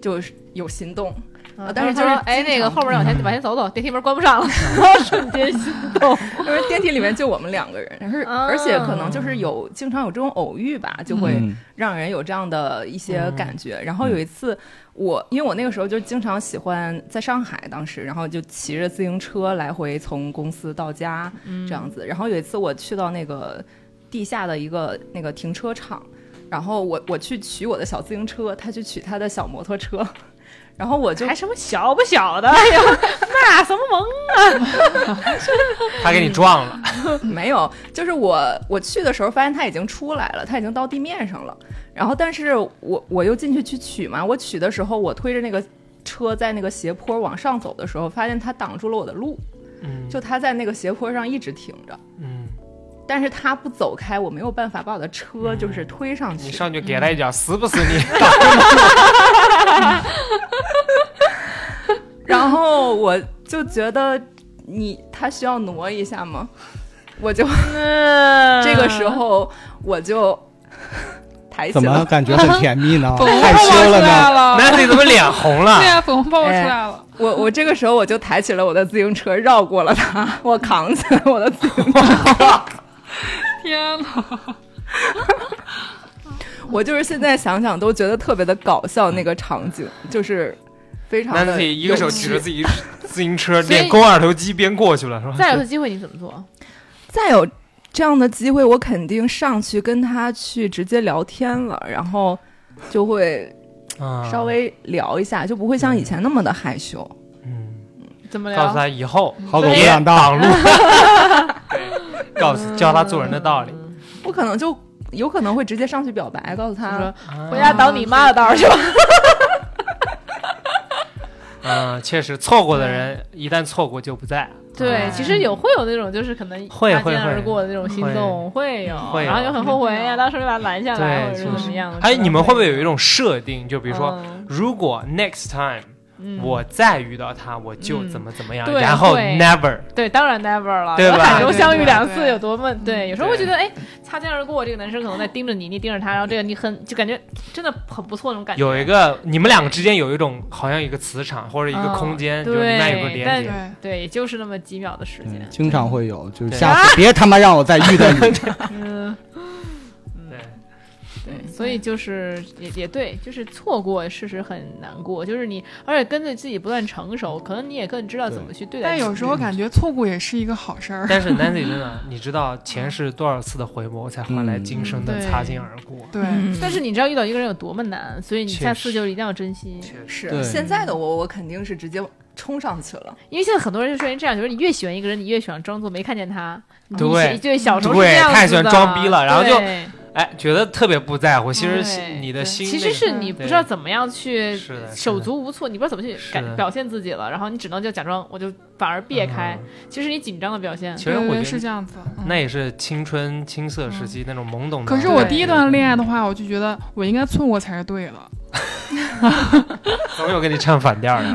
[SPEAKER 5] 就是有心动。
[SPEAKER 2] 啊，
[SPEAKER 5] 但是
[SPEAKER 2] 他说
[SPEAKER 5] 就是
[SPEAKER 2] 哎，
[SPEAKER 5] 经
[SPEAKER 2] 那个
[SPEAKER 5] 常
[SPEAKER 2] 后面往前
[SPEAKER 4] 嗯
[SPEAKER 2] 往前走走，电梯门关不 上了， 然后瞬间心动。
[SPEAKER 5] 因为电梯里面就我们两个人，但是
[SPEAKER 2] 啊
[SPEAKER 5] 而且可能就是有经常有这种偶遇吧，就会
[SPEAKER 7] 嗯
[SPEAKER 5] 让人有这样的一些感觉。然后有一次我，因为我那个时候就经常喜欢在上海，当时然后就骑着自行车来回从公司到家
[SPEAKER 2] 嗯
[SPEAKER 5] 这样子。然后有一次我去到那个地下的一个那个停车场，然后我我去取我的小自行车，他去取他的小摩托车， 然后我就
[SPEAKER 2] 还什么小不小的，哎呀， 那什么萌啊
[SPEAKER 4] 他给你撞了，
[SPEAKER 5] 没有，就是我我去的时候发现他已经出来了，他已经到地面上了。然后，但是我我又进去去取嘛，我取的时候，我推着那个车在那个斜坡往上走的时候，发现他挡住了我的路，
[SPEAKER 4] 嗯，
[SPEAKER 5] 就他在那个斜坡上一直停着，
[SPEAKER 4] 嗯，
[SPEAKER 5] 但是他不走开，我没有办法把我的车就是推上
[SPEAKER 4] 你
[SPEAKER 5] 去。
[SPEAKER 4] 上去给他一脚，死不死你？
[SPEAKER 5] 然后我就觉得你他需要挪一下吗？我就
[SPEAKER 7] 呃
[SPEAKER 2] 呢？
[SPEAKER 5] 这个时候我就 抬起
[SPEAKER 7] 怎么
[SPEAKER 5] 了。
[SPEAKER 7] 感觉很甜蜜 呢？
[SPEAKER 6] 粉红
[SPEAKER 7] 害
[SPEAKER 6] 泡泡
[SPEAKER 7] 羞
[SPEAKER 6] 出
[SPEAKER 7] 了呢
[SPEAKER 6] 来？了，
[SPEAKER 4] 男的怎么脸红了
[SPEAKER 6] 对？
[SPEAKER 2] 啊
[SPEAKER 6] 呀，粉红泡泡出来了，
[SPEAKER 5] 我我这个时候我就抬起了我的自行车，绕过了他，我扛起来我的自行车，
[SPEAKER 2] 哎
[SPEAKER 6] 天哪！
[SPEAKER 5] 我就是现在想想都觉得特别的搞笑那个场景，就是非常
[SPEAKER 4] 男
[SPEAKER 5] 的
[SPEAKER 4] 的一个手
[SPEAKER 5] 有趣
[SPEAKER 4] 举着自己自行车，
[SPEAKER 2] 所以
[SPEAKER 4] 练肱二头肌边过去了，是 吧？
[SPEAKER 2] 再有一次机会你怎么做？
[SPEAKER 5] 再有这样的机会，我肯定上去跟他去直接聊天了，然后就会
[SPEAKER 4] 啊
[SPEAKER 5] 稍微聊一下，就不会像以前那么的害羞。
[SPEAKER 4] 嗯，
[SPEAKER 2] 怎么
[SPEAKER 4] 告诉
[SPEAKER 2] 聊？
[SPEAKER 4] 他以后
[SPEAKER 7] 好狗不
[SPEAKER 4] 别
[SPEAKER 7] 长大，
[SPEAKER 3] 嗯
[SPEAKER 4] 挡路，对告诉教他做人的道理。
[SPEAKER 5] 我可能就有可能会直接上去表白，告诉
[SPEAKER 2] 他
[SPEAKER 5] 他
[SPEAKER 2] 说
[SPEAKER 4] 啊
[SPEAKER 2] 回家挡你妈的道儿去吧。
[SPEAKER 4] 嗯，确实错过的人一旦错过就不在。
[SPEAKER 2] 对，
[SPEAKER 4] 啊
[SPEAKER 2] 其实有会有那种就是可能
[SPEAKER 4] 会
[SPEAKER 2] 擦
[SPEAKER 4] 会
[SPEAKER 2] 肩而
[SPEAKER 4] 会
[SPEAKER 2] 过的那种心动，会有，
[SPEAKER 4] 会
[SPEAKER 2] 然后
[SPEAKER 4] 有
[SPEAKER 2] 就很后悔哎呀，当时没把他拦下来，或
[SPEAKER 4] 对
[SPEAKER 2] 者是
[SPEAKER 4] 确
[SPEAKER 2] 怎
[SPEAKER 6] 实
[SPEAKER 2] 么样的。
[SPEAKER 4] 哎，
[SPEAKER 2] 是吧
[SPEAKER 4] 你们会不会有一种设定，就比如说，
[SPEAKER 2] 嗯
[SPEAKER 4] 如果 next time
[SPEAKER 2] 嗯
[SPEAKER 4] 我再遇到他，我就
[SPEAKER 2] 嗯
[SPEAKER 4] 怎么怎么样，
[SPEAKER 2] 对
[SPEAKER 4] 然后
[SPEAKER 2] 会
[SPEAKER 4] never。
[SPEAKER 2] 对，当然 never 了，
[SPEAKER 4] 对吧嗯
[SPEAKER 2] 有海中相遇
[SPEAKER 6] 对对
[SPEAKER 2] 两
[SPEAKER 6] 对
[SPEAKER 2] 次有多么对，有时候会觉得哎，擦肩而过，这个男生可能在盯着你，你盯着他，然后这个你很就感觉真的很不错那种感觉。
[SPEAKER 4] 有一个你们两个之间有一种好像有一个磁场或者一个
[SPEAKER 2] 嗯
[SPEAKER 4] 空间，
[SPEAKER 2] 对
[SPEAKER 4] 就是你们俩有个连
[SPEAKER 2] 但
[SPEAKER 4] 接。
[SPEAKER 6] 对，
[SPEAKER 2] 对，也就是那么几秒的时间
[SPEAKER 7] 嗯。
[SPEAKER 3] 经常会有，就是
[SPEAKER 4] 对
[SPEAKER 3] 下次别他妈让我再遇到 你。
[SPEAKER 2] 嗯，
[SPEAKER 4] 对，
[SPEAKER 2] 对，所
[SPEAKER 6] 嗯
[SPEAKER 2] 以就是也也对，就是错过事实很难过，就是你而且跟着自己不断成熟，可能你也更知道怎么去对待
[SPEAKER 6] 但
[SPEAKER 2] 自己。
[SPEAKER 6] 有时候感觉错过也是一个好事儿。
[SPEAKER 4] 但是 Nancy 真的，你知道前世多少次的回眸，才换来
[SPEAKER 3] 嗯
[SPEAKER 4] 今生的
[SPEAKER 2] 对
[SPEAKER 4] 擦肩而过。
[SPEAKER 6] 对，
[SPEAKER 2] 但是你知道遇到一个人有多么难，所以你
[SPEAKER 4] 确
[SPEAKER 2] 下次
[SPEAKER 4] 实
[SPEAKER 2] 就一定要珍惜。
[SPEAKER 4] 确实，
[SPEAKER 5] 是
[SPEAKER 7] 对
[SPEAKER 5] 现在的我，我肯定是直接冲上去了。
[SPEAKER 2] 因为现在很多人就说成这样，就是你越喜欢一个人，你越喜欢装作没看见他。你
[SPEAKER 4] 对
[SPEAKER 2] 对，小时候是
[SPEAKER 4] 对
[SPEAKER 2] 这样子的
[SPEAKER 4] 太喜欢装逼了然后就
[SPEAKER 2] 对
[SPEAKER 4] 哎，觉得特别不在乎。其实
[SPEAKER 2] 对
[SPEAKER 4] 你的
[SPEAKER 2] 对
[SPEAKER 4] 心
[SPEAKER 2] 其
[SPEAKER 4] 那
[SPEAKER 2] 实
[SPEAKER 4] 个
[SPEAKER 2] 是你不知道怎么样去
[SPEAKER 4] 是的是的
[SPEAKER 2] 手足无措，你不知道怎么去
[SPEAKER 4] 是的
[SPEAKER 2] 感表现自己了，然后你只能就假装，我就反而别开。
[SPEAKER 4] 嗯
[SPEAKER 2] 其实你紧张的表现
[SPEAKER 4] 其，
[SPEAKER 6] 对
[SPEAKER 4] 实
[SPEAKER 6] 对
[SPEAKER 4] 我
[SPEAKER 6] 对，
[SPEAKER 4] 觉
[SPEAKER 6] 是
[SPEAKER 4] 得
[SPEAKER 6] 这样子。嗯
[SPEAKER 4] 那也是青春青涩时
[SPEAKER 2] 嗯
[SPEAKER 4] 期那种懵懂的。
[SPEAKER 6] 可是我
[SPEAKER 2] 对
[SPEAKER 6] 第一段恋爱的话，我就觉得我应该错过才是对的，
[SPEAKER 4] 总有跟你唱反调的。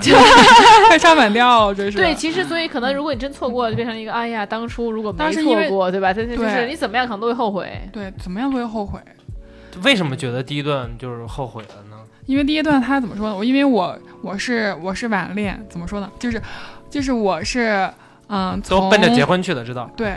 [SPEAKER 6] 太唱反调了，这是。
[SPEAKER 2] 对，，其实所以可能如果你真错过，就变成一个哎呀，嗯当初如果没
[SPEAKER 6] 当时因
[SPEAKER 2] 错
[SPEAKER 6] 为
[SPEAKER 2] 过，对吧？这这就是
[SPEAKER 6] 对
[SPEAKER 2] 你怎么样可能都会后悔。
[SPEAKER 6] 对，怎么样都会后悔，
[SPEAKER 4] 为什么觉得第一段就是后悔了呢？
[SPEAKER 6] 因为第一段他怎么说呢？我因为我我是我是晚恋，怎么说呢？就是就是我是嗯，
[SPEAKER 4] 都
[SPEAKER 6] 从
[SPEAKER 4] 奔着结婚去的，知道？
[SPEAKER 6] 对，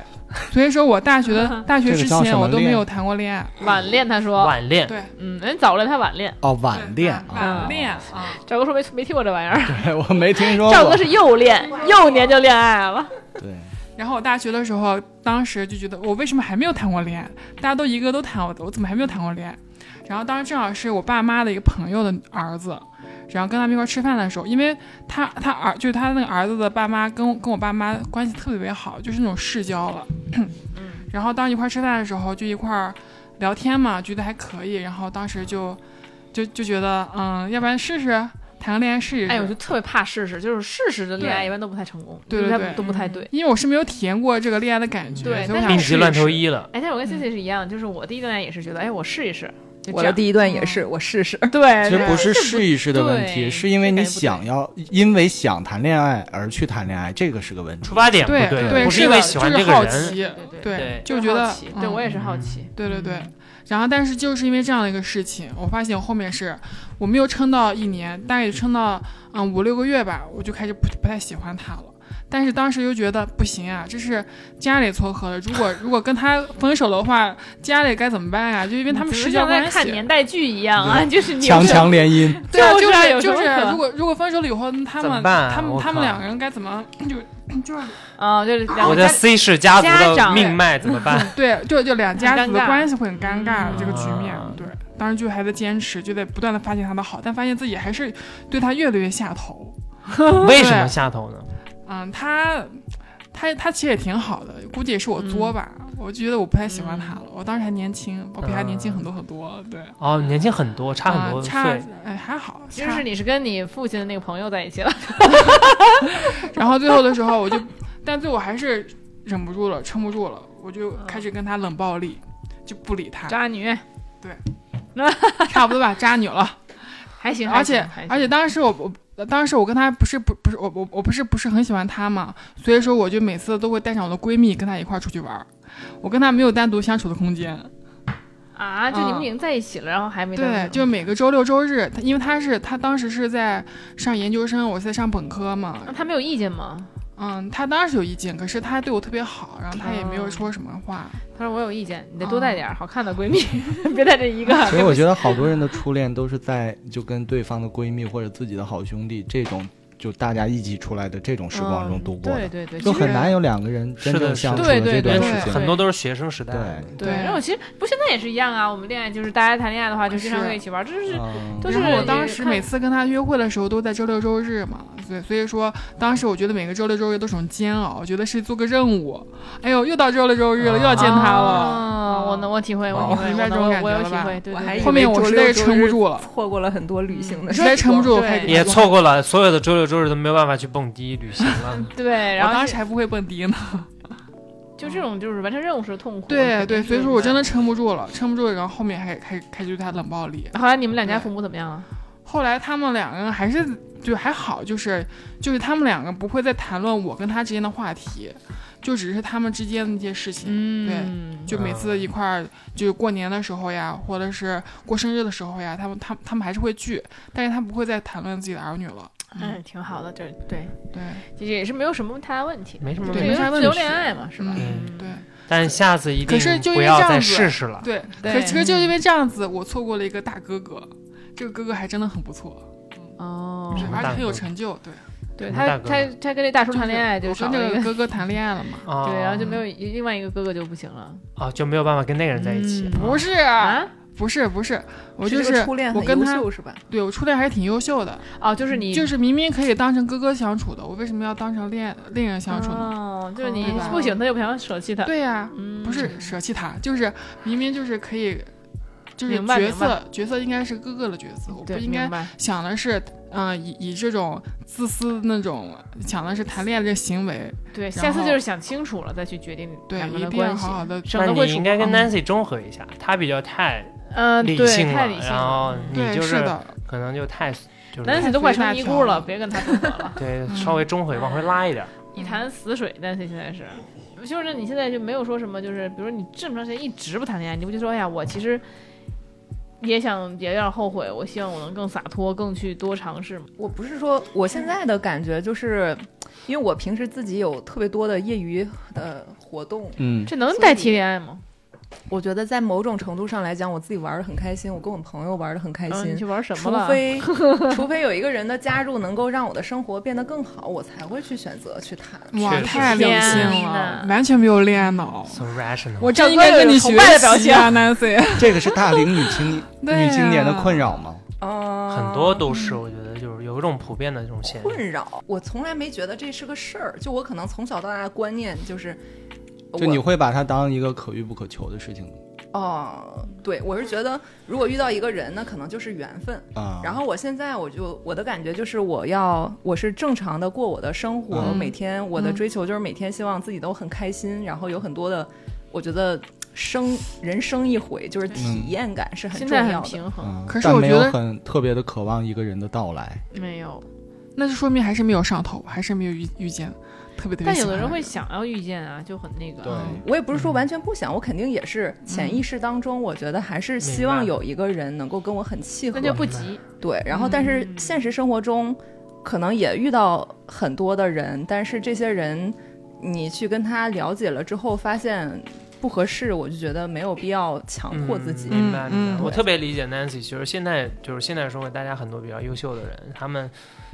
[SPEAKER 6] 所以说我大学的大学
[SPEAKER 3] 这个
[SPEAKER 6] 之
[SPEAKER 3] 叫什
[SPEAKER 6] 前
[SPEAKER 3] 么
[SPEAKER 6] 我都没
[SPEAKER 3] 恋
[SPEAKER 6] 有谈过恋爱，
[SPEAKER 2] 晚恋，他说，
[SPEAKER 4] 晚恋，
[SPEAKER 6] 对，
[SPEAKER 2] 嗯，人早恋他晚恋。
[SPEAKER 3] 哦，晚恋 啊，
[SPEAKER 6] 对
[SPEAKER 2] 啊
[SPEAKER 6] 晚恋啊，
[SPEAKER 2] 赵哥说没没听过这玩意儿，
[SPEAKER 3] 对我没听说
[SPEAKER 2] 赵哥
[SPEAKER 3] 过。
[SPEAKER 2] 是幼恋，幼年就恋爱了。
[SPEAKER 7] 对，
[SPEAKER 6] 然后我大学的时候，当时就觉得我为什么还没有谈过恋爱？大家都一个都谈，我我怎么还没有谈过恋爱？然后当时正好是我爸妈的一个朋友的儿子，然后跟他们一块儿吃饭的时候，因为他他儿就是他那个儿子的爸妈跟我跟我爸妈关系特别特别好，就是那种世交了。然后当时一块儿吃饭的时候，就一块儿聊天嘛，觉得还可以。然后当时就就就觉得，嗯，要不然试试谈个恋爱试一试。
[SPEAKER 2] 哎，我就特别怕试试，就是试试的恋爱
[SPEAKER 6] 对
[SPEAKER 2] 一般都不太成功，
[SPEAKER 6] 对
[SPEAKER 2] 就
[SPEAKER 6] 对
[SPEAKER 2] 是它
[SPEAKER 6] 对
[SPEAKER 2] 都不太对。嗯
[SPEAKER 6] 因为我是没有体验过这个恋爱的感觉，
[SPEAKER 2] 对
[SPEAKER 6] 所以
[SPEAKER 2] 但
[SPEAKER 6] 我想
[SPEAKER 2] 是
[SPEAKER 4] 病
[SPEAKER 6] 试
[SPEAKER 4] 急
[SPEAKER 6] 一
[SPEAKER 4] 乱投
[SPEAKER 6] 试
[SPEAKER 4] 医了。
[SPEAKER 2] 哎，但是我跟 C C 是一样，就是我第一段恋爱也是觉得，哎，我试一试，就这
[SPEAKER 5] 我的
[SPEAKER 2] 样嗯
[SPEAKER 5] 第一段也是，我试试。
[SPEAKER 2] 对，
[SPEAKER 7] 其实
[SPEAKER 2] 对
[SPEAKER 7] 不是试一试的问
[SPEAKER 2] 呃对
[SPEAKER 7] 题，是因为你想要，因为想谈恋爱而去谈恋爱，这个是个问题
[SPEAKER 4] 出。发点不
[SPEAKER 6] 对
[SPEAKER 4] 对，不
[SPEAKER 6] 是
[SPEAKER 4] 因
[SPEAKER 6] 的
[SPEAKER 4] 为喜欢
[SPEAKER 6] 就
[SPEAKER 4] 这
[SPEAKER 6] 是
[SPEAKER 4] 个
[SPEAKER 6] 好
[SPEAKER 4] 人，
[SPEAKER 6] 奇，
[SPEAKER 2] 对对
[SPEAKER 6] 对，
[SPEAKER 2] 就
[SPEAKER 6] 就觉得
[SPEAKER 2] 好奇，对
[SPEAKER 6] 嗯
[SPEAKER 2] 我也是好奇，
[SPEAKER 6] 对对
[SPEAKER 2] 嗯
[SPEAKER 6] 对。然后，但是就是因为这样的一个事情，我发现我后面是我没有撑到一年，大概也撑到嗯五六个月吧，我就开始不不太喜欢他了。但是当时又觉得不行啊，这是家里撮合的，如 果如果跟他分手的话，家里该怎么办呀、啊就因为他们
[SPEAKER 2] 你
[SPEAKER 6] 世
[SPEAKER 2] 们
[SPEAKER 6] 交
[SPEAKER 2] 像在
[SPEAKER 6] 关
[SPEAKER 2] 看
[SPEAKER 6] 系
[SPEAKER 2] 年。代剧一样啊，就是你
[SPEAKER 3] 强强联姻，
[SPEAKER 6] 对啊，就
[SPEAKER 2] 就是啊有
[SPEAKER 6] 是
[SPEAKER 2] 什么
[SPEAKER 6] 就是
[SPEAKER 2] 可，
[SPEAKER 6] 如果如果分手了以后，他
[SPEAKER 4] 怎么
[SPEAKER 6] 们
[SPEAKER 4] 办啊
[SPEAKER 6] 他
[SPEAKER 4] 我
[SPEAKER 6] 们他
[SPEAKER 4] 靠
[SPEAKER 6] 们两个人该怎么就就是
[SPEAKER 2] 啊，就是两
[SPEAKER 4] 我
[SPEAKER 2] 个
[SPEAKER 4] 的
[SPEAKER 2] 家
[SPEAKER 4] C 氏家
[SPEAKER 2] 家
[SPEAKER 4] 族的
[SPEAKER 2] 长
[SPEAKER 4] 命脉怎么 办？
[SPEAKER 6] 对，就就两家
[SPEAKER 2] 很尴
[SPEAKER 6] 子的
[SPEAKER 2] 尬
[SPEAKER 6] 关系会很尴尬
[SPEAKER 2] 嗯
[SPEAKER 6] 这个局面
[SPEAKER 4] 啊。
[SPEAKER 6] 对，当时就还在坚持，就得不断的发现他的好，但发现自己还是对他越来越下头。
[SPEAKER 4] 为什么下头呢？
[SPEAKER 6] 嗯，他他他其实也挺好的，估计也是我
[SPEAKER 2] 嗯
[SPEAKER 6] 作吧。我就觉得我不太喜欢他了，我当时还年轻，我比他年轻很多很多。对，
[SPEAKER 4] 哦，年轻很多，差很
[SPEAKER 6] 嗯
[SPEAKER 4] 多
[SPEAKER 6] 差
[SPEAKER 4] 岁，
[SPEAKER 6] 哎还好。
[SPEAKER 2] 其实
[SPEAKER 6] 差
[SPEAKER 2] 是你是跟你父亲的那个朋友在一起了，
[SPEAKER 6] 然后最后的时候，我就， 但最后还是忍不住了，撑不住了，我就开始跟他冷暴力，就不理他，
[SPEAKER 2] 嗯渣女
[SPEAKER 6] 差不多吧，渣女了。
[SPEAKER 2] 还行，
[SPEAKER 6] 而且而
[SPEAKER 2] 且
[SPEAKER 6] 且当时我我当时我跟他不是不不是我我我不是不是很喜欢他嘛，所以说我就每次都会带上我的闺蜜跟他一块儿出去玩儿，我跟他没有单独相处的空间。
[SPEAKER 2] 啊，就你们
[SPEAKER 6] 嗯
[SPEAKER 2] 已经在一起了，然后还没
[SPEAKER 6] 对，
[SPEAKER 2] 当
[SPEAKER 6] 就每个周六周日，他因为他是他当时是在上研究生，我是在上本科嘛，
[SPEAKER 2] 那他没有意见吗？
[SPEAKER 6] 嗯，他当时有意见，可是他对我特别好，然后他也没有
[SPEAKER 2] 哦
[SPEAKER 6] 说什么话。
[SPEAKER 2] 他说我有意见，你得多
[SPEAKER 6] 嗯
[SPEAKER 2] 带点儿好看的闺蜜， 别带这一个。啊
[SPEAKER 7] 其实我觉得好多人的初恋都是在就跟对方的闺蜜或者自己的好兄弟这种就大家一起出来的这种时光中度过
[SPEAKER 2] 对
[SPEAKER 7] 的，
[SPEAKER 2] 对嗯对，
[SPEAKER 7] 就
[SPEAKER 2] 其实
[SPEAKER 7] 很难有两个人真
[SPEAKER 4] 是的
[SPEAKER 7] 正相
[SPEAKER 4] 是
[SPEAKER 7] 处
[SPEAKER 2] 的
[SPEAKER 7] 的这段
[SPEAKER 2] 对对
[SPEAKER 7] 时
[SPEAKER 2] 对
[SPEAKER 7] 间
[SPEAKER 4] 很。多都是学生时代。
[SPEAKER 7] 对，
[SPEAKER 2] 对，然后其实不现在也是一样啊，我们恋爱就是大家谈恋爱的话，就经常会一起玩，这就是
[SPEAKER 7] 嗯
[SPEAKER 2] 都是
[SPEAKER 6] 然后我当
[SPEAKER 2] 也
[SPEAKER 6] 时
[SPEAKER 2] 看
[SPEAKER 6] 每次跟他约会的时候都在周六周日嘛，所以所以说当时我觉得每个周六周日都是种煎熬，我觉得是做个任务。哎呦，又到周六周日了，又要见他
[SPEAKER 2] 哦
[SPEAKER 6] 了。
[SPEAKER 2] 我能，我体会，我
[SPEAKER 6] 哦
[SPEAKER 2] 体会，我
[SPEAKER 6] 明白这种
[SPEAKER 2] 能
[SPEAKER 6] 感
[SPEAKER 2] 我
[SPEAKER 6] 觉
[SPEAKER 2] 有
[SPEAKER 6] 了
[SPEAKER 2] 体
[SPEAKER 6] 吧
[SPEAKER 2] 会，对
[SPEAKER 5] 我
[SPEAKER 2] 对
[SPEAKER 5] 还
[SPEAKER 2] 对
[SPEAKER 5] 以为
[SPEAKER 6] 后面我实在是
[SPEAKER 5] 周六
[SPEAKER 6] 撑不
[SPEAKER 5] 周日
[SPEAKER 6] 住了
[SPEAKER 5] 错过了很多旅行的时
[SPEAKER 6] 实
[SPEAKER 5] 光，
[SPEAKER 6] 在撑不住，我
[SPEAKER 2] 对
[SPEAKER 6] 开始
[SPEAKER 4] 也错过了所有的周六周日都没有办法去蹦迪旅行
[SPEAKER 6] 嗯
[SPEAKER 4] 了。
[SPEAKER 2] 对，
[SPEAKER 6] 我
[SPEAKER 2] 然后
[SPEAKER 6] 当
[SPEAKER 2] 是
[SPEAKER 6] 时还不会 蹦迪呢。
[SPEAKER 2] 就这种就是完成任务时的痛苦。
[SPEAKER 6] 对
[SPEAKER 2] 肯定
[SPEAKER 6] 对，
[SPEAKER 2] 是
[SPEAKER 6] 所以说我真的
[SPEAKER 2] 有
[SPEAKER 6] 撑不住了，撑不住了，然后后面还开开开始对他冷暴力。
[SPEAKER 2] 的。后来你们两家父母怎么样啊？
[SPEAKER 6] 后来他们两个人还是就还好，就是就是他们两个不会再谈论我跟他之间的话题，就只是他们之间的那些事情。
[SPEAKER 2] 嗯，
[SPEAKER 6] 就每次一块儿，就过年的时候呀，或者是过生日的时候呀，他们他们他们还是会聚，但是他不会再谈论自己的儿女了。
[SPEAKER 2] 哎，挺好的，这对，
[SPEAKER 6] 对
[SPEAKER 2] 这也是没有什么太大问题，
[SPEAKER 4] 没什么
[SPEAKER 6] 对
[SPEAKER 4] 问
[SPEAKER 2] 因为
[SPEAKER 6] 没
[SPEAKER 4] 题。
[SPEAKER 6] 啥问
[SPEAKER 2] 自由
[SPEAKER 6] 题
[SPEAKER 2] 恋爱嘛，是吧？
[SPEAKER 6] 嗯对
[SPEAKER 4] 但是下次一定
[SPEAKER 6] 可是就因
[SPEAKER 4] 不
[SPEAKER 6] 为
[SPEAKER 4] 要
[SPEAKER 6] 这样
[SPEAKER 4] 再
[SPEAKER 6] 子啊
[SPEAKER 4] 试试了。
[SPEAKER 6] 对，
[SPEAKER 2] 对
[SPEAKER 6] 可是可是就是因为这样子，我错过了一个大哥哥，这个哥哥还真的很不错，
[SPEAKER 2] 哦
[SPEAKER 4] 什么
[SPEAKER 6] 而且
[SPEAKER 4] 大
[SPEAKER 6] 很
[SPEAKER 4] 哥
[SPEAKER 6] 有
[SPEAKER 4] 哥
[SPEAKER 6] 成就。对，
[SPEAKER 2] 对
[SPEAKER 4] 什么
[SPEAKER 2] 他，
[SPEAKER 4] 嗯大哥
[SPEAKER 2] 他他跟那大叔
[SPEAKER 6] 就是
[SPEAKER 2] 谈恋爱就
[SPEAKER 6] 我
[SPEAKER 2] 少
[SPEAKER 6] 跟
[SPEAKER 2] 了
[SPEAKER 6] 这
[SPEAKER 2] 一
[SPEAKER 6] 个
[SPEAKER 2] 个，
[SPEAKER 6] 哥哥谈恋爱了嘛？
[SPEAKER 4] 啊，
[SPEAKER 2] 对，然后就没有另外一个哥哥就不行了。
[SPEAKER 4] 啊，就没有办法跟那个人在一起。
[SPEAKER 2] 嗯
[SPEAKER 6] 不是，
[SPEAKER 2] 啊，
[SPEAKER 6] 不是，不是，我
[SPEAKER 5] 是
[SPEAKER 6] 就
[SPEAKER 5] 这
[SPEAKER 6] 是
[SPEAKER 5] 个初恋
[SPEAKER 6] 我
[SPEAKER 5] 很
[SPEAKER 6] 跟
[SPEAKER 5] 优
[SPEAKER 6] 他，
[SPEAKER 5] 秀是吧？
[SPEAKER 6] 对我初恋还是挺优秀的，
[SPEAKER 2] 哦，就是你
[SPEAKER 6] 就是明明可以当成哥哥相处的，我为什么要当成恋恋人相处呢？
[SPEAKER 2] 哦，就是你
[SPEAKER 6] 对吧
[SPEAKER 2] 不行，他就不想舍弃他。
[SPEAKER 6] 对呀，
[SPEAKER 2] 嗯，
[SPEAKER 6] 不是舍弃他，就是明明就是可以，就是
[SPEAKER 2] 明白
[SPEAKER 6] 角
[SPEAKER 2] 明白
[SPEAKER 6] 色角色应该是哥哥的角色，我不
[SPEAKER 2] 对，
[SPEAKER 6] 应该
[SPEAKER 2] 明白
[SPEAKER 6] 想的是，嗯、以以这种自私的那种想的是谈恋爱这行为，
[SPEAKER 2] 对，
[SPEAKER 6] 然
[SPEAKER 2] 下次
[SPEAKER 6] 后
[SPEAKER 2] 就是想清楚了再去决定
[SPEAKER 6] 对，
[SPEAKER 2] 两个
[SPEAKER 6] 一
[SPEAKER 2] 人的
[SPEAKER 6] 定要
[SPEAKER 2] 关系
[SPEAKER 6] 好，好的。
[SPEAKER 2] 省
[SPEAKER 4] 那
[SPEAKER 2] 得会
[SPEAKER 4] 你
[SPEAKER 2] 处
[SPEAKER 4] 应该跟
[SPEAKER 6] 嗯
[SPEAKER 4] Nancy 中和一下，她比较太
[SPEAKER 2] 嗯，
[SPEAKER 4] 理
[SPEAKER 2] 对，
[SPEAKER 4] 性
[SPEAKER 2] 太
[SPEAKER 4] 了，
[SPEAKER 2] 理性
[SPEAKER 4] 然后
[SPEAKER 2] 了。
[SPEAKER 4] 你
[SPEAKER 6] 对，
[SPEAKER 4] 就是
[SPEAKER 6] 的，
[SPEAKER 4] 可能就太就是，
[SPEAKER 2] 南 y 都快成尼姑了，
[SPEAKER 6] 太
[SPEAKER 2] 别跟他复合了
[SPEAKER 4] 对
[SPEAKER 6] 嗯
[SPEAKER 4] 稍微中和往回拉一点。
[SPEAKER 2] 一
[SPEAKER 5] 嗯
[SPEAKER 2] 潭死水。南 y 现在是，就是你现在就没有说什么，就是比如说你这么长时间一直不谈恋爱，你不就说哎呀，我其实也想也有点后悔，我希望我能更洒脱，更去多尝试嘛。
[SPEAKER 5] 我不是说我现在的感觉，就是因为我平时自己有特别多的业余的活动，
[SPEAKER 7] 嗯，
[SPEAKER 2] 这能
[SPEAKER 5] 所以
[SPEAKER 2] 代替恋爱吗？
[SPEAKER 5] 我觉得在某种程度上来讲，我自己玩的很开心，我跟我朋友玩的很开
[SPEAKER 2] 嗯，
[SPEAKER 5] 心。
[SPEAKER 2] 你去玩什么
[SPEAKER 5] 除
[SPEAKER 2] 了？
[SPEAKER 5] 非除非有一个人的加入能够让我的生活变得更好，我才会去选择去谈。
[SPEAKER 6] 哇，
[SPEAKER 4] 确实
[SPEAKER 6] 太良心
[SPEAKER 2] 天
[SPEAKER 6] 了
[SPEAKER 2] 哪，
[SPEAKER 6] 完全没有恋爱脑。
[SPEAKER 4] So rational，
[SPEAKER 6] 我真应该跟你学习啊，Nancy。
[SPEAKER 7] 这个是大龄女青
[SPEAKER 6] 对呀
[SPEAKER 7] 女青年的困扰吗？
[SPEAKER 5] 嗯，
[SPEAKER 4] 很多都是，我觉得就是有一种普遍的这种现象。
[SPEAKER 5] 困扰，我从来没觉得这是个事儿。就我可能从小到大的观念就是，我
[SPEAKER 7] 就你会把它当一个可遇不可求的事情
[SPEAKER 5] 哦，对我是觉得如果遇到一个人，那可能就是缘分。
[SPEAKER 7] 啊？
[SPEAKER 5] 然后我现在我就我的感觉就是我要我是正常的过我的生活，
[SPEAKER 7] 嗯
[SPEAKER 5] 每天我的追求就是每天希望自己都很开心，然后有很多的，我觉得生人生一回就是体验感是很
[SPEAKER 2] 心
[SPEAKER 5] 重
[SPEAKER 2] 态
[SPEAKER 5] 要
[SPEAKER 2] 很
[SPEAKER 5] 的。
[SPEAKER 2] 平衡，
[SPEAKER 7] 嗯，
[SPEAKER 6] 可是
[SPEAKER 7] 但
[SPEAKER 6] 我
[SPEAKER 7] 没
[SPEAKER 6] 觉
[SPEAKER 7] 有
[SPEAKER 6] 得
[SPEAKER 7] 很特别的渴望一个人的到来。
[SPEAKER 2] 没有。
[SPEAKER 6] 那就说明还是没有上头，还是没有遇遇见特别特别
[SPEAKER 2] 但
[SPEAKER 6] 喜
[SPEAKER 2] 有
[SPEAKER 6] 欢
[SPEAKER 2] 的人会
[SPEAKER 6] 人
[SPEAKER 2] 想要遇见啊，就很那个。
[SPEAKER 7] 对
[SPEAKER 5] 我也不是说完全不想，我肯定也是潜意识当中，我觉得还是希望
[SPEAKER 4] 明白
[SPEAKER 5] 有一个人能够跟我很契合
[SPEAKER 2] 那，就不急，
[SPEAKER 5] 对，然后但是
[SPEAKER 2] 嗯
[SPEAKER 5] 现实生活中可能也遇到很多的人，但是这些人你去跟他了解了之后，发现不合适，我就觉得没有必要强迫自己。
[SPEAKER 4] 嗯明白，明
[SPEAKER 6] 嗯
[SPEAKER 4] 白。
[SPEAKER 6] 嗯
[SPEAKER 4] 我特别理解 Nancy，就是现在就是现在社会，大家很多比较优秀的人，他们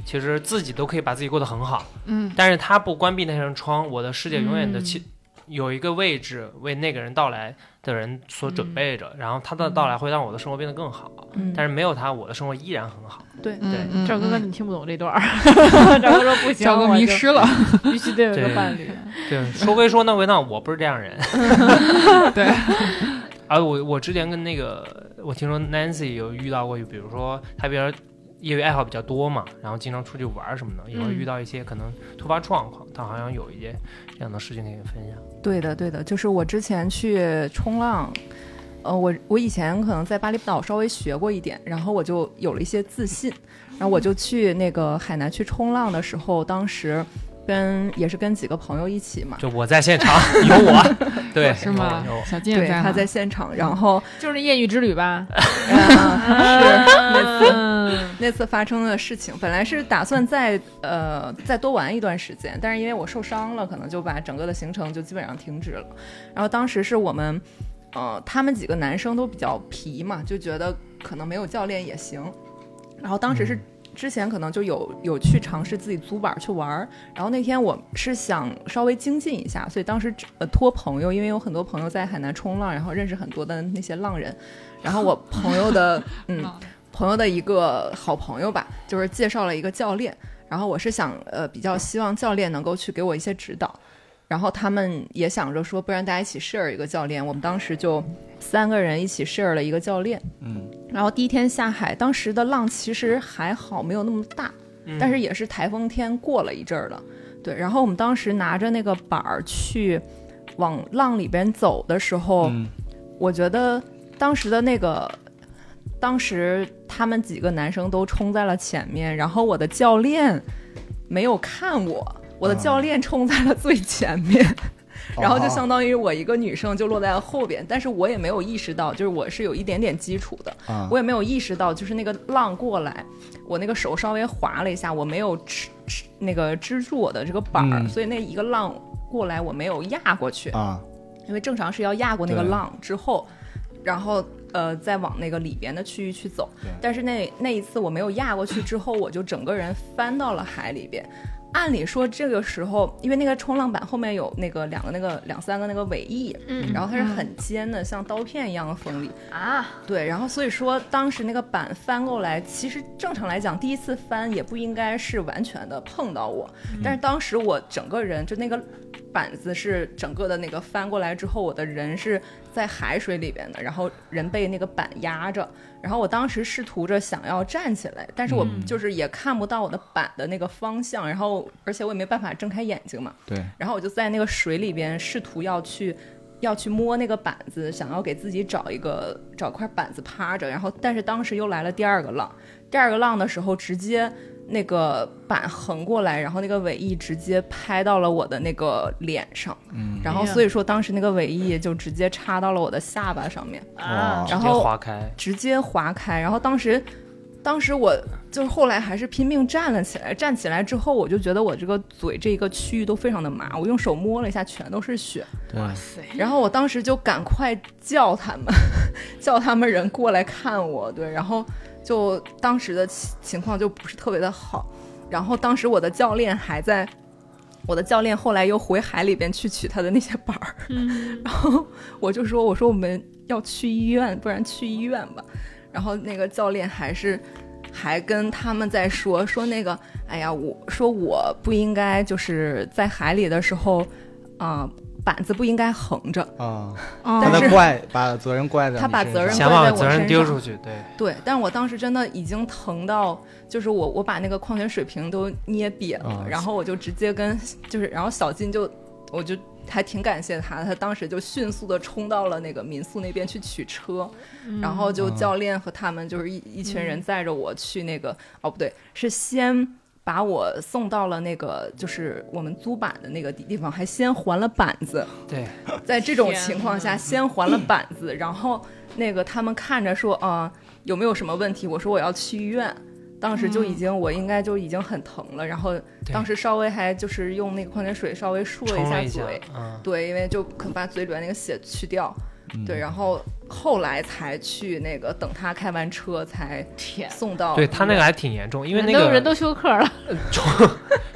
[SPEAKER 4] 其实自己都可以把自己过得很好，
[SPEAKER 6] 嗯，
[SPEAKER 4] 但是他不关闭那扇窗，我的世界永远的
[SPEAKER 2] 嗯
[SPEAKER 4] 其、有一个位置为那个人到来的人所准备着，然后他的到来会让我的生活变得更好，
[SPEAKER 5] 嗯
[SPEAKER 4] 但是没有他，我的生活依然很好。
[SPEAKER 5] 对，
[SPEAKER 6] 嗯
[SPEAKER 4] 对
[SPEAKER 6] 嗯
[SPEAKER 2] 赵哥
[SPEAKER 6] 嗯
[SPEAKER 2] 哥，你听不懂这 段儿。赵哥说不行，
[SPEAKER 6] 小哥迷失了，
[SPEAKER 2] 我就必须得有一个
[SPEAKER 4] 对
[SPEAKER 2] 伴侣。
[SPEAKER 4] 对，说归说，那归那，我不是这样人。
[SPEAKER 6] 对，
[SPEAKER 4] 啊，我我之前跟那个，我听说 Nancy 有遇到过，比如说她比较业余爱好比较多嘛，然后经常出去玩儿什么的，也会
[SPEAKER 2] 嗯
[SPEAKER 4] 遇到一些可能突发状况，她好像有一些这样的事情可以分享。
[SPEAKER 5] 对的，对的，就是我之前去冲浪，呃，我我以前可能在巴厘岛稍微学过一点，然后我就有了一些自信，然后我就去那个海南去冲浪的时候，当时跟也是跟几个朋友一起嘛，
[SPEAKER 4] 就我在现场有我，对，
[SPEAKER 6] 是吗
[SPEAKER 4] 有我有？
[SPEAKER 6] 小健
[SPEAKER 5] 对，
[SPEAKER 6] 在
[SPEAKER 5] 他
[SPEAKER 6] 吗
[SPEAKER 2] 嗯
[SPEAKER 5] 在现场，然后
[SPEAKER 2] 就是艳遇之旅 吧？
[SPEAKER 5] 呃是
[SPEAKER 2] 嗯，
[SPEAKER 5] 那次发生的事情，本来是打算再呃再多玩一段时间，但是因为我受伤了，可能就把整个的行程就基本上停止了。然后当时是我们，呃，他们几个男生都比较皮嘛，就觉得可能没有教练也行。然后当时是之前可能就有有去尝试自己租板儿去玩儿，然后那天我是想稍微精进一下，所以当时只呃托朋友，因为有很多朋友在海南冲浪，然后认识很多的那些浪人，然后我朋友的嗯
[SPEAKER 6] 浪
[SPEAKER 5] 朋友的一个好朋友吧，就是介绍了一个教练，然后我是想呃比较希望教练能够去给我一些指导，然后他们也想着说，不然大家一起 share 一个教练，我们当时就三个人一起 share 了一个教练。
[SPEAKER 7] 嗯，
[SPEAKER 5] 然后第一天下海，当时的浪其实还好，没有那么大，
[SPEAKER 4] 嗯
[SPEAKER 5] 但是也是台风天过了一阵儿了。对，然后我们当时拿着那个板儿去往哦浪里边走的时候，
[SPEAKER 7] 嗯
[SPEAKER 5] 我觉得当时的那个当时他们几个男生都冲在了前面，然后我的教练没有看我，我的教练冲在了最前面。
[SPEAKER 3] 哦
[SPEAKER 5] 然
[SPEAKER 7] 哦
[SPEAKER 5] 后就相当于我一个女生就落在了后边，但是我也没有意识到，就是我是有一点点基础的，
[SPEAKER 3] 嗯
[SPEAKER 7] 啊
[SPEAKER 5] 我也没有意识到，就是那个浪过来，我那个手稍微滑了一下，我没有支支那个支住我的这个板儿，
[SPEAKER 7] 嗯
[SPEAKER 5] 所以那一个浪过来我没有压过去，
[SPEAKER 7] 啊，
[SPEAKER 5] 因为正常是要压过那个
[SPEAKER 7] 对
[SPEAKER 5] 浪之后，然后呃再往那个里边的区域去走
[SPEAKER 7] 对。
[SPEAKER 5] 但是那那一次我没有压过去之后，我就整个人翻到了海里边。按理说这个时候，因为那个冲浪板后面有那个两个那个两三个那个尾翼，
[SPEAKER 2] 嗯
[SPEAKER 5] 然后它是很尖的，像刀片一样的锋利。
[SPEAKER 2] 啊，
[SPEAKER 5] 对，然后所以说当时那个板翻过来，其实正常来讲，第一次翻也不应该是完全的碰到我，
[SPEAKER 2] 嗯
[SPEAKER 5] 但是当时我整个人就那个板子是整个的那个翻过来之后，我的人是在海水里边的，然后人被那个板压着，然后我当时试图着想要站起来，但是我
[SPEAKER 2] 嗯
[SPEAKER 5] 就是也看不到我的板的那个方向，然后而且我也没办法睁开眼睛嘛，
[SPEAKER 7] 对，
[SPEAKER 5] 然后我就在那个水里边试图要去要去摸那个板子，想要给自己找一个找块板子趴着，然后但是当时又来了第二个浪，第二个浪的时候直接。那个板横过来，然后那个尾翼直接拍到了我的那个脸上，嗯、然后所以说当时那个尾翼就直接插到了我的下巴上面，
[SPEAKER 2] 啊
[SPEAKER 4] 哇，
[SPEAKER 5] 然
[SPEAKER 4] 直接
[SPEAKER 5] 后
[SPEAKER 4] 划开，
[SPEAKER 5] 直接划开。然后当时，当时我就是后来还是拼命站了起来。站起来之后，我就觉得我这个嘴这一个区域都非常的麻，我用手摸了一下，全都是血。
[SPEAKER 2] 哇塞，
[SPEAKER 5] 然后我当时就赶快叫他们， 叫他们人过来看我。对，然后就当时的情情况就不是特别的好。然后当时我的教练还在，我的教练后来又回海里边去取他的那些 板儿。
[SPEAKER 2] 嗯
[SPEAKER 5] 然后我就说：“我说我们要去医院，不然去医院吧。”然后那个教练还是还跟他们在说说那个，哎呀，我说我不应该就是在海里的时候啊、板子不应该横着。
[SPEAKER 7] 啊，
[SPEAKER 6] 哦
[SPEAKER 7] 他
[SPEAKER 5] 但
[SPEAKER 7] 的
[SPEAKER 5] 是
[SPEAKER 7] 怪把责任怪在
[SPEAKER 5] 他
[SPEAKER 7] 你
[SPEAKER 5] 把
[SPEAKER 7] 身
[SPEAKER 5] 责任
[SPEAKER 7] 上
[SPEAKER 4] 想把责任丢出去，对，
[SPEAKER 5] 对，但我当时真的已经疼到，就是我我把那个矿泉水瓶都捏瘪了，
[SPEAKER 7] 啊
[SPEAKER 5] 然后我就直接跟就是，然后小金就我就还挺感谢他，他当时就迅速的冲到了那个民宿那边去取车，
[SPEAKER 2] 嗯
[SPEAKER 5] 然后就
[SPEAKER 7] 啊
[SPEAKER 5] 教练和他们就是一一群人载着我去那个、哦不对，是先。把我送到了那个，就是我们租板的那个地地方，还先还了板子，
[SPEAKER 4] 对，
[SPEAKER 5] 在这种
[SPEAKER 2] 天
[SPEAKER 5] 情况下，
[SPEAKER 2] 呐
[SPEAKER 5] 先还了板子，然后那个他们看着说，啊、有没有什么问题？我说我要去医院。当时就已经，我应该就已经很疼了，然后
[SPEAKER 4] 对
[SPEAKER 5] 当时稍微还就是用那个矿泉水稍微漱
[SPEAKER 4] 冲
[SPEAKER 5] 了
[SPEAKER 4] 了
[SPEAKER 5] 一
[SPEAKER 4] 一
[SPEAKER 5] 下
[SPEAKER 4] 下
[SPEAKER 5] 嘴，，
[SPEAKER 4] 嗯，
[SPEAKER 5] 对，因为就可把嘴里边那个血去掉，对，然后后来才去那个等他开完车才
[SPEAKER 2] 天，
[SPEAKER 5] 送到医
[SPEAKER 4] 对
[SPEAKER 5] 院，
[SPEAKER 4] 他那个还挺严重，因为那
[SPEAKER 2] 人都
[SPEAKER 4] 个
[SPEAKER 2] 嗯人都休克了，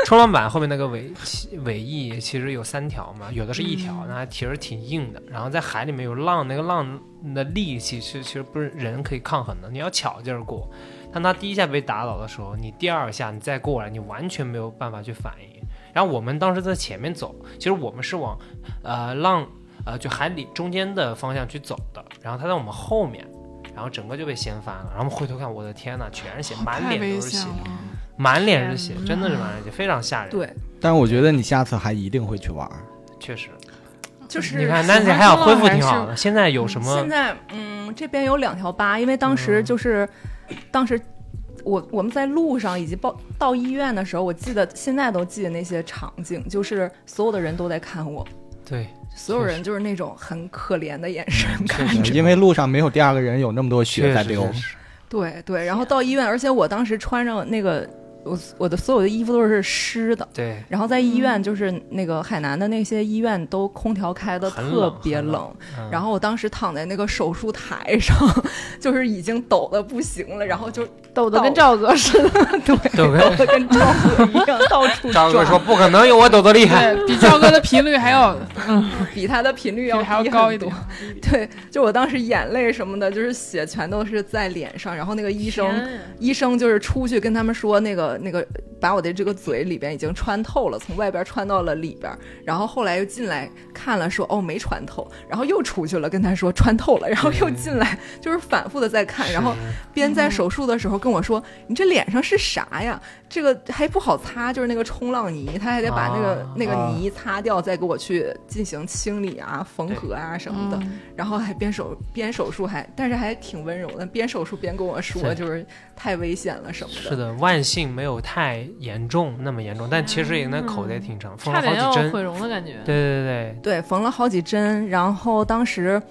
[SPEAKER 4] 冲浪板后面那个尾其尾翼其实有三条嘛，有的是一
[SPEAKER 6] 嗯
[SPEAKER 4] 条，那还其实挺硬的。然后在海里面有浪，那个浪的力气是其实不是人可以抗衡的，你要巧劲儿过。当他第一下被打倒的时候，你第二下你再过来，你完全没有办法去反应。然后我们当时在前面走，其实我们是往呃浪呃就海里中间的方向去走的，然后他在我们后面。然后整个就被掀翻了，然后我们回头看，我的天呐，全是血，满
[SPEAKER 6] 太
[SPEAKER 4] 脸
[SPEAKER 6] 危
[SPEAKER 4] 都是
[SPEAKER 6] 险
[SPEAKER 4] 血，
[SPEAKER 6] 了。
[SPEAKER 4] 满脸是血
[SPEAKER 2] 天，
[SPEAKER 4] 真的是满脸血，非常吓人。
[SPEAKER 5] 对，
[SPEAKER 7] 但我觉得你下次还一定会去玩儿。
[SPEAKER 4] 确实，
[SPEAKER 5] 就是
[SPEAKER 4] 你看
[SPEAKER 5] 属于
[SPEAKER 4] Nancy 还好恢复挺好的，现在有什么
[SPEAKER 5] 现？在嗯，这边有两条疤，因为当时
[SPEAKER 4] 嗯
[SPEAKER 5] 就是、当时我我们在路上以及报到医院的时候，我记得现在都记得那些场景，就是所有的人都在看我，
[SPEAKER 4] 对，
[SPEAKER 5] 所有人就是那种很可怜的眼神看
[SPEAKER 4] 确实
[SPEAKER 5] 着。
[SPEAKER 7] 因为路上没有第二个人有那么多血
[SPEAKER 4] 确
[SPEAKER 7] 在
[SPEAKER 4] 实
[SPEAKER 7] 流
[SPEAKER 4] 确，实
[SPEAKER 5] 对对，然后到医院，而且我当时穿着那个我我的所有的衣服都是湿的。
[SPEAKER 4] 对，
[SPEAKER 5] 然后在医
[SPEAKER 6] 嗯
[SPEAKER 5] 院，就是那个海南的那些医院都空调开的
[SPEAKER 4] 很
[SPEAKER 5] 特
[SPEAKER 4] 冷
[SPEAKER 5] 别
[SPEAKER 4] 很冷
[SPEAKER 5] 冷
[SPEAKER 4] 嗯
[SPEAKER 5] 然后我当时躺在那个手术台上， 就是已经抖的不行了，然后就
[SPEAKER 2] 抖得
[SPEAKER 5] 到
[SPEAKER 2] 跟赵哥似的，
[SPEAKER 4] 抖 哥，
[SPEAKER 5] 抖得跟赵哥一样，到 处
[SPEAKER 4] 赵哥
[SPEAKER 5] 转，
[SPEAKER 4] 说不可能有我抖的 厉害，
[SPEAKER 6] 对比赵哥的频率还要
[SPEAKER 2] 嗯
[SPEAKER 5] 比他的频率
[SPEAKER 6] 频率
[SPEAKER 5] 要
[SPEAKER 6] 还要
[SPEAKER 5] 低
[SPEAKER 6] 高
[SPEAKER 5] 很
[SPEAKER 6] 一点
[SPEAKER 5] 多。，对，就我当时眼泪什么的，就是血全都是在脸上，然后那个医生。
[SPEAKER 2] 天
[SPEAKER 5] 医生就是出去跟他们说，那个那个，把我的这个嘴里边已经穿透了，从外边穿到了里边，然后后来又进来看了说，哦没穿透，然后又出去了跟他说穿透了，然后又进来，就是反复的在看，然后边在手术的时候跟我说：“你这脸上是啥呀？这个还不好擦，就是那个冲浪泥，他还得把那个、
[SPEAKER 4] 啊
[SPEAKER 5] 那
[SPEAKER 3] 啊
[SPEAKER 5] 个泥擦掉，再给我去进行清理啊、缝合啊什么的。
[SPEAKER 6] 嗯
[SPEAKER 5] 然后还边手边手术还，但是还挺温柔的，边手术边跟我说，
[SPEAKER 4] 是
[SPEAKER 5] 就是太危险了什么的。
[SPEAKER 4] 是的，万幸没有太严重，那么严重，但其实也那口子
[SPEAKER 5] 嗯
[SPEAKER 4] 也挺长，缝
[SPEAKER 2] 差
[SPEAKER 4] 了好
[SPEAKER 2] 点要
[SPEAKER 4] 几针。
[SPEAKER 2] 毁容的感觉。
[SPEAKER 4] 对对对
[SPEAKER 5] 对，缝了好几针，然后当时，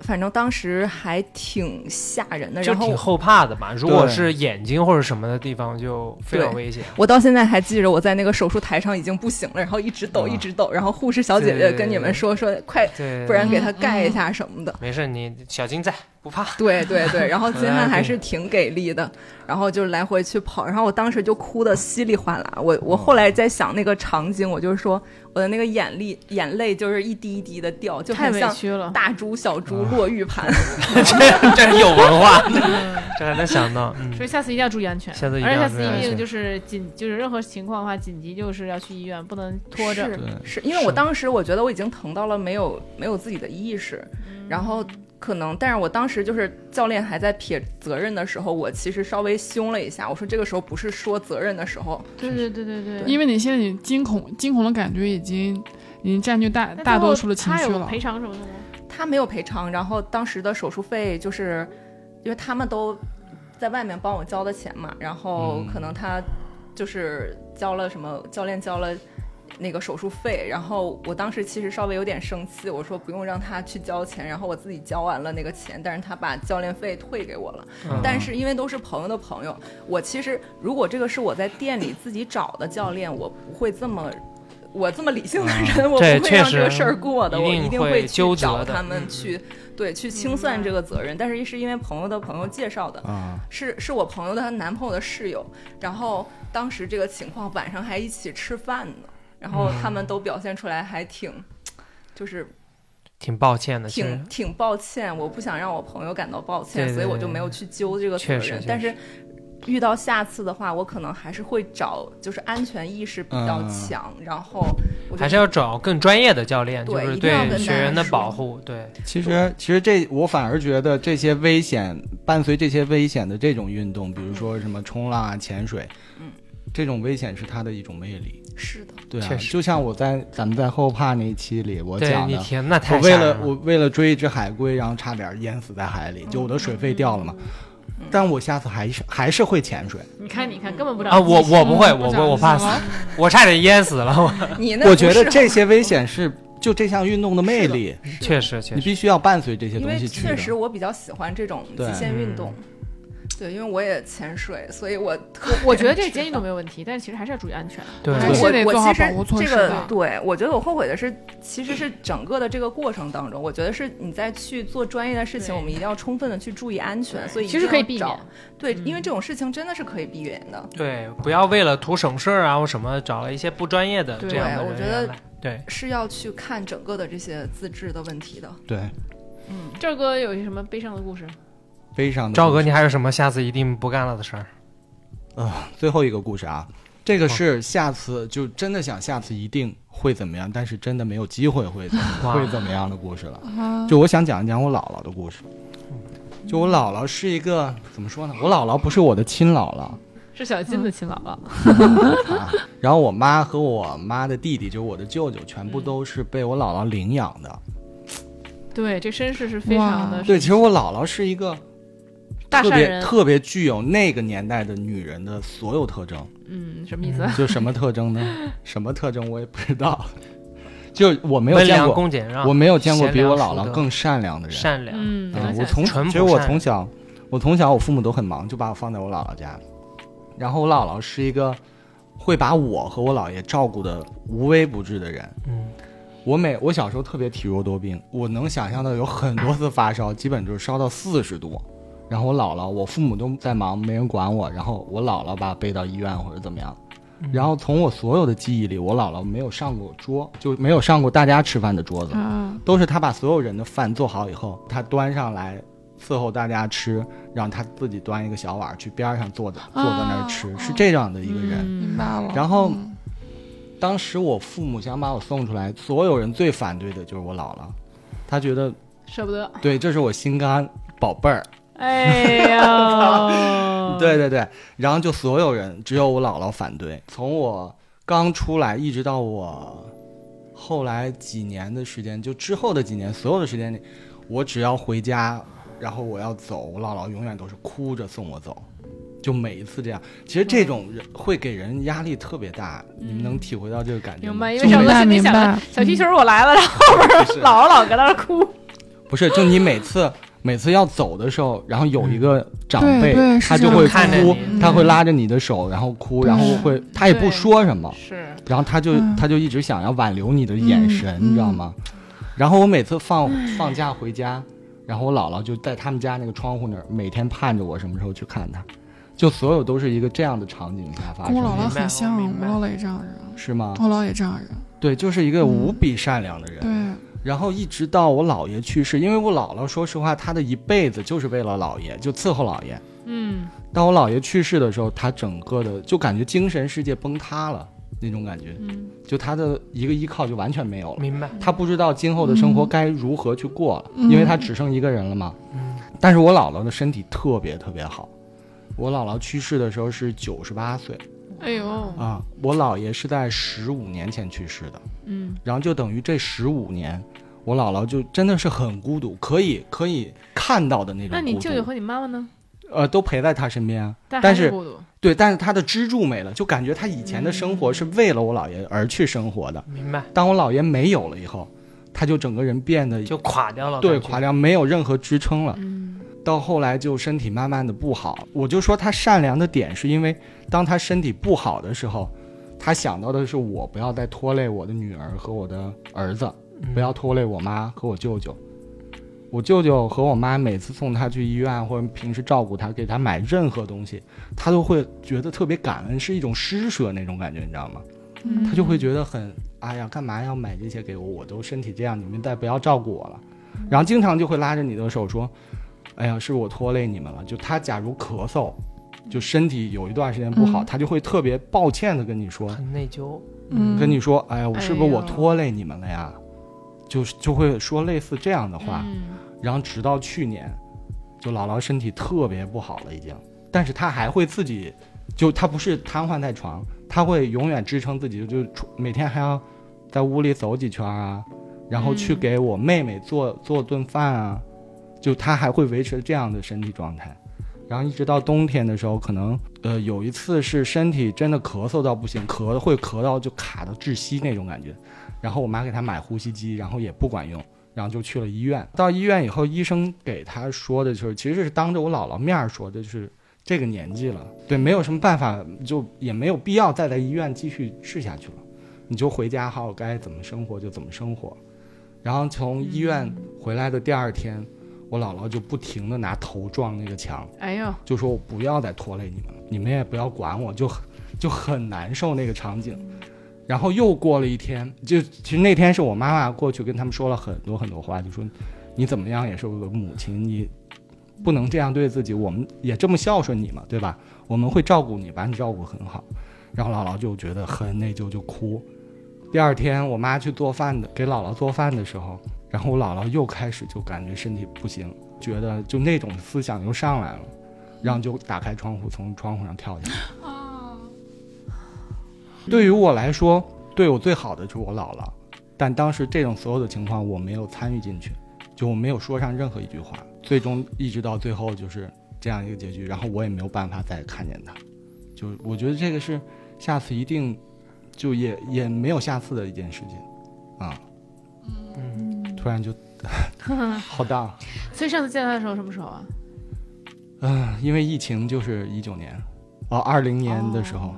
[SPEAKER 5] 反正当时还挺吓人的。
[SPEAKER 4] 对，就
[SPEAKER 5] 然
[SPEAKER 4] 挺
[SPEAKER 5] 后
[SPEAKER 4] 后怕的吧。如果
[SPEAKER 3] 对
[SPEAKER 4] 是眼睛或者什么的地方，就非常危险。
[SPEAKER 5] 我到现在还记着，我在那个手术台上已经不行了，然后一直抖，
[SPEAKER 3] 啊
[SPEAKER 5] 一直抖，然后护士小姐
[SPEAKER 4] 对对
[SPEAKER 5] 姐
[SPEAKER 4] 对
[SPEAKER 5] 跟你们说说快，
[SPEAKER 4] 对，
[SPEAKER 5] 不然
[SPEAKER 4] 对
[SPEAKER 5] 给她盖一下什么的。
[SPEAKER 4] 没事，你小金在，不怕。
[SPEAKER 5] 对对对，然后金
[SPEAKER 4] 哎
[SPEAKER 5] 汉还
[SPEAKER 4] 对
[SPEAKER 5] 是挺给力的，然后就来回去跑，然后我当时就哭得稀里哗啦。我我后来在想那个场景，我就是说我的那个眼力眼泪就是一滴一滴的掉，就
[SPEAKER 2] 太
[SPEAKER 5] 很
[SPEAKER 2] 委
[SPEAKER 5] 像
[SPEAKER 2] 屈了，
[SPEAKER 5] 大猪小猪落玉盘。
[SPEAKER 4] 这这是有文化， 这还能想到，嗯
[SPEAKER 2] 所以下次一定要注意安全。
[SPEAKER 4] 下次一定
[SPEAKER 2] 而且
[SPEAKER 4] 要
[SPEAKER 2] 下
[SPEAKER 4] 注
[SPEAKER 2] 次
[SPEAKER 4] 意安
[SPEAKER 2] 一定
[SPEAKER 4] 全
[SPEAKER 2] 就是紧，就是任何情况的话，紧急就是要去医院，不能拖着。
[SPEAKER 5] 是
[SPEAKER 3] 对
[SPEAKER 5] 是因为我当时我觉得我已经疼到了没有没有自己的意识，然后可能，但是我当时就是教练还在撇责任的时候，我其实稍微凶了一下，我说这个时候不是说责任的时候，
[SPEAKER 2] 对对对对对，
[SPEAKER 6] 因为你现在你惊恐惊恐的感觉已经已经占据大
[SPEAKER 2] 那
[SPEAKER 6] 大
[SPEAKER 2] 最后
[SPEAKER 6] 多数的情
[SPEAKER 2] 他
[SPEAKER 6] 绪
[SPEAKER 2] 有
[SPEAKER 6] 了
[SPEAKER 2] 赔，偿什么的吗？
[SPEAKER 5] 他没有赔偿，然后当时的手术费就是因为他们都在外面帮我交的钱嘛，然后
[SPEAKER 3] 嗯
[SPEAKER 5] 可能他就是交了什么教练交了。那个手术费，然后我当时其实稍微有点生气，我说不用让他去交钱，然后我自己交完了那个钱，但是他把教练费退给我了。
[SPEAKER 4] 嗯
[SPEAKER 5] 但是因为都是朋友的朋友，我其实如果这个是我在店里自己找的教练，我不会这么。我这么理性的人，我不
[SPEAKER 4] 嗯对
[SPEAKER 5] 会让
[SPEAKER 4] 确
[SPEAKER 5] 这个
[SPEAKER 4] 实
[SPEAKER 5] 事儿过的，
[SPEAKER 4] 一
[SPEAKER 5] 我
[SPEAKER 4] 定
[SPEAKER 5] 一定
[SPEAKER 4] 会
[SPEAKER 5] 会
[SPEAKER 4] 纠
[SPEAKER 5] 去
[SPEAKER 4] 结
[SPEAKER 5] 找
[SPEAKER 4] 的
[SPEAKER 5] 他
[SPEAKER 4] 嗯
[SPEAKER 5] 们
[SPEAKER 4] 嗯
[SPEAKER 5] 去，对，去清算这个责任。但是是因为朋友的朋友介绍的，
[SPEAKER 3] 啊，
[SPEAKER 5] 是是我朋友的她男朋友的室友，然后当时这个情况晚上还一起吃饭呢，然后
[SPEAKER 4] 嗯
[SPEAKER 5] 他们都表现出来还挺，就是
[SPEAKER 4] 挺抱歉的，其实
[SPEAKER 5] 挺挺抱歉，我不想让我朋友感到抱歉，
[SPEAKER 4] 对对
[SPEAKER 5] 所以我就
[SPEAKER 4] 对
[SPEAKER 5] 没有去揪这个责
[SPEAKER 4] 确实
[SPEAKER 5] 任
[SPEAKER 4] 确。
[SPEAKER 5] 但是遇到下次的话，我可能还是会找就是安全意识比较
[SPEAKER 3] 嗯
[SPEAKER 5] 强，然后我就
[SPEAKER 4] 还是要找更专业的教练，就
[SPEAKER 5] 对
[SPEAKER 4] 是
[SPEAKER 5] 一定要
[SPEAKER 4] 对
[SPEAKER 5] 跟
[SPEAKER 4] 学
[SPEAKER 5] 大家
[SPEAKER 4] 员的
[SPEAKER 5] 说
[SPEAKER 4] 保护，对，
[SPEAKER 3] 其实其实这我反而觉得这些危险伴随这些危险的这种运动，比如说什么冲浪啊、潜水，
[SPEAKER 5] 嗯，
[SPEAKER 3] 这种危险是它的一种魅力。
[SPEAKER 5] 是 的，
[SPEAKER 3] 对啊
[SPEAKER 4] 确，实
[SPEAKER 3] 就像我在咱们在后怕那一期里我
[SPEAKER 4] 对
[SPEAKER 3] 讲
[SPEAKER 4] 你
[SPEAKER 3] 的，
[SPEAKER 4] 听，那
[SPEAKER 3] 我
[SPEAKER 4] 太
[SPEAKER 3] 为
[SPEAKER 4] 吓人
[SPEAKER 3] 了我为了追一只海龟，然后差点淹死在海里，就我的水费掉了嘛。
[SPEAKER 5] 嗯
[SPEAKER 3] 但我下次还是还是会潜水，
[SPEAKER 2] 你看，你看，根本不长
[SPEAKER 4] 啊，我我不会，我
[SPEAKER 6] 嗯不
[SPEAKER 4] 我
[SPEAKER 6] 长
[SPEAKER 4] 我
[SPEAKER 6] 记
[SPEAKER 4] 怕死
[SPEAKER 6] 性了，
[SPEAKER 4] 我差点淹死了， 我
[SPEAKER 5] 你那
[SPEAKER 3] 我
[SPEAKER 5] 不
[SPEAKER 3] 觉得
[SPEAKER 5] 是
[SPEAKER 3] 这些危险是就这项运动的魅力，
[SPEAKER 4] 确实确
[SPEAKER 3] 你
[SPEAKER 4] 实，
[SPEAKER 3] 必须要伴随这些
[SPEAKER 5] 因
[SPEAKER 3] 东
[SPEAKER 5] 为
[SPEAKER 3] 西去的。
[SPEAKER 5] 确实我比较喜欢这种
[SPEAKER 3] 对
[SPEAKER 5] 极限运动
[SPEAKER 4] 嗯。
[SPEAKER 5] 对，因为我也潜水，所以我特
[SPEAKER 2] 我觉得 这
[SPEAKER 5] 别
[SPEAKER 2] 个监狱
[SPEAKER 5] 知
[SPEAKER 2] 都
[SPEAKER 5] 道
[SPEAKER 2] 没有问题，但是其实还是要注意安全。
[SPEAKER 4] 对
[SPEAKER 6] 还
[SPEAKER 5] 我
[SPEAKER 6] 是得
[SPEAKER 5] 我
[SPEAKER 6] 做好
[SPEAKER 5] 其实
[SPEAKER 6] 保护措施
[SPEAKER 5] 这个
[SPEAKER 6] 的
[SPEAKER 5] 对，我觉得我后悔的是，其实是整个的这个过程当中，我觉得是你在去做专业的事情，
[SPEAKER 2] 对
[SPEAKER 5] 我们一定要充分的去注意安全，所以一
[SPEAKER 2] 其实
[SPEAKER 5] 定
[SPEAKER 2] 可以
[SPEAKER 5] 要
[SPEAKER 2] 避
[SPEAKER 5] 找
[SPEAKER 2] 免。
[SPEAKER 5] 对，
[SPEAKER 2] 嗯
[SPEAKER 5] 因为这种事情真的是可以避免的。
[SPEAKER 4] 对，不要为了图省事儿啊或什么，找了一些不专业的
[SPEAKER 2] 对
[SPEAKER 4] 这样的
[SPEAKER 5] 我
[SPEAKER 4] 人
[SPEAKER 5] 觉得
[SPEAKER 4] 员来对，
[SPEAKER 5] 是要去看整个的这些资质的问题的。
[SPEAKER 3] 对
[SPEAKER 6] 嗯
[SPEAKER 2] 赵哥有一些什么悲伤的故事？
[SPEAKER 3] 悲伤的
[SPEAKER 4] 赵
[SPEAKER 3] 故
[SPEAKER 4] 哥，
[SPEAKER 3] 事
[SPEAKER 4] 你还有什么下次一定不干了的事儿？
[SPEAKER 3] 最后一个故事啊，这
[SPEAKER 4] 哦
[SPEAKER 3] 个是下次就真的想下次一定会怎么样，但是真的没有机会会怎
[SPEAKER 4] 哇
[SPEAKER 3] 会怎么样的故事了。
[SPEAKER 6] 啊
[SPEAKER 3] 就我想讲一讲我姥姥的故事。就我姥姥是一个怎么说呢？我姥姥不是我的亲姥姥，
[SPEAKER 2] 是小金的亲姥姥，
[SPEAKER 3] 啊，然后我妈和我妈的弟弟，就是我的舅舅，全部都是被我姥姥领养的。
[SPEAKER 2] 对，这身世是非常的
[SPEAKER 3] 对，其实我姥姥是一个
[SPEAKER 2] 大
[SPEAKER 3] 特
[SPEAKER 2] 善
[SPEAKER 3] 别
[SPEAKER 2] 人。
[SPEAKER 3] 特别具有那个年代的女人的所有特征，
[SPEAKER 2] 嗯，什么意思？
[SPEAKER 3] 就什么特征呢？ 什么特征我也不知道，就我没有
[SPEAKER 4] 温
[SPEAKER 3] 见
[SPEAKER 4] 良
[SPEAKER 3] 过，
[SPEAKER 4] 恭俭让，
[SPEAKER 3] 我没有见过比我姥
[SPEAKER 4] 贤良淑
[SPEAKER 3] 姥
[SPEAKER 4] 德
[SPEAKER 3] 更善良的人。
[SPEAKER 4] 善良，
[SPEAKER 2] 嗯，
[SPEAKER 3] 嗯，
[SPEAKER 2] 能
[SPEAKER 3] 我
[SPEAKER 2] 想
[SPEAKER 3] 从
[SPEAKER 4] 淳朴
[SPEAKER 3] 其实我
[SPEAKER 4] 善
[SPEAKER 3] 从小，我从小我父母都很忙，就把我放在我姥姥家。然后我姥姥是一个会把我和我姥爷照顾的无微不至的人。
[SPEAKER 4] 嗯，
[SPEAKER 3] 我每我小时候特别体弱多病，我能想象到有很多次发烧，基本就是烧到四十度。然后我姥姥、我父母都在忙，没人管我。然后我姥姥把我背到医院或者怎么样。然后从我所有的记忆里，我姥姥没有上过桌，就没有上过大家吃饭的桌子。
[SPEAKER 6] 啊，
[SPEAKER 3] 都是他把所有人的饭做好以后，他端上来伺候大家吃，然后他自己端一个小碗儿去边儿上坐着坐在那儿吃，
[SPEAKER 6] 哦
[SPEAKER 3] 是这样的一个人。
[SPEAKER 6] 明白
[SPEAKER 2] 嗯，
[SPEAKER 6] 了。
[SPEAKER 3] 然后
[SPEAKER 6] 嗯
[SPEAKER 3] 当时我父母想把我送出来，所有人最反对的就是我姥姥，他觉得
[SPEAKER 2] 舍不得。
[SPEAKER 3] 对，这是我心肝宝贝儿，，
[SPEAKER 2] 哎呀
[SPEAKER 3] 对对对，然后就所有人只有我姥姥反对，从我。刚出来一直到我后来几年的时间，就之后的几年所有的时间里，我只要回家，然后我要走，我姥姥永远都是哭着送我走。就每一次这样，其实这种人会给人压力特别大，你们能体会到这个感觉吗？
[SPEAKER 2] 明白，因
[SPEAKER 6] 就
[SPEAKER 2] 为小
[SPEAKER 6] 明
[SPEAKER 2] 哥
[SPEAKER 6] 白
[SPEAKER 2] 心里
[SPEAKER 6] 明
[SPEAKER 2] 想着
[SPEAKER 6] 白，
[SPEAKER 2] 小蛐蛐儿我来了，然后后边儿
[SPEAKER 3] 是
[SPEAKER 2] 姥姥老搁那儿哭，
[SPEAKER 3] 不是，就你每次每次要走的时候，然后有一个长辈，
[SPEAKER 6] 对对是
[SPEAKER 3] 他
[SPEAKER 6] 这
[SPEAKER 3] 就
[SPEAKER 6] 样
[SPEAKER 3] 会
[SPEAKER 6] 的
[SPEAKER 4] 看着
[SPEAKER 3] 哭
[SPEAKER 4] 你，
[SPEAKER 6] 嗯
[SPEAKER 3] 他会拉着你的手，然后哭，
[SPEAKER 6] 对
[SPEAKER 3] 然后会，他也不
[SPEAKER 2] 对
[SPEAKER 3] 说什么，
[SPEAKER 2] 是
[SPEAKER 3] 然后他就、
[SPEAKER 6] 嗯
[SPEAKER 3] 他就一直想要挽留你的眼神，
[SPEAKER 6] 嗯
[SPEAKER 3] 你知道吗？然后我每次放放假回家，然后我姥姥就在他们家那个窗户那儿，每天盼着我什么时候去看他，就所有都是一个这样的场景下发
[SPEAKER 6] 跟我姥
[SPEAKER 3] 生，
[SPEAKER 6] 姥
[SPEAKER 4] 明白
[SPEAKER 6] 很像，
[SPEAKER 4] 我
[SPEAKER 6] 我
[SPEAKER 4] 明白
[SPEAKER 6] 姥姥也这样人，
[SPEAKER 3] 是吗？
[SPEAKER 6] 我姥姥也这样人，
[SPEAKER 3] 对，就是一个无比善良的人。
[SPEAKER 6] 嗯对，
[SPEAKER 3] 然后一直到我姥爷去世，因为我姥姥说实话，她的一辈子就是为了姥爷，就伺候姥爷。
[SPEAKER 2] 嗯，
[SPEAKER 3] 当我姥爷去世的时候，她整个的就感觉精神世界崩塌了那种感觉，
[SPEAKER 2] 嗯
[SPEAKER 3] 就她的一个依靠就完全没有了。
[SPEAKER 4] 嗯明白，
[SPEAKER 3] 她不知道今后的生活
[SPEAKER 6] 嗯
[SPEAKER 3] 该如何去过了，
[SPEAKER 6] 嗯
[SPEAKER 3] 因为她只剩一个人了嘛。
[SPEAKER 4] 嗯，
[SPEAKER 3] 但是我姥姥的身体特别特别好，我姥姥去世的时候是九十八岁
[SPEAKER 2] 哎呦，
[SPEAKER 3] 啊，我姥爷是在十五年前去世的。
[SPEAKER 2] 嗯，
[SPEAKER 3] 然后就等于这十五年，我姥姥就真的是很孤独，可以可以看到的那种孤独。
[SPEAKER 2] 那你舅舅和你妈妈呢？
[SPEAKER 3] 呃都陪在她身边啊，
[SPEAKER 2] 但
[SPEAKER 3] 但
[SPEAKER 2] 还
[SPEAKER 3] 是啊
[SPEAKER 2] 孤独，
[SPEAKER 3] 对，但是她的支柱没了，就感觉她以前的生活是为了我姥爷而去生活的。
[SPEAKER 4] 明白，
[SPEAKER 3] 当我姥爷没有了以后，她就整个人变得
[SPEAKER 4] 就垮掉了，
[SPEAKER 3] 对
[SPEAKER 4] 感觉
[SPEAKER 3] 垮，掉，没有任何支撑了。
[SPEAKER 2] 嗯
[SPEAKER 3] 到后来就身体慢慢的不好，我就说她善良的点是因为当她身体不好的时候，她想到的是我不要再拖累我的女儿和我的儿子。
[SPEAKER 4] 嗯
[SPEAKER 3] 不要拖累我妈和我舅舅。我舅舅和我妈每次送他去医院或者平时照顾他，给他买任何东西，他都会觉得特别感恩，是一种施舍那种感觉，你知道吗？
[SPEAKER 2] 嗯
[SPEAKER 3] 他就会觉得很，哎呀，干嘛要买这些给我？我都身体这样，你们再不要照顾我了。然后经常就会拉着你的手说，哎呀，是我拖累你们了。就他假如咳嗽，就身体有一段时间不好，
[SPEAKER 6] 嗯
[SPEAKER 3] 他就会特别抱歉的跟你说，
[SPEAKER 4] 很内疚，
[SPEAKER 6] 嗯，
[SPEAKER 3] 跟你说，哎呀，我是不是我
[SPEAKER 2] 哎呦
[SPEAKER 3] 拖累你们了呀？就是就会说类似这样的话，
[SPEAKER 2] 嗯，
[SPEAKER 3] 然后直到去年，就姥姥身体特别不好了，已经，但是她还会自己，就她不是瘫痪在床，她会永远支撑自己，就出每天还要在屋里走几圈啊，然后去
[SPEAKER 2] 嗯
[SPEAKER 3] 给我妹妹做做顿饭啊，就她还会维持这样的身体状态。然后一直到冬天的时候，可能呃有一次是身体真的咳嗽到不行，咳会咳到就卡到窒息那种感觉，然后我妈给她买呼吸机，然后也不管用，然后就去了医院。到医院以后，医生给她说的就是，其实是当着我姥姥面儿说的，就是这个年纪了，对，没有什么办法，就也没有必要再在医院继续治下去了，你就回家好好该怎么生活就怎么生活。然后从医院回来的第二天，我姥姥就不停地拿头撞那个墙。
[SPEAKER 2] 哎呦，
[SPEAKER 3] 就说我不要再拖累你们了，你们也不要管我，就很就很难受那个场景。然后又过了一天，就其实那天是我妈妈过去跟他们说了很多很多话，就说你怎么样也是个母亲，你不能这样对自己，我们也这么孝顺你嘛，对吧？我们会照顾你，把你照顾很好。然后姥姥就觉得很内疚，就哭。第二天我妈去做饭的，给姥姥做饭的时候，然后我姥姥又开始就感觉身体不行，觉得就那种思想又上来了。然后就打开窗户，从窗户上跳下来。对于我来说，对我最好的就是我姥姥，但当时这种所有的情况我没有参与进去，就我没有说上任何一句话。最终一直到最后就是这样一个结局，然后我也没有办法再看见她。就我觉得这个是下次一定就也也没有下次的一件事情啊。
[SPEAKER 4] 嗯，
[SPEAKER 3] 突然就 好大
[SPEAKER 2] 所以上次见他的时候什么时候啊？
[SPEAKER 3] 啊，因为疫情就是一九年，哦，二零年的时候。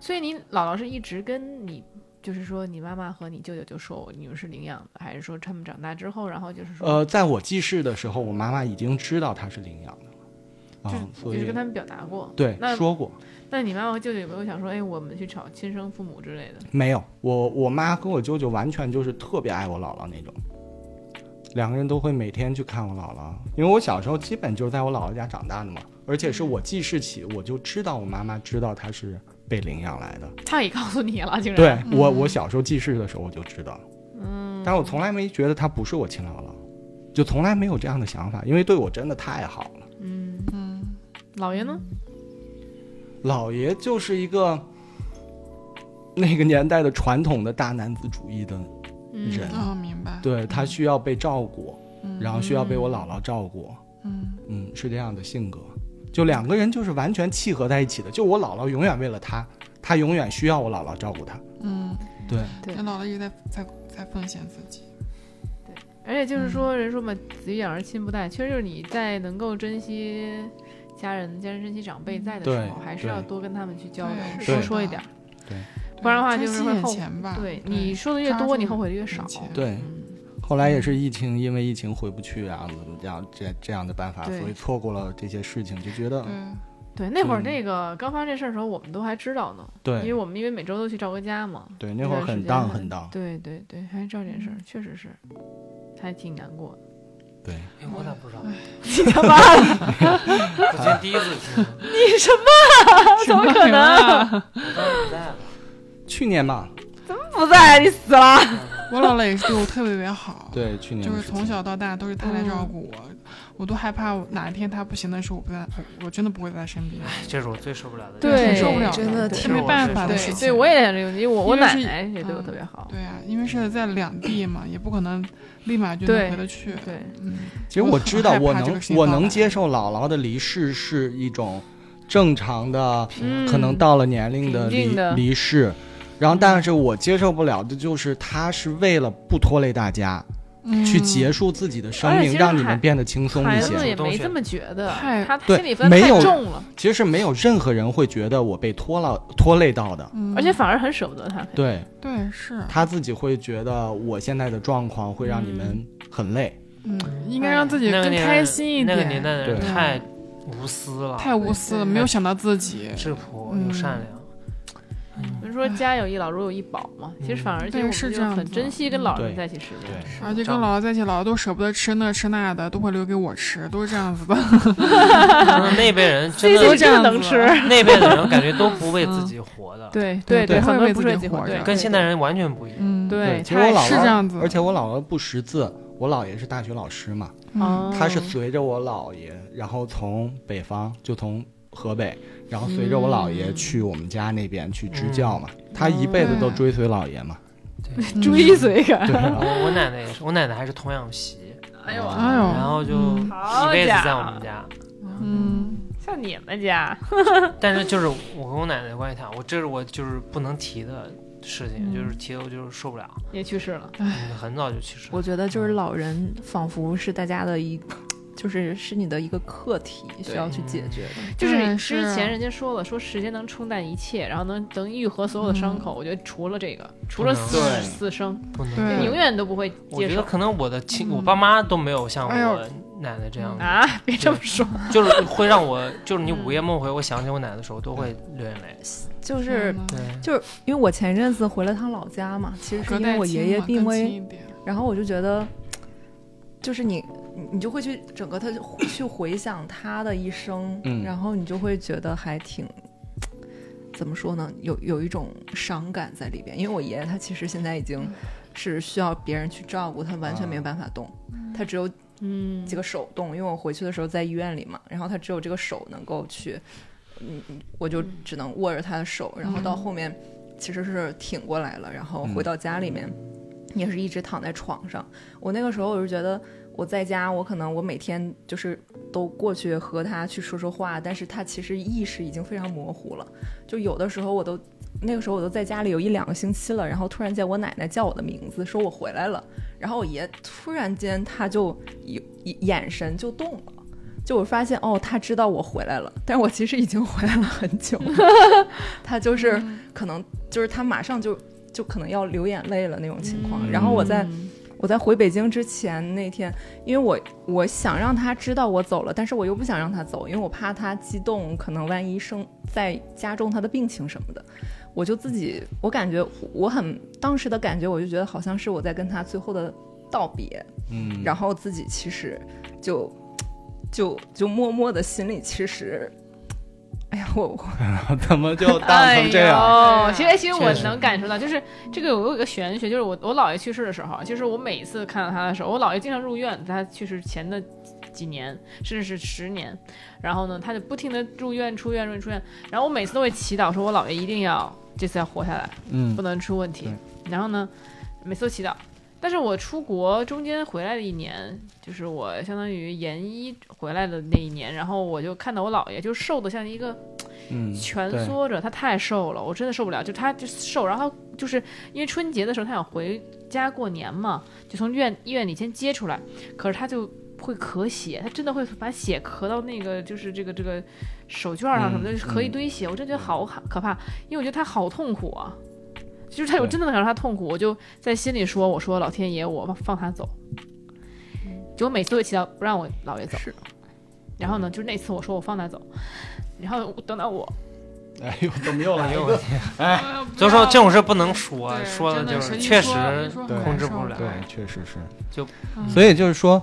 [SPEAKER 2] 所以你姥姥是一直跟你，就是说你妈妈和你舅舅就说你们是领养的，还是说他们长大之后，然后就是说，
[SPEAKER 3] 呃，在我记事的时候，我妈妈已经知道她是领养的了，
[SPEAKER 2] 就
[SPEAKER 3] 啊
[SPEAKER 2] 是，
[SPEAKER 3] 所
[SPEAKER 2] 就是
[SPEAKER 3] 以
[SPEAKER 2] 跟他们表达过。
[SPEAKER 3] 对
[SPEAKER 2] 那
[SPEAKER 3] 说过
[SPEAKER 2] 那你妈妈和舅舅有没有想说，哎，我们去找亲生父母之类的？
[SPEAKER 3] 没有？我我妈跟我舅舅完全就是特别爱我姥姥那种，两个人都会每天去看我姥姥，因为我小时候基本就是在我姥姥家长大的嘛，而且
[SPEAKER 2] 嗯
[SPEAKER 3] 是我记事起我就知道我妈妈知道她是被领养来的，
[SPEAKER 2] 他也告诉你了，竟然。
[SPEAKER 3] 对我我小时候记事的时候我就知道了，
[SPEAKER 2] 啊嗯，
[SPEAKER 3] 但是我从来没觉得她不是我亲姥姥，就从来没有这样的想法，因为对我真的太好了。
[SPEAKER 2] 嗯，
[SPEAKER 6] 嗯，
[SPEAKER 2] 姥爷呢？
[SPEAKER 3] 姥爷就是一个， 那个年代的传统的大男子主义的，
[SPEAKER 2] 嗯
[SPEAKER 3] 人
[SPEAKER 6] 哦，明白。
[SPEAKER 3] 对他需要被照顾，
[SPEAKER 6] 嗯，
[SPEAKER 3] 然后需要被我姥姥照顾，
[SPEAKER 6] 嗯
[SPEAKER 3] 嗯，是这样的性格，就两个人就是完全契合在一起的，就我姥姥永远为了他，他永远需要我姥姥照顾他，
[SPEAKER 6] 嗯，
[SPEAKER 3] 对，
[SPEAKER 2] 对
[SPEAKER 6] 那姥姥一直在在在奉献自己。
[SPEAKER 2] 而且就是说，人说嘛，子欲养而亲不待，其实就是你在能够珍惜家人、家人珍惜长辈在的时候，
[SPEAKER 3] 对
[SPEAKER 2] 还是要多跟他们去交流，
[SPEAKER 6] 对
[SPEAKER 2] 多
[SPEAKER 3] 是
[SPEAKER 2] 说一
[SPEAKER 6] 的
[SPEAKER 2] 点儿，
[SPEAKER 3] 对
[SPEAKER 2] 不然的话
[SPEAKER 6] 珍
[SPEAKER 2] 就是
[SPEAKER 6] 惜
[SPEAKER 2] 会
[SPEAKER 6] 眼
[SPEAKER 2] 后
[SPEAKER 6] 前吧。
[SPEAKER 2] 对你说的越
[SPEAKER 6] 抓
[SPEAKER 2] 多，
[SPEAKER 6] 住
[SPEAKER 2] 你后悔的越少
[SPEAKER 6] 眼。前
[SPEAKER 3] 对
[SPEAKER 2] 嗯
[SPEAKER 3] 后来也是疫情，因为疫情回不去啊，怎么这样这这样的办法，
[SPEAKER 2] 对
[SPEAKER 3] 所以错过了这些事情，就觉得
[SPEAKER 6] 对，
[SPEAKER 2] 对，那会儿
[SPEAKER 3] 嗯
[SPEAKER 2] 那个刚发生这事儿的时候，我们都还知道呢，因为
[SPEAKER 3] 对
[SPEAKER 2] 我们因为每周都去赵哥家嘛。
[SPEAKER 3] 对，那会儿很荡很荡，
[SPEAKER 2] 对对对，还知道这件事儿，确实是，还挺难过的。
[SPEAKER 3] 对，
[SPEAKER 4] 哎我咋不知道？
[SPEAKER 2] 你他妈的，
[SPEAKER 4] 我今天第一次听，
[SPEAKER 2] 你什么？ 怎么可
[SPEAKER 6] 啊
[SPEAKER 2] 能？
[SPEAKER 4] 我当时不在了。
[SPEAKER 3] 去年嘛，
[SPEAKER 2] 不在，啊你死了。
[SPEAKER 6] 我姥姥也是对我特别特别 好。。
[SPEAKER 3] 对，去年
[SPEAKER 6] 就
[SPEAKER 3] 的
[SPEAKER 6] 是
[SPEAKER 3] 事
[SPEAKER 6] 从
[SPEAKER 3] 情
[SPEAKER 6] 小到大都是她来照顾我，我都害怕我哪一天她不行的时候，我不在，我我真的不会在她身边，
[SPEAKER 4] 这是我最受不了的，
[SPEAKER 2] 对
[SPEAKER 6] 很受不了
[SPEAKER 5] 真的
[SPEAKER 6] 的，
[SPEAKER 5] 挺
[SPEAKER 6] 这没办法的事
[SPEAKER 2] 对，
[SPEAKER 6] 情。
[SPEAKER 2] 对我也想这个问题，我我
[SPEAKER 6] 因为
[SPEAKER 2] 奶
[SPEAKER 6] 是
[SPEAKER 2] 奶也对我特别好。
[SPEAKER 6] 对啊，因为是在两地嘛，也不可能立马就
[SPEAKER 2] 对
[SPEAKER 6] 能回得去。
[SPEAKER 2] 对，
[SPEAKER 6] 嗯，
[SPEAKER 3] 其实我知道，
[SPEAKER 6] 我
[SPEAKER 3] 我
[SPEAKER 6] 很害怕这
[SPEAKER 3] 能
[SPEAKER 6] 个事情
[SPEAKER 3] 我
[SPEAKER 6] 到来
[SPEAKER 3] 能接受姥姥的离世是一种正常的，
[SPEAKER 2] 嗯
[SPEAKER 3] 可能到了年龄的
[SPEAKER 2] 平
[SPEAKER 3] 离
[SPEAKER 2] 静的
[SPEAKER 3] 离世。然后，但是我接受不了的就是，他是为了不拖累大家，
[SPEAKER 6] 嗯
[SPEAKER 3] 去结束自己的生
[SPEAKER 2] 而且其
[SPEAKER 3] 命，
[SPEAKER 2] 实
[SPEAKER 3] 让你
[SPEAKER 2] 孩
[SPEAKER 3] 们变得轻松
[SPEAKER 2] 孩
[SPEAKER 3] 一
[SPEAKER 2] 子
[SPEAKER 3] 些。
[SPEAKER 2] 也没这么觉得，
[SPEAKER 6] 太
[SPEAKER 2] 他
[SPEAKER 3] 对
[SPEAKER 2] 心理负担
[SPEAKER 3] 没
[SPEAKER 2] 太
[SPEAKER 3] 有
[SPEAKER 2] 重了，
[SPEAKER 3] 其实是没有任何人会觉得我被拖了拖累到的，
[SPEAKER 6] 嗯
[SPEAKER 2] 而且反而很舍不得他。
[SPEAKER 3] 对
[SPEAKER 6] 对是，
[SPEAKER 3] 他自己会觉得我现在的状况会让你们很累。
[SPEAKER 6] 嗯，应该让自己
[SPEAKER 4] 那个
[SPEAKER 6] 更
[SPEAKER 4] 年
[SPEAKER 6] 开心一
[SPEAKER 4] 那
[SPEAKER 6] 点。
[SPEAKER 4] 个年代的人
[SPEAKER 3] 对
[SPEAKER 4] 太无私了，
[SPEAKER 6] 太无私了，没有想到自己。
[SPEAKER 4] 质朴
[SPEAKER 6] 嗯
[SPEAKER 4] 又善良。
[SPEAKER 2] 人说家有一老如有一宝嘛，其实反而就
[SPEAKER 6] 对
[SPEAKER 2] 我们
[SPEAKER 6] 是
[SPEAKER 2] 就
[SPEAKER 6] 这样
[SPEAKER 2] 很
[SPEAKER 6] 子
[SPEAKER 2] 珍惜跟
[SPEAKER 6] 嗯
[SPEAKER 2] 老人
[SPEAKER 3] 嗯对
[SPEAKER 2] 在一起时光。
[SPEAKER 3] 对
[SPEAKER 6] 而且跟姥姥在一起，姥姥都舍不得吃那吃那的，都会留给我吃，都是这样子的。
[SPEAKER 4] 嗯那辈人真
[SPEAKER 2] 这
[SPEAKER 6] 都
[SPEAKER 2] 个
[SPEAKER 4] 的，
[SPEAKER 6] 这
[SPEAKER 2] 真的
[SPEAKER 6] 样子
[SPEAKER 2] 能吃，
[SPEAKER 4] 那辈的人感觉都不为自己活的，
[SPEAKER 2] 对
[SPEAKER 6] 对
[SPEAKER 2] 对，
[SPEAKER 6] 对
[SPEAKER 2] 很
[SPEAKER 6] 会
[SPEAKER 2] 多人
[SPEAKER 6] 为
[SPEAKER 2] 不
[SPEAKER 6] 自
[SPEAKER 2] 是
[SPEAKER 6] 己
[SPEAKER 2] 自己
[SPEAKER 6] 活着
[SPEAKER 2] 对，
[SPEAKER 4] 跟现代人完全不一样。
[SPEAKER 6] 嗯，
[SPEAKER 2] 对，
[SPEAKER 3] 其实
[SPEAKER 2] 太
[SPEAKER 3] 我姥姥
[SPEAKER 6] 是这样子的
[SPEAKER 3] 而且我姥姥不识字，我姥爷是大学老师嘛，
[SPEAKER 6] 嗯，
[SPEAKER 3] 他是随着我姥爷，然后从北方就从河北，然后随着我姥
[SPEAKER 6] 嗯
[SPEAKER 3] 爷去我们家那边去支教嘛。他一辈子都追随姥爷嘛。
[SPEAKER 6] 嗯
[SPEAKER 2] 追。随感。
[SPEAKER 4] 我我奶奶也是，我奶奶还是童养媳，
[SPEAKER 2] 哎呦，
[SPEAKER 6] 哎
[SPEAKER 4] 然
[SPEAKER 6] 呦，
[SPEAKER 4] 后就
[SPEAKER 6] 嗯
[SPEAKER 2] 好
[SPEAKER 4] 一辈子
[SPEAKER 2] 家
[SPEAKER 4] 在我们
[SPEAKER 2] 伙，
[SPEAKER 4] 家。
[SPEAKER 6] 嗯，
[SPEAKER 2] 像你们家，
[SPEAKER 4] 但是就是我跟我奶奶的关系好，我这是我就是不能提的事情，就是
[SPEAKER 6] 嗯
[SPEAKER 4] 提了我就是受不了，
[SPEAKER 2] 也去世了，
[SPEAKER 4] 很早就去世了。
[SPEAKER 5] 我觉得就是老人仿佛是大家的一， 就是是你的一个课题需要去解决的。
[SPEAKER 2] 就是
[SPEAKER 6] 对
[SPEAKER 2] 之
[SPEAKER 6] 是
[SPEAKER 2] 前人家说了，说时间能冲淡一切，然后能能愈合所有的伤口。我觉得除了这个，除了
[SPEAKER 4] 不能
[SPEAKER 2] 死
[SPEAKER 3] 对
[SPEAKER 2] 死生，
[SPEAKER 4] 嗯不能，
[SPEAKER 6] 对
[SPEAKER 2] 你永远都不会
[SPEAKER 4] 嗯我
[SPEAKER 2] 接
[SPEAKER 4] 觉得
[SPEAKER 2] 受
[SPEAKER 4] 可能我的亲，
[SPEAKER 6] 嗯
[SPEAKER 4] 我爸妈都没有像
[SPEAKER 6] 哎呦嗯
[SPEAKER 4] 我奶奶这样子，
[SPEAKER 2] 啊！别这么说，
[SPEAKER 4] 就是会让我，就是你
[SPEAKER 2] 嗯
[SPEAKER 4] 午夜梦回，我想起我奶奶的时候，都会
[SPEAKER 6] 嗯
[SPEAKER 4] 流眼泪。
[SPEAKER 5] 就是
[SPEAKER 6] 天哪
[SPEAKER 4] 对，
[SPEAKER 5] 就是因为我前一阵子回了趟老家嘛，其实是
[SPEAKER 6] 隔
[SPEAKER 5] 因为
[SPEAKER 6] 代
[SPEAKER 5] 我
[SPEAKER 6] 亲
[SPEAKER 5] 爷爷
[SPEAKER 6] 嘛
[SPEAKER 5] 病
[SPEAKER 6] 更
[SPEAKER 5] 危
[SPEAKER 6] 亲一点
[SPEAKER 5] 然后我就觉得，就是你，你你就会去整个他就回去回想他的一生，
[SPEAKER 3] 嗯
[SPEAKER 5] 然后你就会觉得还挺，怎么说呢，有有一种伤感在里边。因为我爷爷他其实现在已经是需要别人去照顾，他完全没有办法动，他只有
[SPEAKER 2] 嗯，
[SPEAKER 5] 几个手动。因为我回去的时候在医院里嘛，然后他只有这个手能够去，嗯，我就只能握着他的手，然后到后面其实是挺过来了，然后回到家里面。也是一直躺在床上。我那个时候我就觉得我在家，我可能我每天就是都过去和他去说说话，但是他其实意识已经非常模糊了。就有的时候我都那个时候我都在家里有一两个星期了，然后突然间我奶奶叫我的名字，说我回来了，然后我爷突然间他就有眼神就动了。就我发现哦，他知道我回来了，但是我其实已经回来了很久了。他就是可能就是他马上就就可能要流眼泪了那种情况。
[SPEAKER 2] 嗯
[SPEAKER 5] 然后我在我在回北京之前那天，因为我我想让他知道我走了，但是我又不想让他走，因为我怕他激动，可能万一生再加重他的病情什么的。我就自己，我感觉我很当时的感觉，我就觉得好像是我在跟他最后的道别，
[SPEAKER 3] 嗯，
[SPEAKER 5] 然后自己其实就就就默默的心里其实，哎呀，我我
[SPEAKER 3] 怎么就荡成这
[SPEAKER 6] 哎
[SPEAKER 3] 样？
[SPEAKER 2] 哦，其实其实我
[SPEAKER 4] 确实
[SPEAKER 2] 能感受到，就是这个有一个玄学，就是我我姥爷去世的时候，就是我每次看到他的时候，我姥爷经常入院，在他去世前的几年，甚至是十年，然后呢，他就不停的入院出院入院出院，然后我每次都会祈祷说，我姥爷一定要这次要活下来，
[SPEAKER 3] 嗯
[SPEAKER 2] 不能出问题。然后呢，每次都祈祷。但是我出国中间回来了一年，就是我相当于研一回来的那一年，然后我就看到我姥爷就瘦的像一个
[SPEAKER 3] 嗯，
[SPEAKER 2] 蜷
[SPEAKER 3] 对
[SPEAKER 2] 缩着，他太瘦了，我真的受不了。就他就瘦，然后就是因为春节的时候他想回家过年嘛，就从院医院里先接出来，可是他就会咳血，他真的会把血咳到那个就是这个这个手绢上
[SPEAKER 3] 嗯
[SPEAKER 2] 什么的，就咳一堆血，我真觉得好可可怕，因为我觉得他好痛苦啊。就是他，我
[SPEAKER 3] 对
[SPEAKER 2] 真的想让他痛苦，我就在心里说：“我说老天爷，我放他走。”结果每次都会祈祷不让我姥爷走。然后呢，就是那次我说我放他走，然后等到我
[SPEAKER 3] 哎呦，怎么又来
[SPEAKER 4] 哎
[SPEAKER 3] 一
[SPEAKER 4] 呦
[SPEAKER 3] 个
[SPEAKER 4] 我天！就
[SPEAKER 6] 不
[SPEAKER 4] 说
[SPEAKER 6] 要
[SPEAKER 4] 这种事不能说，
[SPEAKER 6] 对
[SPEAKER 4] 说了
[SPEAKER 6] 真的
[SPEAKER 4] 就是
[SPEAKER 6] 一
[SPEAKER 4] 确实
[SPEAKER 6] 说一说很
[SPEAKER 3] 对
[SPEAKER 6] 难
[SPEAKER 4] 控制
[SPEAKER 6] 受
[SPEAKER 4] 不了
[SPEAKER 3] 对，确实 是。
[SPEAKER 6] 嗯
[SPEAKER 3] 所以就是说，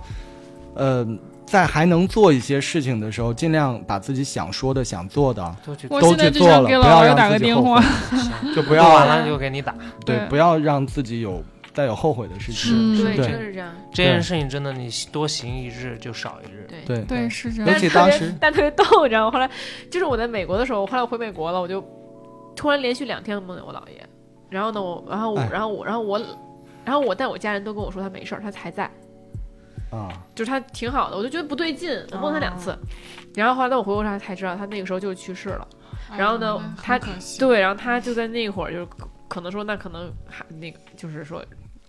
[SPEAKER 3] 呃，在还能做一些事情的时候，尽量把自己想说的、想做的
[SPEAKER 4] 都去
[SPEAKER 6] 我
[SPEAKER 3] 都
[SPEAKER 6] 现在
[SPEAKER 3] 去
[SPEAKER 6] 就
[SPEAKER 3] 做
[SPEAKER 6] 想
[SPEAKER 3] 了
[SPEAKER 6] 给
[SPEAKER 3] 不
[SPEAKER 6] 老
[SPEAKER 3] 要
[SPEAKER 6] 师
[SPEAKER 3] 让
[SPEAKER 6] 打
[SPEAKER 3] 自
[SPEAKER 6] 个
[SPEAKER 3] 己
[SPEAKER 6] 电
[SPEAKER 3] 后
[SPEAKER 6] 话，
[SPEAKER 3] 就不
[SPEAKER 4] 录完
[SPEAKER 3] 要
[SPEAKER 4] 了就给你打。
[SPEAKER 3] 对，
[SPEAKER 6] 对
[SPEAKER 3] 不要让自己有再有后悔的事情。
[SPEAKER 6] 嗯
[SPEAKER 2] 对，
[SPEAKER 3] 对
[SPEAKER 2] 真的是这样。
[SPEAKER 4] 这件事情真的，你多行一日就少一日。
[SPEAKER 2] 对
[SPEAKER 3] 对
[SPEAKER 6] 对，是这
[SPEAKER 3] 尤
[SPEAKER 6] 样
[SPEAKER 2] 但
[SPEAKER 3] 其
[SPEAKER 2] 是特
[SPEAKER 3] 当
[SPEAKER 2] 别
[SPEAKER 3] 时，
[SPEAKER 2] 但特别逗，你知道吗？后来就是我在美国的时候，我后来我回美国了，我就突然连续两天梦见我姥爷。然后呢，我，然后我，
[SPEAKER 3] 哎
[SPEAKER 2] 然后我，然后我，然后我带我家人都跟我说他没事儿，他还在，
[SPEAKER 3] 啊，
[SPEAKER 2] 就是他挺好的。我就觉得不对劲，我梦他两次。然后后来等我回国上才知道，他那个时候就去世了。然后呢
[SPEAKER 6] 哎呀
[SPEAKER 2] 他
[SPEAKER 6] 很可惜
[SPEAKER 2] 对，然后他就在那会儿就是可可能说那可能还那个就是说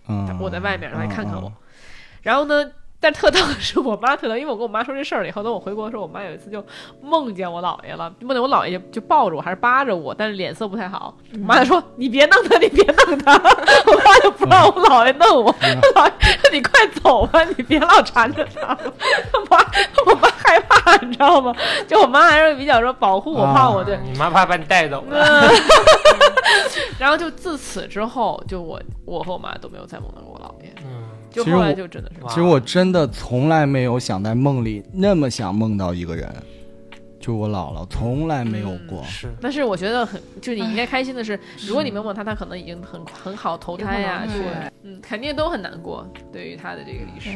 [SPEAKER 3] 嗯，
[SPEAKER 2] 我在外面
[SPEAKER 3] 嗯
[SPEAKER 2] 来看看我。然后呢，但特逗的是我妈特逗，因为我跟我妈说这事儿了以后，等我回国的时候，我妈有一次就梦见我姥爷了，梦见我姥爷就抱着我，还是扒着我，但是脸色不太好。
[SPEAKER 3] 嗯
[SPEAKER 2] 我妈就说：“你别弄他，你别弄 他。”我妈就不让我姥爷弄我，
[SPEAKER 3] 嗯
[SPEAKER 2] 我姥爷 说：“你快走吧，你别老缠着他。”我妈，我妈害怕，你知道吗？就我妈还是比较说保护我、
[SPEAKER 3] 啊
[SPEAKER 2] 怕我，对。
[SPEAKER 4] 你妈怕把你带走 了，
[SPEAKER 2] 然后就自此之后，就我我和我妈都没有再梦到过我姥爷，
[SPEAKER 4] 嗯，
[SPEAKER 2] 就
[SPEAKER 3] 其实
[SPEAKER 2] 后来
[SPEAKER 3] 我
[SPEAKER 2] 就真的是
[SPEAKER 4] 哇
[SPEAKER 3] 其实我真的从来没有想在梦里那么想梦到一个人，就我姥姥，从来没有
[SPEAKER 2] 嗯
[SPEAKER 3] 过。
[SPEAKER 4] 是
[SPEAKER 2] 但是我觉得很，就你应该开心的
[SPEAKER 4] 嗯
[SPEAKER 2] 是，如果你没问他，他可能已经很很好投胎呀、
[SPEAKER 5] 有可
[SPEAKER 2] 去
[SPEAKER 5] 能
[SPEAKER 6] 对，
[SPEAKER 2] 嗯，肯定都很难过，对于他的这个离世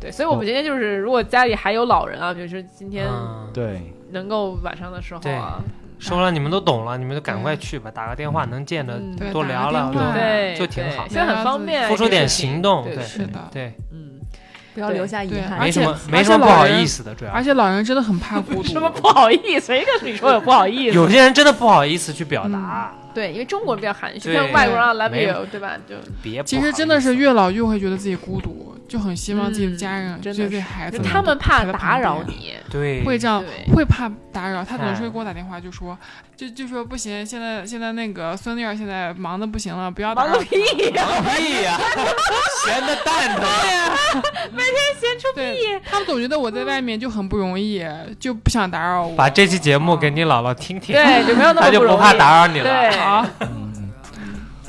[SPEAKER 6] 对，
[SPEAKER 2] 对，所以我们今天就是，如果家里还有老人啊，比如说今天
[SPEAKER 4] 嗯，
[SPEAKER 3] 对，
[SPEAKER 2] 能够晚上的时候啊，
[SPEAKER 4] 说了你们都懂了，你们就赶快去吧，打个电话能见着
[SPEAKER 2] 嗯
[SPEAKER 6] 对
[SPEAKER 4] 多
[SPEAKER 6] 打
[SPEAKER 4] 聊
[SPEAKER 6] 个
[SPEAKER 4] 聊，
[SPEAKER 6] 电话
[SPEAKER 2] 对，
[SPEAKER 4] 就挺
[SPEAKER 2] 对
[SPEAKER 4] 好
[SPEAKER 2] 现在很方便，
[SPEAKER 4] 付出点行动，
[SPEAKER 2] 对
[SPEAKER 4] 对
[SPEAKER 6] 是的。
[SPEAKER 4] 对，
[SPEAKER 2] 嗯，
[SPEAKER 5] 不要留下遗
[SPEAKER 6] 对
[SPEAKER 5] 憾。
[SPEAKER 6] 而
[SPEAKER 4] 没
[SPEAKER 6] 且
[SPEAKER 4] 什么
[SPEAKER 6] 而
[SPEAKER 4] 没
[SPEAKER 6] 且
[SPEAKER 4] 什么不
[SPEAKER 6] 老
[SPEAKER 4] 好
[SPEAKER 6] 人
[SPEAKER 4] 意思的，主要
[SPEAKER 6] 而且老人真的很怕孤独，
[SPEAKER 2] 什么不好意思，谁跟你说有不好意思？
[SPEAKER 4] 有些人真的不好意思去表达，
[SPEAKER 2] 对，因为中国人比较含蓄，
[SPEAKER 4] 对
[SPEAKER 2] 像外国人啊，love
[SPEAKER 4] 没
[SPEAKER 2] you，对吧？就
[SPEAKER 4] 别不
[SPEAKER 6] 嗯其
[SPEAKER 4] 好
[SPEAKER 6] 实
[SPEAKER 4] 意
[SPEAKER 6] 真的
[SPEAKER 4] 思
[SPEAKER 6] 是越老越会觉得自己孤独，就很希望自己的家人、
[SPEAKER 2] 啊嗯
[SPEAKER 6] 就
[SPEAKER 2] 真的
[SPEAKER 6] 自己的
[SPEAKER 2] 是
[SPEAKER 4] 哎
[SPEAKER 6] 孩子
[SPEAKER 2] 就他们怕打扰
[SPEAKER 6] 对
[SPEAKER 2] 你，
[SPEAKER 4] 对
[SPEAKER 6] 会这样，
[SPEAKER 2] 对嗯
[SPEAKER 6] 会怕打扰。他总是
[SPEAKER 4] 哎
[SPEAKER 6] 会给我打电话，就说就就说不行，现在现在那个孙女儿现在忙的不行了，不要打
[SPEAKER 2] 忙
[SPEAKER 6] 扰
[SPEAKER 2] 个。啊屁 呀！
[SPEAKER 4] 屁哎呀，闲的蛋疼，
[SPEAKER 6] 对，他们总觉得我在外面就很不容易，就不想打扰我。
[SPEAKER 4] 把这期节目给你姥姥听 听，
[SPEAKER 2] 对，就没有那
[SPEAKER 4] 她
[SPEAKER 2] 么
[SPEAKER 4] 就
[SPEAKER 2] 容易
[SPEAKER 4] 不怕打扰你了。啊
[SPEAKER 2] 对，
[SPEAKER 6] 好，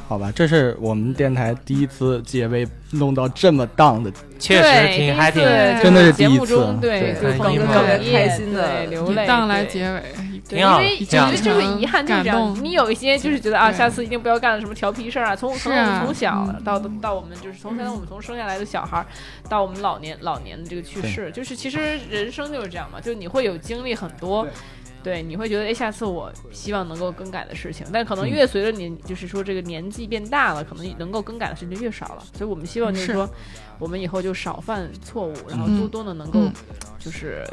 [SPEAKER 3] 好吧，这是我们电台第一次结尾弄到这么荡的，
[SPEAKER 4] 确实挺还挺
[SPEAKER 6] 对
[SPEAKER 3] 真的是
[SPEAKER 2] 节
[SPEAKER 3] 第一
[SPEAKER 2] 目
[SPEAKER 3] 次
[SPEAKER 2] 中对，
[SPEAKER 3] 对
[SPEAKER 2] 就
[SPEAKER 4] 很
[SPEAKER 2] 放
[SPEAKER 4] 意
[SPEAKER 2] 纵
[SPEAKER 4] 外
[SPEAKER 2] 夜
[SPEAKER 5] 开心的
[SPEAKER 2] 对流
[SPEAKER 6] 以
[SPEAKER 2] 泪，
[SPEAKER 6] 荡来
[SPEAKER 2] 对。
[SPEAKER 6] 结尾，
[SPEAKER 2] 对，
[SPEAKER 4] 挺
[SPEAKER 2] 因
[SPEAKER 4] 好
[SPEAKER 2] 为
[SPEAKER 4] 挺好
[SPEAKER 2] 我觉得就是
[SPEAKER 6] 真诚
[SPEAKER 2] 遗憾就是这
[SPEAKER 6] 感
[SPEAKER 2] 样，
[SPEAKER 6] 动
[SPEAKER 2] 你有一些就是觉得啊，
[SPEAKER 6] 对
[SPEAKER 2] 下次一定不要干什么调皮事儿啊。从
[SPEAKER 6] 是
[SPEAKER 2] 从我
[SPEAKER 6] 啊
[SPEAKER 2] 们从小
[SPEAKER 6] 嗯
[SPEAKER 2] 到到我们就是从现在我们从生下来的小孩儿，到我们老年老年的这个去世，就是其实人生就是这样嘛，就你会有经历很多。对，你会觉得哎，下次我希望能够更改的事情，但
[SPEAKER 4] 嗯
[SPEAKER 2] 可能越随着你就是说这个年纪变大了，可能能够更改的事情就越少了。所以我们希望就是
[SPEAKER 6] 是
[SPEAKER 2] 说，我们以后就少犯错误，然后
[SPEAKER 6] 嗯
[SPEAKER 2] 多多的能够
[SPEAKER 6] 嗯
[SPEAKER 2] 就是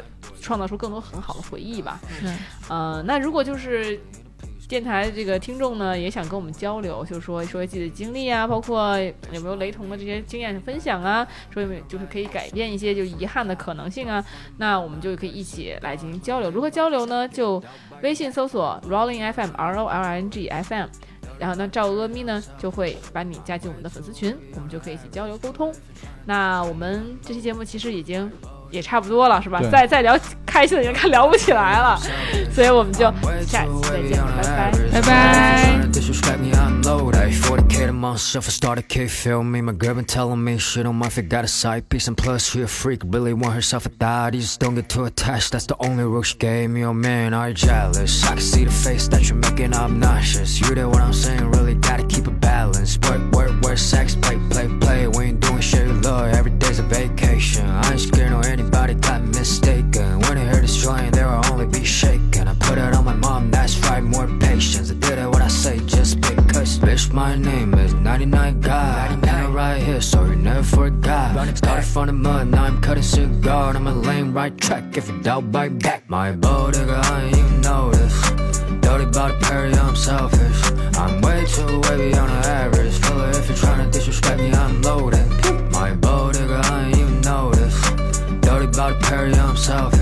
[SPEAKER 2] 创造出更多很好的回忆吧。
[SPEAKER 6] 是
[SPEAKER 2] 呃，那如果就是电台这个听众呢，也想跟我们交流，就是说说自己的经历啊，包括有没有雷同的这些经验分享啊，说有没有就是可以改变一些就遗憾的可能性啊，那我们就可以一起来进行交流。如何交流呢？就微信搜索 Rolling FM R O L I N G F M。然后呢，赵阿咪呢就会把你加进我们的粉丝群，我们就可以一起交流沟通。那我们这期节目其实已经也差不多了，是吧？
[SPEAKER 3] 对
[SPEAKER 2] 再再聊开心的已经快聊不起来了。所以我们就
[SPEAKER 1] I'm way
[SPEAKER 2] 下期
[SPEAKER 1] too
[SPEAKER 2] 再
[SPEAKER 1] wavy
[SPEAKER 2] 见
[SPEAKER 1] on
[SPEAKER 2] 了，
[SPEAKER 1] the
[SPEAKER 2] 拜拜。
[SPEAKER 1] average.
[SPEAKER 6] Bye
[SPEAKER 1] So
[SPEAKER 6] bye.
[SPEAKER 1] if you're tryna disrespect me, I'm low. Ay, 40k to myself, I started K, feel me. My girl been telling me she don't mind if I got a side piece. And plus, she a freak, really want herself a thought. You just don't get too attached, that's the only rule she gave me. Oh man, are you jealous? I can see the face that you're making obnoxious. You did what I'm saying, really gotta keep a balance. Work, work, work, sex, play, play, play. We ain't doing shit you love, every day's a vacation. I ain't scared of anybody, got mistaken. When I hear this joint, there will only be shaken. I put it on my mom, that's right, more patience. I did it what I say, my name is 99 God. Kinda right here, so you never forgot. Started from the mud, now I'm cutting cigar. I'm a lame right track, if you doubt, bite back. My bodega, I ain't even noticed. Dirty body, Perry, I'm selfish. I'm way too wavy on the average. Filler, if you're trying to disrespect me, I'm loaded. My bodega, I ain't even noticed. Dirty body, Perry, I'm selfish.